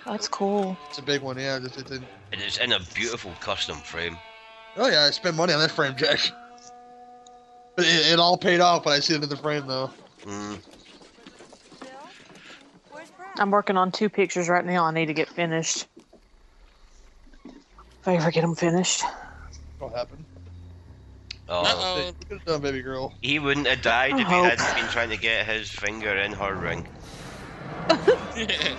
Speaker 2: That's cool.
Speaker 1: It's a big one, yeah. It's, it's a-
Speaker 4: And it's in a beautiful custom frame.
Speaker 1: oh yeah, I spent money on that frame, Jack. But it, it all paid off when I see it in the frame, though.
Speaker 4: Mm.
Speaker 9: Bill? Where's Brad?
Speaker 2: I'm working on two pictures right now. I need to get finished. If I ever get them finished.
Speaker 1: What happened?
Speaker 4: Oh.
Speaker 3: Uh-oh.
Speaker 1: Hey, Look at done, baby girl.
Speaker 4: He wouldn't have died if he
Speaker 2: Oh.
Speaker 4: hadn't been trying to get his finger in her ring.
Speaker 3: the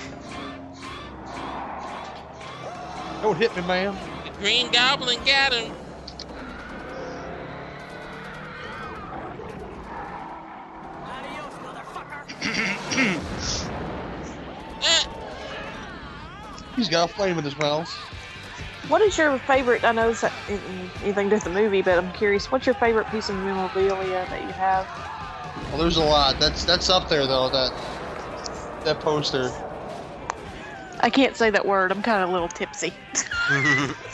Speaker 1: Don't hit me, ma'am.
Speaker 3: Green Goblin got him.
Speaker 7: Adios, motherfucker.
Speaker 3: Uh,
Speaker 1: He's got a flame in his mouth.
Speaker 2: What is your favorite? I know it's not anything to do with the movie, but I'm curious. What's your favorite piece of memorabilia that you have?
Speaker 1: Well, Oh, there's a lot. That's that's up there though. That that poster.
Speaker 2: I can't say that word. I'm kind of a little tipsy.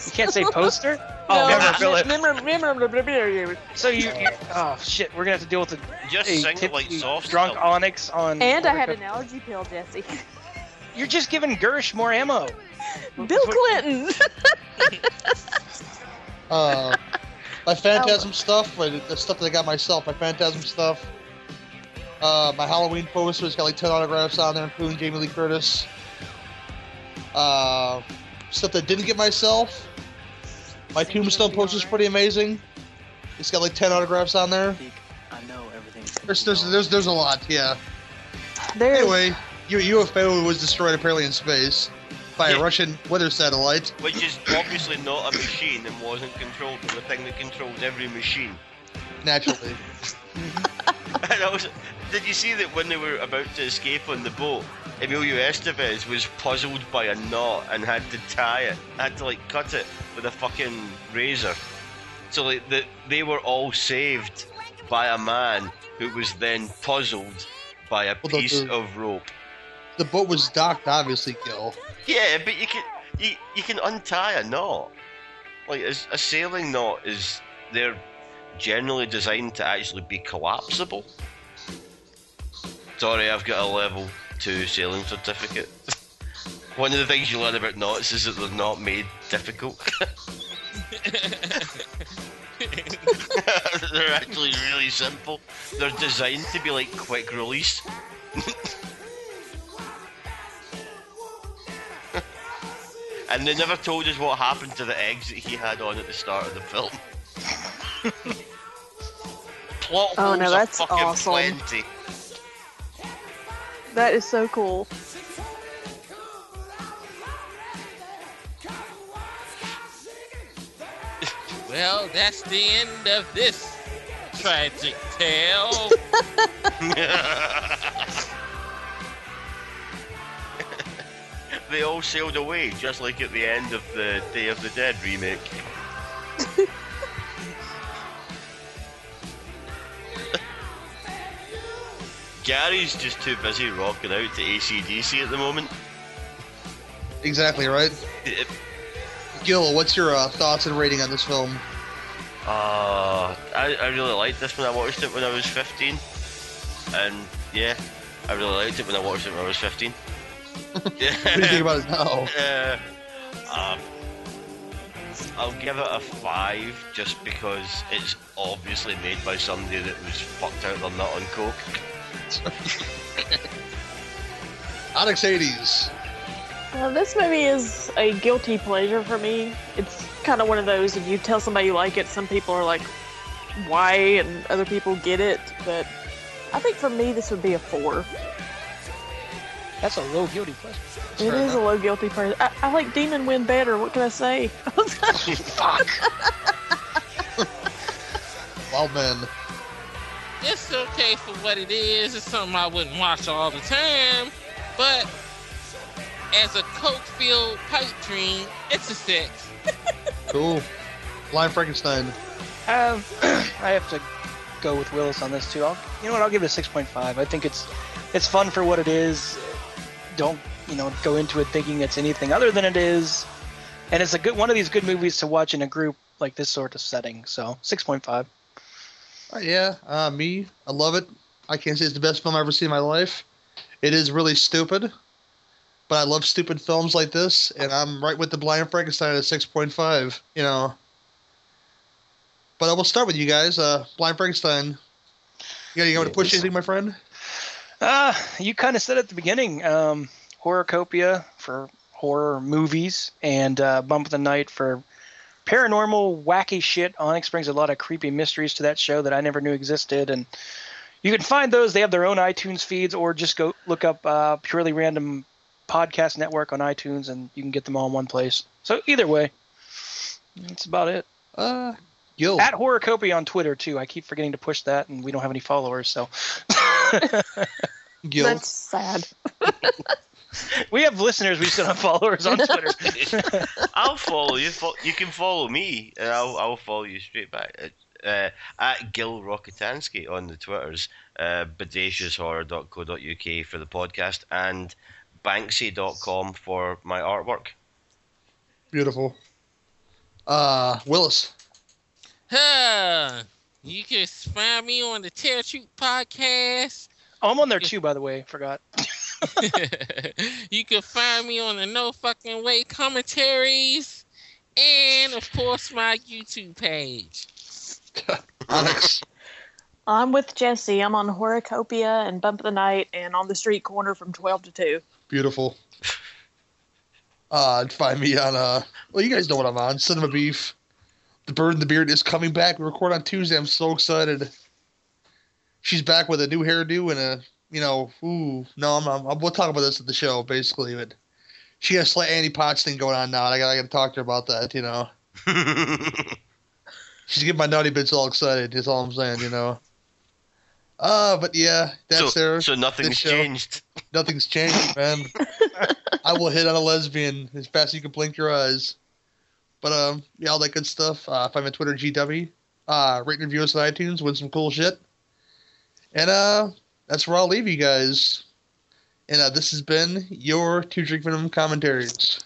Speaker 5: You can't say poster.
Speaker 2: No,
Speaker 5: Oh,
Speaker 2: I-
Speaker 5: memorabilia.
Speaker 2: memor- memorabilia.
Speaker 5: So you, you, oh shit, we're gonna have to deal with a,
Speaker 4: Just
Speaker 5: a
Speaker 4: sing it like
Speaker 5: tipsy
Speaker 4: soft.
Speaker 5: drunk Onyx on.
Speaker 2: And I had an allergy pill, Jesse.
Speaker 5: You're just giving Gersh more ammo.
Speaker 2: Bill Clinton.
Speaker 1: Uh, my phantasm stuff, my, the stuff that I got myself. My phantasm stuff. Uh, my Halloween poster. It's got like ten autographs on there, including Jamie Lee Curtis. Uh, stuff that I didn't get myself. My tombstone poster's pretty amazing. It's got like ten autographs on there.
Speaker 7: Think I know everything's gonna
Speaker 1: There's
Speaker 7: be
Speaker 1: there's
Speaker 7: all
Speaker 1: there's, there's a lot. Yeah.
Speaker 2: There's
Speaker 1: Anyway, U- UFO was destroyed apparently in space by a
Speaker 4: Yeah.
Speaker 1: Russian weather satellite.
Speaker 4: Which is obviously not a machine and wasn't controlled by the thing that controlled every machine.
Speaker 1: Naturally.
Speaker 4: And also, did you see that when they were about to escape on the boat, Emilio Estevez was puzzled by a knot and had to tie it, had to like cut it with a fucking razor. So like the, they were all saved by a man who was then puzzled by a
Speaker 1: Well, the-
Speaker 4: piece
Speaker 1: the-
Speaker 4: of rope.
Speaker 1: the boat was docked, obviously, Gil.
Speaker 4: Yeah, but you can you, you can untie a knot. Like is- a sailing knot is they're generally designed to actually be collapsible. Sorry, I've got a level two sailing certificate. One of the things you learn about knots is that they're not made difficult. they're actually really simple. They're designed to be like quick release. And they never told us what happened to the eggs that he had on at the start of the film. Plot
Speaker 2: Oh,
Speaker 4: holes
Speaker 2: no,
Speaker 4: are
Speaker 2: that's
Speaker 4: fucking
Speaker 2: awesome.
Speaker 4: plenty.
Speaker 2: that is so cool.
Speaker 3: well, that's the end of this tragic tale.
Speaker 4: they all sailed away, just like at the end of the Day of the Dead remake. Gary's just too busy rocking out to ACDC at the moment.
Speaker 1: Exactly right.
Speaker 4: It-
Speaker 1: Gil, what's your uh, thoughts and rating on this film?
Speaker 4: Uh, I, I really liked this when I watched it when I was 15. And yeah, I really liked it when I watched it when I was 15.
Speaker 1: What do you think about it now?
Speaker 4: Uh, um, I'll give it a five just because it's obviously made by somebody that was fucked out their nut on coke.
Speaker 1: Onyx 80s.
Speaker 2: Uh, Well, this movie is a guilty pleasure for me. It's kind of one of those. If you tell somebody you like it, some people are like, "Why?" and other people get it. But I think for me, this would be a four.
Speaker 5: That's a low guilty pleasure.
Speaker 2: It is a low guilty person. I, I like Demon Wind better. What can I say?
Speaker 5: Fuck.
Speaker 1: Wild man.
Speaker 3: It's okay for what it is. It's something I wouldn't watch all the time, but as a coke-filled pipe dream, it's a six.
Speaker 1: Cool. Live Frankenstein.
Speaker 5: Um, I have to go with Willis on this too. I'll, you know what? I'll give it a six point five. I think it's it's fun for what it is. Don't you know? Go into it thinking it's anything other than it is, and it's a good one of these good movies to watch in a group like this sort of setting. So six point five.
Speaker 1: Uh, yeah, uh, me. I love it. I can't say it's the best film I've ever seen in my life. It is really stupid, but I love stupid films like this, and I'm right with the Blind Frankenstein at 6.5, you know. But I will start with you guys. Uh, Blind Frankenstein. You got you want to push anything, my friend?
Speaker 5: Uh, you kind of said at the beginning, um, Horrorcopia for horror movies and uh, Bump of the Night for paranormal, wacky shit. Onyx brings a lot of creepy mysteries to that show that I never knew existed. And you can find those. They have their own iTunes feeds or just go look up uh, Purely Random Podcast Network on iTunes and you can get them all in one place. So either way, that's about it.
Speaker 1: Uh, Gil.
Speaker 5: At Horrorcopia on Twitter too. I keep forgetting to push that, and we don't have any followers, so
Speaker 1: Gil.
Speaker 2: That's sad.
Speaker 5: we have listeners. We still have followers on Twitter.
Speaker 4: I'll follow you. Fo- you can follow me, and I'll I'll follow you straight back. Uh, at Gil Rocketansky on the Twitters, uh, bodacioushorror.co.uk for the podcast, and banksy.com for my artwork.
Speaker 1: Beautiful. Uh, Willis.
Speaker 3: Huh. You can find me on the Tear Shoot podcast.
Speaker 5: Oh, I'm on there too, by the way. Forgot.
Speaker 3: you can find me on the No Fucking Way commentaries. And of course, my YouTube page.
Speaker 1: Onyx.
Speaker 2: I'm with Jesse. I'm on Horicopia and Bump of the Night and on the street corner from 12 to 2.
Speaker 1: Beautiful. Uh, and find me on uh. Well, you guys know what I'm on. Cinema Beef. The Bird and the Beard is coming back. We record on Tuesday. I'm so excited. She's back with a new hairdo and a you know. Ooh, no, I'm. I'm we'll talk about this at the show basically, but she has a slight Annie Potts thing going on now. And I got. I got to talk to her about that. You know. She's getting my naughty bits all excited. That's all I'm saying. You know. Uh, but yeah, that's
Speaker 4: so,
Speaker 1: her.
Speaker 4: so nothing's
Speaker 1: show.
Speaker 4: changed.
Speaker 1: Nothing's changed, man. I will hit on a lesbian as fast as you can blink your eyes. But um, yeah, all that good stuff. Uh, find me on Twitter, GW. Uh, rate and review us on iTunes. Win some cool shit. And uh, that's where I'll leave you guys. And uh, this has been your two drink minimum commentaries.